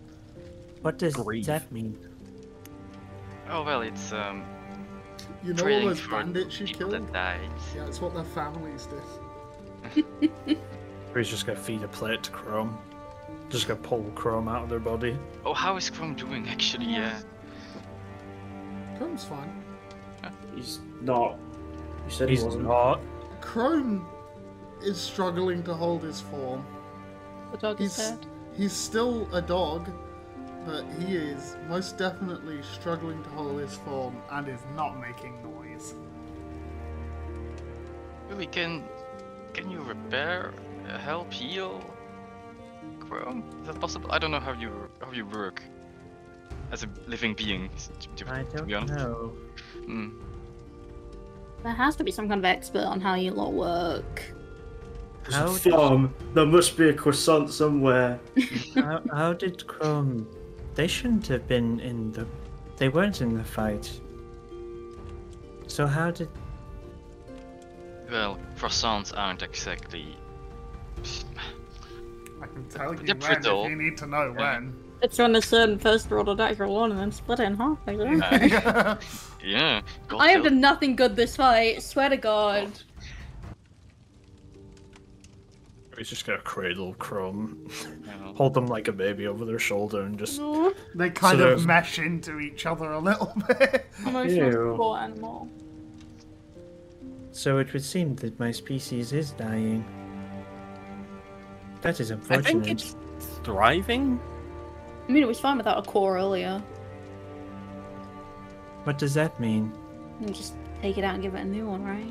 Speaker 7: What does
Speaker 8: Grief.
Speaker 7: that mean?
Speaker 4: Oh well, it's um.
Speaker 1: You know all
Speaker 4: praying
Speaker 1: those
Speaker 4: for
Speaker 1: bandits you
Speaker 4: people
Speaker 1: killed?
Speaker 4: that died.
Speaker 1: Yeah, it's what their families did.
Speaker 6: He's just gonna feed a plate to Chrome. Just gonna pull Chrome out of their body.
Speaker 4: Oh, how is Chrome doing actually? Uh, Yeah.
Speaker 1: Chrome's fine.
Speaker 9: He's not. You said
Speaker 6: He's
Speaker 9: he wasn't.
Speaker 6: not.
Speaker 1: Chrome is struggling to hold his form.
Speaker 5: The dog is
Speaker 1: He's
Speaker 5: dead.
Speaker 1: he's still a dog, but he is most definitely struggling to hold his form and is not making noise.
Speaker 4: Really, can can you repair, uh, help, heal? Chrome, is that possible? I don't know how you how you work as a living being. s- To, Mm, to-
Speaker 7: I
Speaker 4: to
Speaker 7: don't
Speaker 4: be honest.
Speaker 7: know.
Speaker 4: Mm.
Speaker 5: There has to be some kind of expert on how you lot work.
Speaker 7: How did,
Speaker 9: Farm. There must be a croissant somewhere.
Speaker 7: *laughs* how, how did Chrome? They shouldn't have been in the. They weren't in the fight. So how did?
Speaker 4: Well, croissants aren't exactly.
Speaker 1: I can tell you
Speaker 4: The
Speaker 1: when
Speaker 4: brittle.
Speaker 1: if you need to know when.
Speaker 5: Let's run a certain first order dice roll and then split it in half. I, don't know. *laughs*
Speaker 4: Yeah. God
Speaker 5: I have
Speaker 4: help.
Speaker 5: done nothing good this fight. Swear to God.
Speaker 6: He's just gonna cradle Chrome, *laughs*
Speaker 4: Yeah.
Speaker 6: hold them like a baby over their shoulder, and just
Speaker 5: No,
Speaker 1: they kind
Speaker 6: So
Speaker 1: of
Speaker 6: there's-
Speaker 1: mesh into each other a little *laughs* bit.
Speaker 5: emotional
Speaker 9: Ew.
Speaker 5: support animal.
Speaker 7: So it would seem that my species is dying. That is
Speaker 8: I
Speaker 7: unfortunate.
Speaker 8: think it's thriving.
Speaker 5: I mean, it was fine without a core earlier.
Speaker 7: What does that mean?
Speaker 5: You just take it out and give it a new one, right?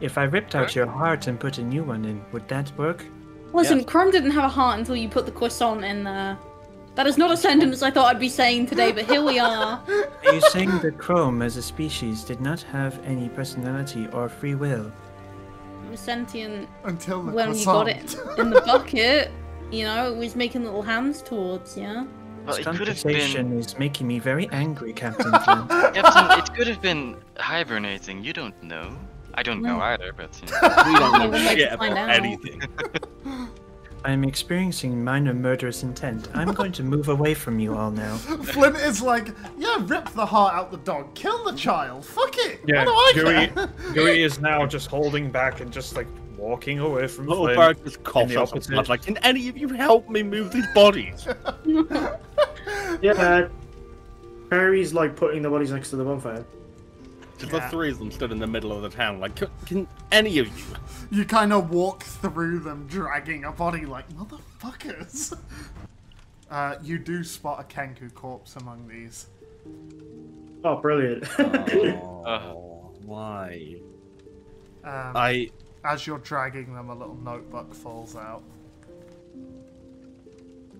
Speaker 7: If I ripped out your heart and put a new one in, would that work?
Speaker 5: Listen, Chrome didn't have a heart until you put the croissant in there. That is not a sentence I thought I'd be saying today, but here *laughs* we are.
Speaker 7: Are you saying that Chrome as a species did not have any personality or free will?
Speaker 5: It was sentient
Speaker 1: Until the
Speaker 5: when we
Speaker 1: croissant.
Speaker 5: got it
Speaker 1: *laughs*
Speaker 5: in the bucket. You know, it was making little hands towards you.
Speaker 4: Well,
Speaker 7: this
Speaker 4: it could have been.
Speaker 7: conversation is making me very angry, Captain Flint.
Speaker 4: *laughs* Captain, it could have been hibernating. You don't know. I don't know either, but. *laughs* You know.
Speaker 5: *laughs*
Speaker 8: We don't know
Speaker 5: We'd like to
Speaker 8: shit
Speaker 5: find
Speaker 8: about
Speaker 5: out.
Speaker 8: anything.
Speaker 7: I'm experiencing minor murderous intent. I'm going to move away from you all
Speaker 1: *laughs*
Speaker 7: now.
Speaker 1: Flint is like, yeah, rip the heart out the dog, kill the child, fuck it.
Speaker 6: yeah.
Speaker 1: what do I
Speaker 6: Gooey, *laughs*
Speaker 1: care?
Speaker 6: Gooey is now just holding back and just like walking away from
Speaker 8: Little
Speaker 6: Flynn.
Speaker 8: bird just coughs
Speaker 6: the
Speaker 8: up some
Speaker 6: opposite.
Speaker 8: blood. Like, can any of you help me move these bodies?
Speaker 9: Yeah. Perry's like putting the bodies next to the bonfire.
Speaker 8: Just the three of them stood in the middle of the town. Like, can, can any of you?
Speaker 1: You kind of walk through them, dragging a body like motherfuckers. *laughs* Uh, you do spot a Kenku corpse among these.
Speaker 9: Oh, brilliant. *laughs*
Speaker 8: Oh, why?
Speaker 1: Um,
Speaker 8: I
Speaker 1: As you're dragging them, a little notebook falls out.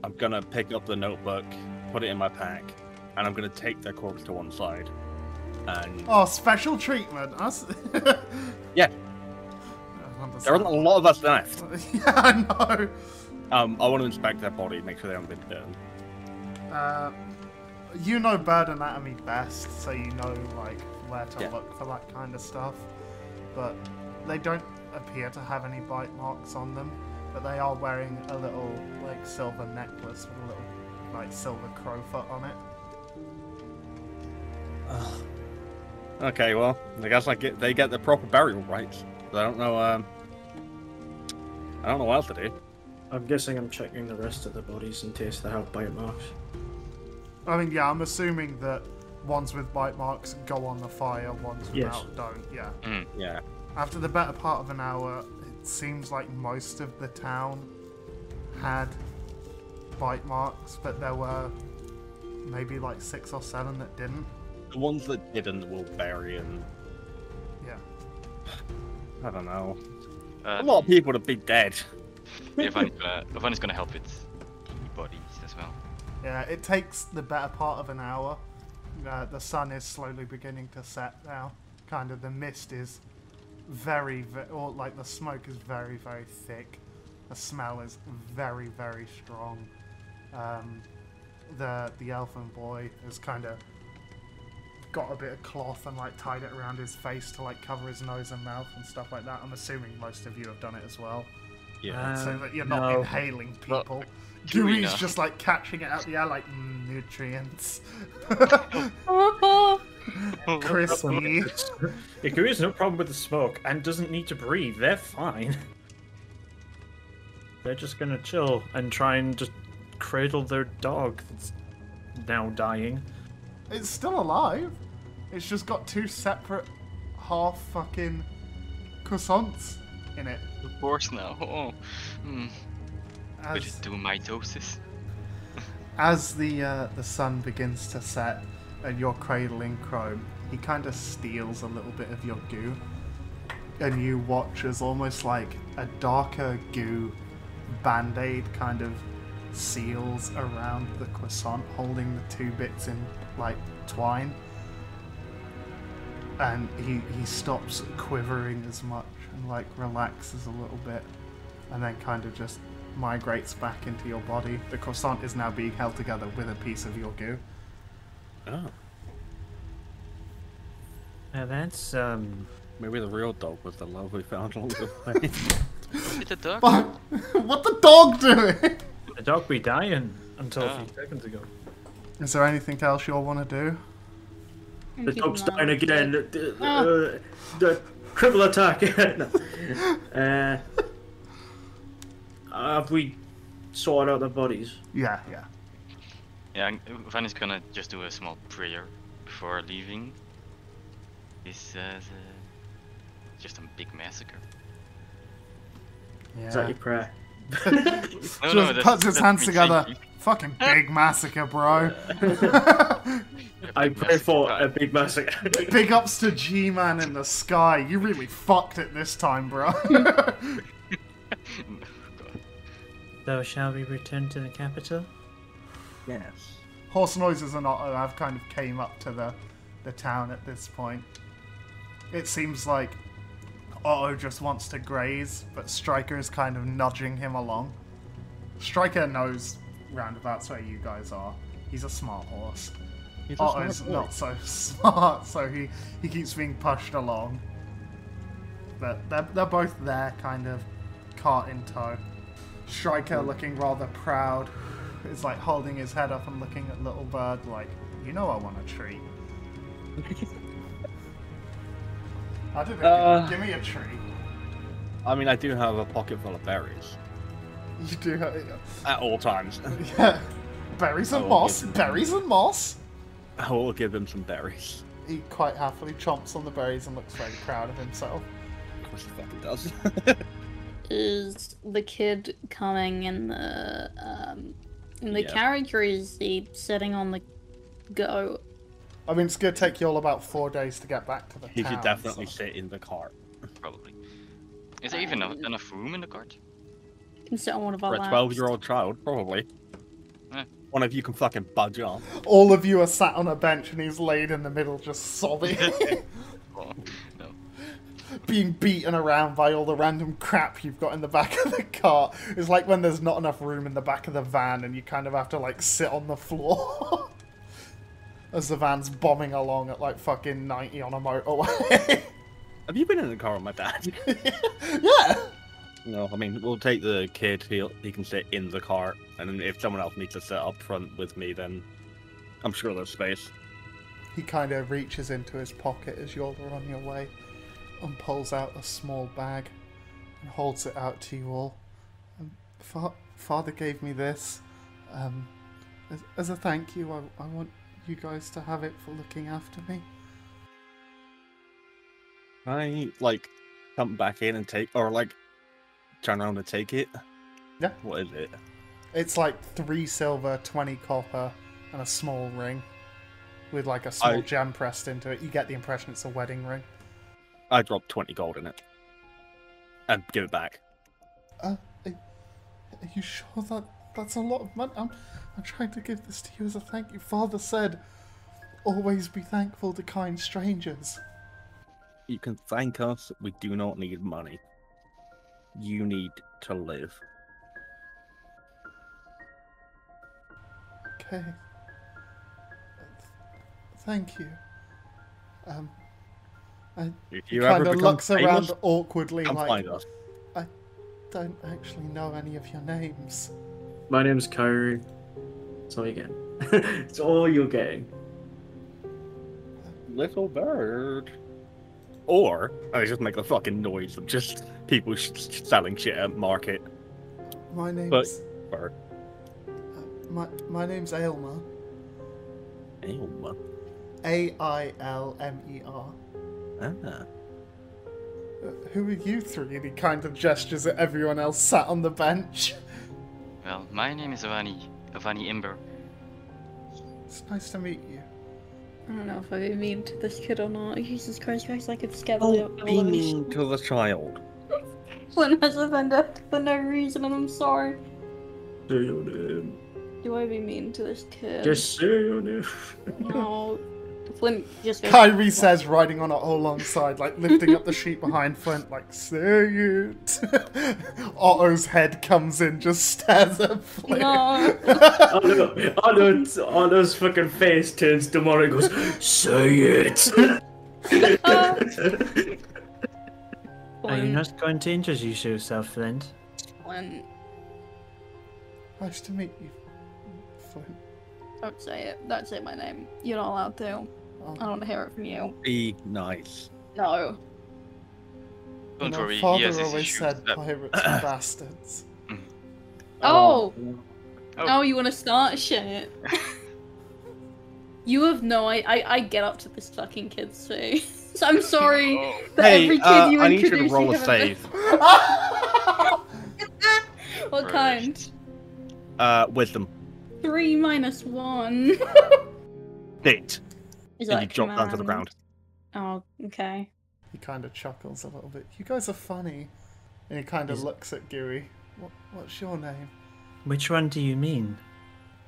Speaker 8: I'm gonna pick up the notebook, put it in my pack, and I'm gonna take their corpse to one side. And
Speaker 1: Oh, special treatment. That's... *laughs*
Speaker 8: Yeah.
Speaker 1: I understand.
Speaker 8: there aren't a lot of us left.
Speaker 1: *laughs* yeah, I know.
Speaker 8: Um, I want to inspect their body, make sure they haven't been burned.
Speaker 1: Uh, you know bird anatomy best, so you know like where to
Speaker 8: Yeah.
Speaker 1: look for that kind of stuff. But they don't appear to have any bite marks on them. But they are wearing a little like silver necklace with a little like silver crowfoot on it.
Speaker 8: Okay, well, I guess I get they get the proper burial rights. I don't know. Um, I don't know what else to do.
Speaker 9: I'm guessing I'm checking the rest of the bodies in case they have bite marks.
Speaker 1: I mean, yeah, I'm assuming that ones with bite marks go on the fire, ones
Speaker 9: Yes.
Speaker 1: without don't. Yeah.
Speaker 8: Yeah.
Speaker 1: After the better part of an hour, it seems like most of the town had bite marks, but there were maybe like six or seven that didn't.
Speaker 8: The ones that didn't will bury and
Speaker 1: Yeah.
Speaker 8: I don't know.
Speaker 4: Uh,
Speaker 8: A lot of people would be dead.
Speaker 4: Ivan, uh, Ivan is gonna help with the bodies as well.
Speaker 1: Yeah, it takes the better part of an hour. Uh, the sun is slowly beginning to set now. Kind of the mist is very, ve- or like the smoke is very, very thick. The smell is very, very strong. Um, the the elfin boy has kind of got a bit of cloth and like tied it around his face to like cover his nose and mouth and stuff like that. I'm assuming most of you have done it as well
Speaker 8: Yeah.
Speaker 1: so
Speaker 7: Um,
Speaker 1: that you're not
Speaker 7: no.
Speaker 1: inhaling
Speaker 4: Well,
Speaker 1: people.
Speaker 4: do we
Speaker 1: Dewey's
Speaker 4: know?
Speaker 1: just like catching it out the air, like mm, nutrients, crispy.
Speaker 6: Yeah, Gooey has no problem with the smoke and doesn't need to breathe. They're fine. They're just gonna chill and try and just cradle their dog that's now dying.
Speaker 1: It's still alive. It's just got two separate half fucking croissants in it.
Speaker 4: Of course now. *laughs* Oh, hmm. Could it
Speaker 1: As,
Speaker 4: do mitosis?
Speaker 1: as the uh, the sun begins to set and you're cradling Chrome, he kind of steals a little bit of your goo, and you watch as almost like a darker goo band aid kind of seals around the croissant, holding the two bits in like twine. and he, he stops quivering as much and like relaxes a little bit and then kind of just migrates back into your body. The croissant is now being held together with a piece of your goo.
Speaker 8: Oh,
Speaker 7: Now that's um.
Speaker 8: maybe the real dog was the love we found along the way.
Speaker 4: Did the dog?
Speaker 1: Fuck! what the dog doing? *laughs*
Speaker 7: The dog be dying until a
Speaker 4: Ah.
Speaker 7: few seconds ago.
Speaker 1: Is there anything else you'll want to do?
Speaker 5: I'm
Speaker 9: The
Speaker 5: keeping
Speaker 9: dog's
Speaker 5: an eye
Speaker 9: down
Speaker 5: on it.
Speaker 9: again. The, the- uh, the cripple attack. *laughs* No. uh, have we sorted out the bodies?
Speaker 1: Yeah, yeah.
Speaker 4: Yeah, Vanny's gonna just do a small prayer before leaving. This uh, is, uh, just a big massacre. *laughs*
Speaker 1: yeah.
Speaker 9: Is that your prayer?
Speaker 4: No,
Speaker 1: just
Speaker 4: that's-
Speaker 1: puts his
Speaker 4: that's
Speaker 1: hands
Speaker 4: me
Speaker 1: together.
Speaker 4: changing.
Speaker 1: Fucking big massacre, bro.
Speaker 9: I
Speaker 4: big
Speaker 9: pray for
Speaker 4: massacre.
Speaker 9: a big massacre.
Speaker 1: *laughs* big ups to G Man in the sky. You really fucked it this time,
Speaker 4: *laughs*
Speaker 1: bro.
Speaker 7: So shall we return to the capital?
Speaker 8: yes.
Speaker 1: Horse noises and Otto have kind of came up to the, the town at this point. It seems like Otto just wants to graze, but Stryker is kind of nudging him along. Stryker knows roundabouts where you guys are. He's a smart horse. Otto's not so *laughs* smart, so he, he keeps being pushed along. But they're, they're both there, kind of cart in tow. Striker looking rather proud, is like holding his head up and looking at Little Bird like, you know I want a treat. I don't know,
Speaker 8: Uh.
Speaker 1: give, give me a treat.
Speaker 8: I mean, I do have a pocket full of berries
Speaker 1: You do have,
Speaker 8: at all times. *laughs*
Speaker 1: yeah. *laughs* Berries and
Speaker 8: I will
Speaker 1: moss,
Speaker 8: give-
Speaker 1: berries and moss.
Speaker 8: I will give him some berries.
Speaker 1: He quite happily chomps on the berries and looks very proud of himself.
Speaker 8: Of course, he fucking does.
Speaker 5: *laughs*
Speaker 8: *laughs*
Speaker 5: Is the kid coming in the um in the
Speaker 8: Yeah.
Speaker 5: carriage or is he sitting on the go?
Speaker 1: I mean, it's gonna take you all about four days to get back to the
Speaker 8: he
Speaker 1: town.
Speaker 8: should definitely
Speaker 1: so-
Speaker 8: sit in the car.
Speaker 4: Probably. Is there even en- enough room in the cart?
Speaker 5: Can sit on one of our
Speaker 8: For a
Speaker 5: laps.
Speaker 8: 12 year old child, probably.
Speaker 4: Eh.
Speaker 8: One of you can fucking budge on.
Speaker 1: All of you are sat on a bench, and he's laid in the middle, just sobbing,
Speaker 8: *laughs*
Speaker 4: Oh, no.
Speaker 1: being beaten around by all the random crap you've got in the back of the cart. It's like when there's not enough room in the back of the van, and you kind of have to like sit on the floor *laughs* as the van's bombing along at like fucking ninety on a motorway. *laughs*
Speaker 8: Have you been in the car with my dad?
Speaker 1: yeah.
Speaker 8: no, I mean, we'll take the kid. He'll, he can sit in the car. And then if someone else needs to sit up front with me, then I'm sure there's space.
Speaker 1: He kind of reaches into his pocket as you all are on your way and pulls out a small bag and holds it out to you all. Um, Fa- Father gave me this. Um, as, as a thank you, I, I want you guys to have it for looking after me.
Speaker 8: Can I, like, come back in and take, or, like, turn around and take it?
Speaker 1: Yeah.
Speaker 8: What is it?
Speaker 1: It's like three silver, 20 copper, and a small ring with like a small
Speaker 8: I-
Speaker 1: gem pressed into it. You get the impression it's a wedding ring.
Speaker 8: I dropped 20 gold in it. And give it back.
Speaker 1: Uh, are are you sure that that's a lot of money? I'm, I'm trying to give this to you as a thank you. Father said, always be thankful to kind strangers.
Speaker 8: You can thank us. We do not need money. You need to live.
Speaker 1: Okay. Thank you. Um,
Speaker 8: If
Speaker 1: he
Speaker 8: you ever
Speaker 1: kind of
Speaker 8: become
Speaker 1: looks
Speaker 8: famous,
Speaker 1: around awkwardly,
Speaker 8: come
Speaker 1: like,
Speaker 8: find us.
Speaker 1: don't actually know any of your names.
Speaker 9: *laughs* My name's Kyrie. That's all you get. *laughs* it's all you're getting.
Speaker 8: Little bird. Or I just make the fucking noise of just people sh- sh- selling shit at market.
Speaker 1: My name's.
Speaker 8: Or
Speaker 1: uh, my, my name's Aylmer.
Speaker 8: Aylmer.
Speaker 1: A I L M E R.
Speaker 8: Ah.
Speaker 1: Uh, Who are you three? And he kind of gestures at everyone else sat on the bench.
Speaker 4: Well, my name is Vanny. Vanny Imber.
Speaker 1: It's nice to meet you.
Speaker 5: I don't know if I mean to this kid or not. Jesus Christ, guys, I could scare *laughs*
Speaker 8: Oh,
Speaker 5: the
Speaker 8: be mean to the child.
Speaker 5: when I offend her for no reason and I'm sorry.
Speaker 9: Say your name.
Speaker 5: Do I be mean to this kid?
Speaker 9: Just say your name.
Speaker 5: No. Flint just goes,
Speaker 1: Kyrie says, riding on it alongside, like lifting up the sheet behind Flint, like, say it. *laughs* Otto's head comes in, just stares at Flint.
Speaker 5: No.
Speaker 9: *laughs* Arno, Arno, Arno's fucking face turns
Speaker 1: *laughs*
Speaker 9: demonic and goes, Say it!
Speaker 7: Are you
Speaker 5: Flint,
Speaker 7: not going to introduce yourself, Flint?
Speaker 5: Flint.
Speaker 1: *laughs* Nice to meet you, Flint.
Speaker 5: Don't say it. Don't say my name. You're not allowed to. I don't want to hear it from you.
Speaker 8: Be nice.
Speaker 5: No.
Speaker 4: Don't
Speaker 1: My
Speaker 4: worry, he has
Speaker 1: father
Speaker 4: his
Speaker 1: always
Speaker 4: issues.
Speaker 1: said
Speaker 4: Uh,
Speaker 1: pirates
Speaker 4: *coughs*
Speaker 1: are
Speaker 4: *laughs*
Speaker 1: bastards.
Speaker 5: Oh.
Speaker 4: Oh.
Speaker 5: Now you want to start shit. you have no. I, I I get up to this fucking kid's face. *laughs* I'm sorry that every kid you
Speaker 8: uh, I need you to
Speaker 5: introduce
Speaker 8: roll a
Speaker 5: have
Speaker 8: save.
Speaker 5: What
Speaker 4: Right.
Speaker 5: kind?
Speaker 8: Uh, wisdom.
Speaker 5: Three minus one. *laughs*
Speaker 8: Eight.
Speaker 5: Is
Speaker 8: And
Speaker 5: that
Speaker 8: you drop down to the ground.
Speaker 5: command? Oh, okay.
Speaker 1: He kind of chuckles a little bit. You guys are funny. And he kind of looks at Giri. What, what's your name?
Speaker 7: Which one do you mean?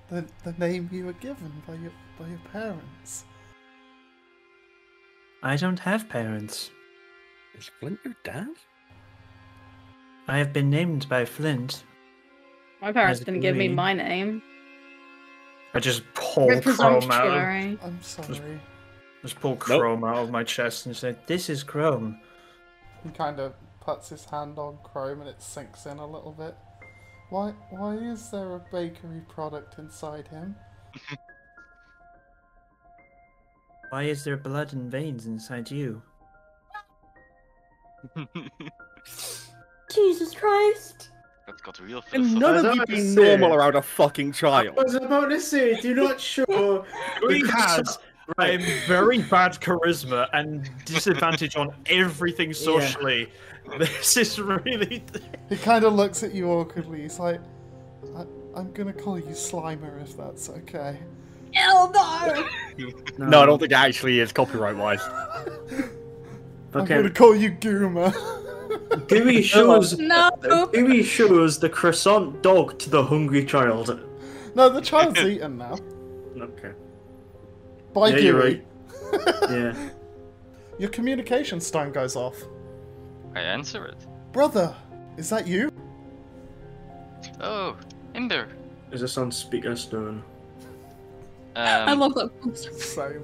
Speaker 1: The, the name you were given by your by your parents.
Speaker 7: I don't have parents.
Speaker 8: Is Flint your dad?
Speaker 7: I have been named by Flint.
Speaker 5: My parents
Speaker 7: As
Speaker 5: didn't give me
Speaker 7: green.
Speaker 5: my name.
Speaker 6: I just pull
Speaker 5: They're
Speaker 6: Chrome out. Of,
Speaker 5: presumptuary.
Speaker 1: I'm sorry.
Speaker 6: just pull Chrome out of my chest and say,
Speaker 7: This is Chrome.
Speaker 1: He kind of puts his hand on Chrome and it sinks in a little bit. Why why is there a bakery product inside him?
Speaker 7: Why is there blood and veins inside you?
Speaker 5: Jesus Christ.
Speaker 4: that got real
Speaker 8: And
Speaker 4: philosophical.
Speaker 8: none of you be normal around a fucking child.
Speaker 9: I was about to say, do
Speaker 7: *laughs*
Speaker 9: not show.
Speaker 6: He has a very bad charisma and disadvantage on
Speaker 7: *laughs*
Speaker 6: everything socially. This is
Speaker 9: *laughs*
Speaker 6: really.
Speaker 1: He kind of looks at you awkwardly. He's like, I, I'm gonna call you Slimer if that's okay.
Speaker 5: Hell no.
Speaker 8: No, I don't think it actually is copyright wise.
Speaker 1: I'm
Speaker 9: Okay,
Speaker 1: gonna call you Gooma.
Speaker 9: Gooey shows,
Speaker 5: No.
Speaker 9: Gooey shows the croissant dog to the hungry child.
Speaker 1: *laughs* no, the
Speaker 9: *laughs*
Speaker 1: child's eaten now.
Speaker 9: Okay.
Speaker 1: By
Speaker 9: Yeah,
Speaker 1: Giri.
Speaker 9: you're right. Yeah.
Speaker 1: *laughs* Your communication stone goes off.
Speaker 4: I answer it.
Speaker 1: Brother, is that you?
Speaker 4: Oh, Ember.
Speaker 9: Is this on speaker stone?
Speaker 4: Um,
Speaker 5: I love that.
Speaker 1: Same.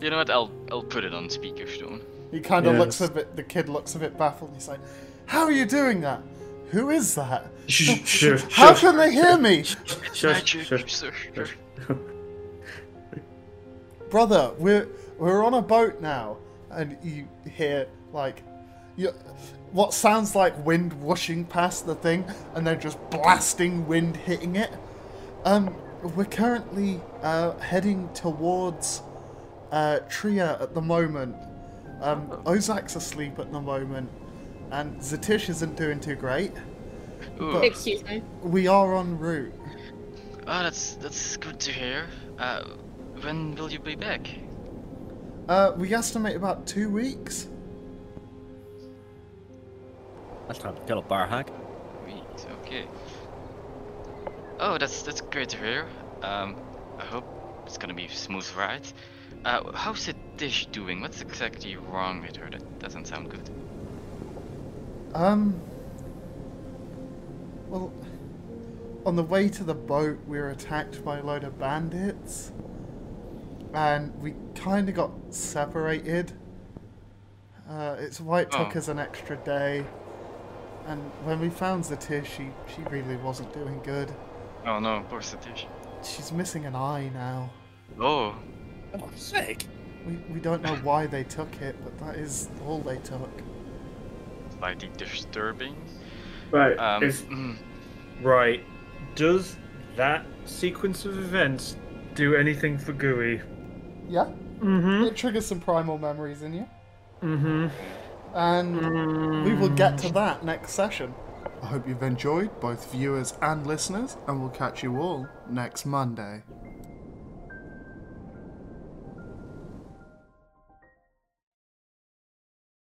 Speaker 4: you know what? I'll I'll put it on speakerphone.
Speaker 1: He kind of looks a
Speaker 9: Yes.
Speaker 1: bit. The kid looks a bit baffled. He's like, "How are you doing that? Who is that?
Speaker 9: *laughs* Shush, shush,
Speaker 1: *laughs* How
Speaker 9: shush,
Speaker 1: can they hear me,
Speaker 9: shush,
Speaker 4: Magic,
Speaker 9: shush.
Speaker 4: sir.
Speaker 9: shush.
Speaker 1: brother? We're we're on a boat now." And you hear like, you, what sounds like wind whooshing past the thing, and then just blasting wind hitting it. Um, we're currently uh, heading towards uh, Tria at the moment. Um, Ozak's asleep at the moment, and Zatish isn't doing too great.
Speaker 4: Ooh.
Speaker 1: But-
Speaker 5: Excuse me.
Speaker 1: We are en route.
Speaker 4: Ah, that's that's good to hear. Uh, when will you be back?
Speaker 1: Uh, we estimate about two weeks.
Speaker 8: That's time to kill a bar hack.
Speaker 4: Wait, okay. Oh, that's that's great to hear. Um, I hope it's gonna be a smooth ride. Uh, how's the dish doing? What's exactly wrong with her? That doesn't sound good.
Speaker 1: Um. Well, on the way to the boat, we were attacked by a load of bandits, and we kind of got separated. Uh, it's why it took
Speaker 4: Oh.
Speaker 1: us an extra day. And when we found Zatir, she she really wasn't doing good.
Speaker 4: Oh no, poor the dish.
Speaker 1: She's missing an eye now.
Speaker 4: Oh,
Speaker 8: Oh, sick.
Speaker 1: We we don't know why they took it, but that is all they took.
Speaker 4: slightly disturbing.
Speaker 6: Right.
Speaker 4: Um,
Speaker 6: If-
Speaker 4: mm,
Speaker 6: right. Does that sequence of events do anything for GUI?
Speaker 1: Yeah.
Speaker 6: Mm
Speaker 1: It triggers some primal memories in you,
Speaker 6: hmm. Mm
Speaker 1: and
Speaker 6: hmm.
Speaker 1: we will get to that next session. I hope you've enjoyed, both viewers and listeners, and we'll catch you all next Monday.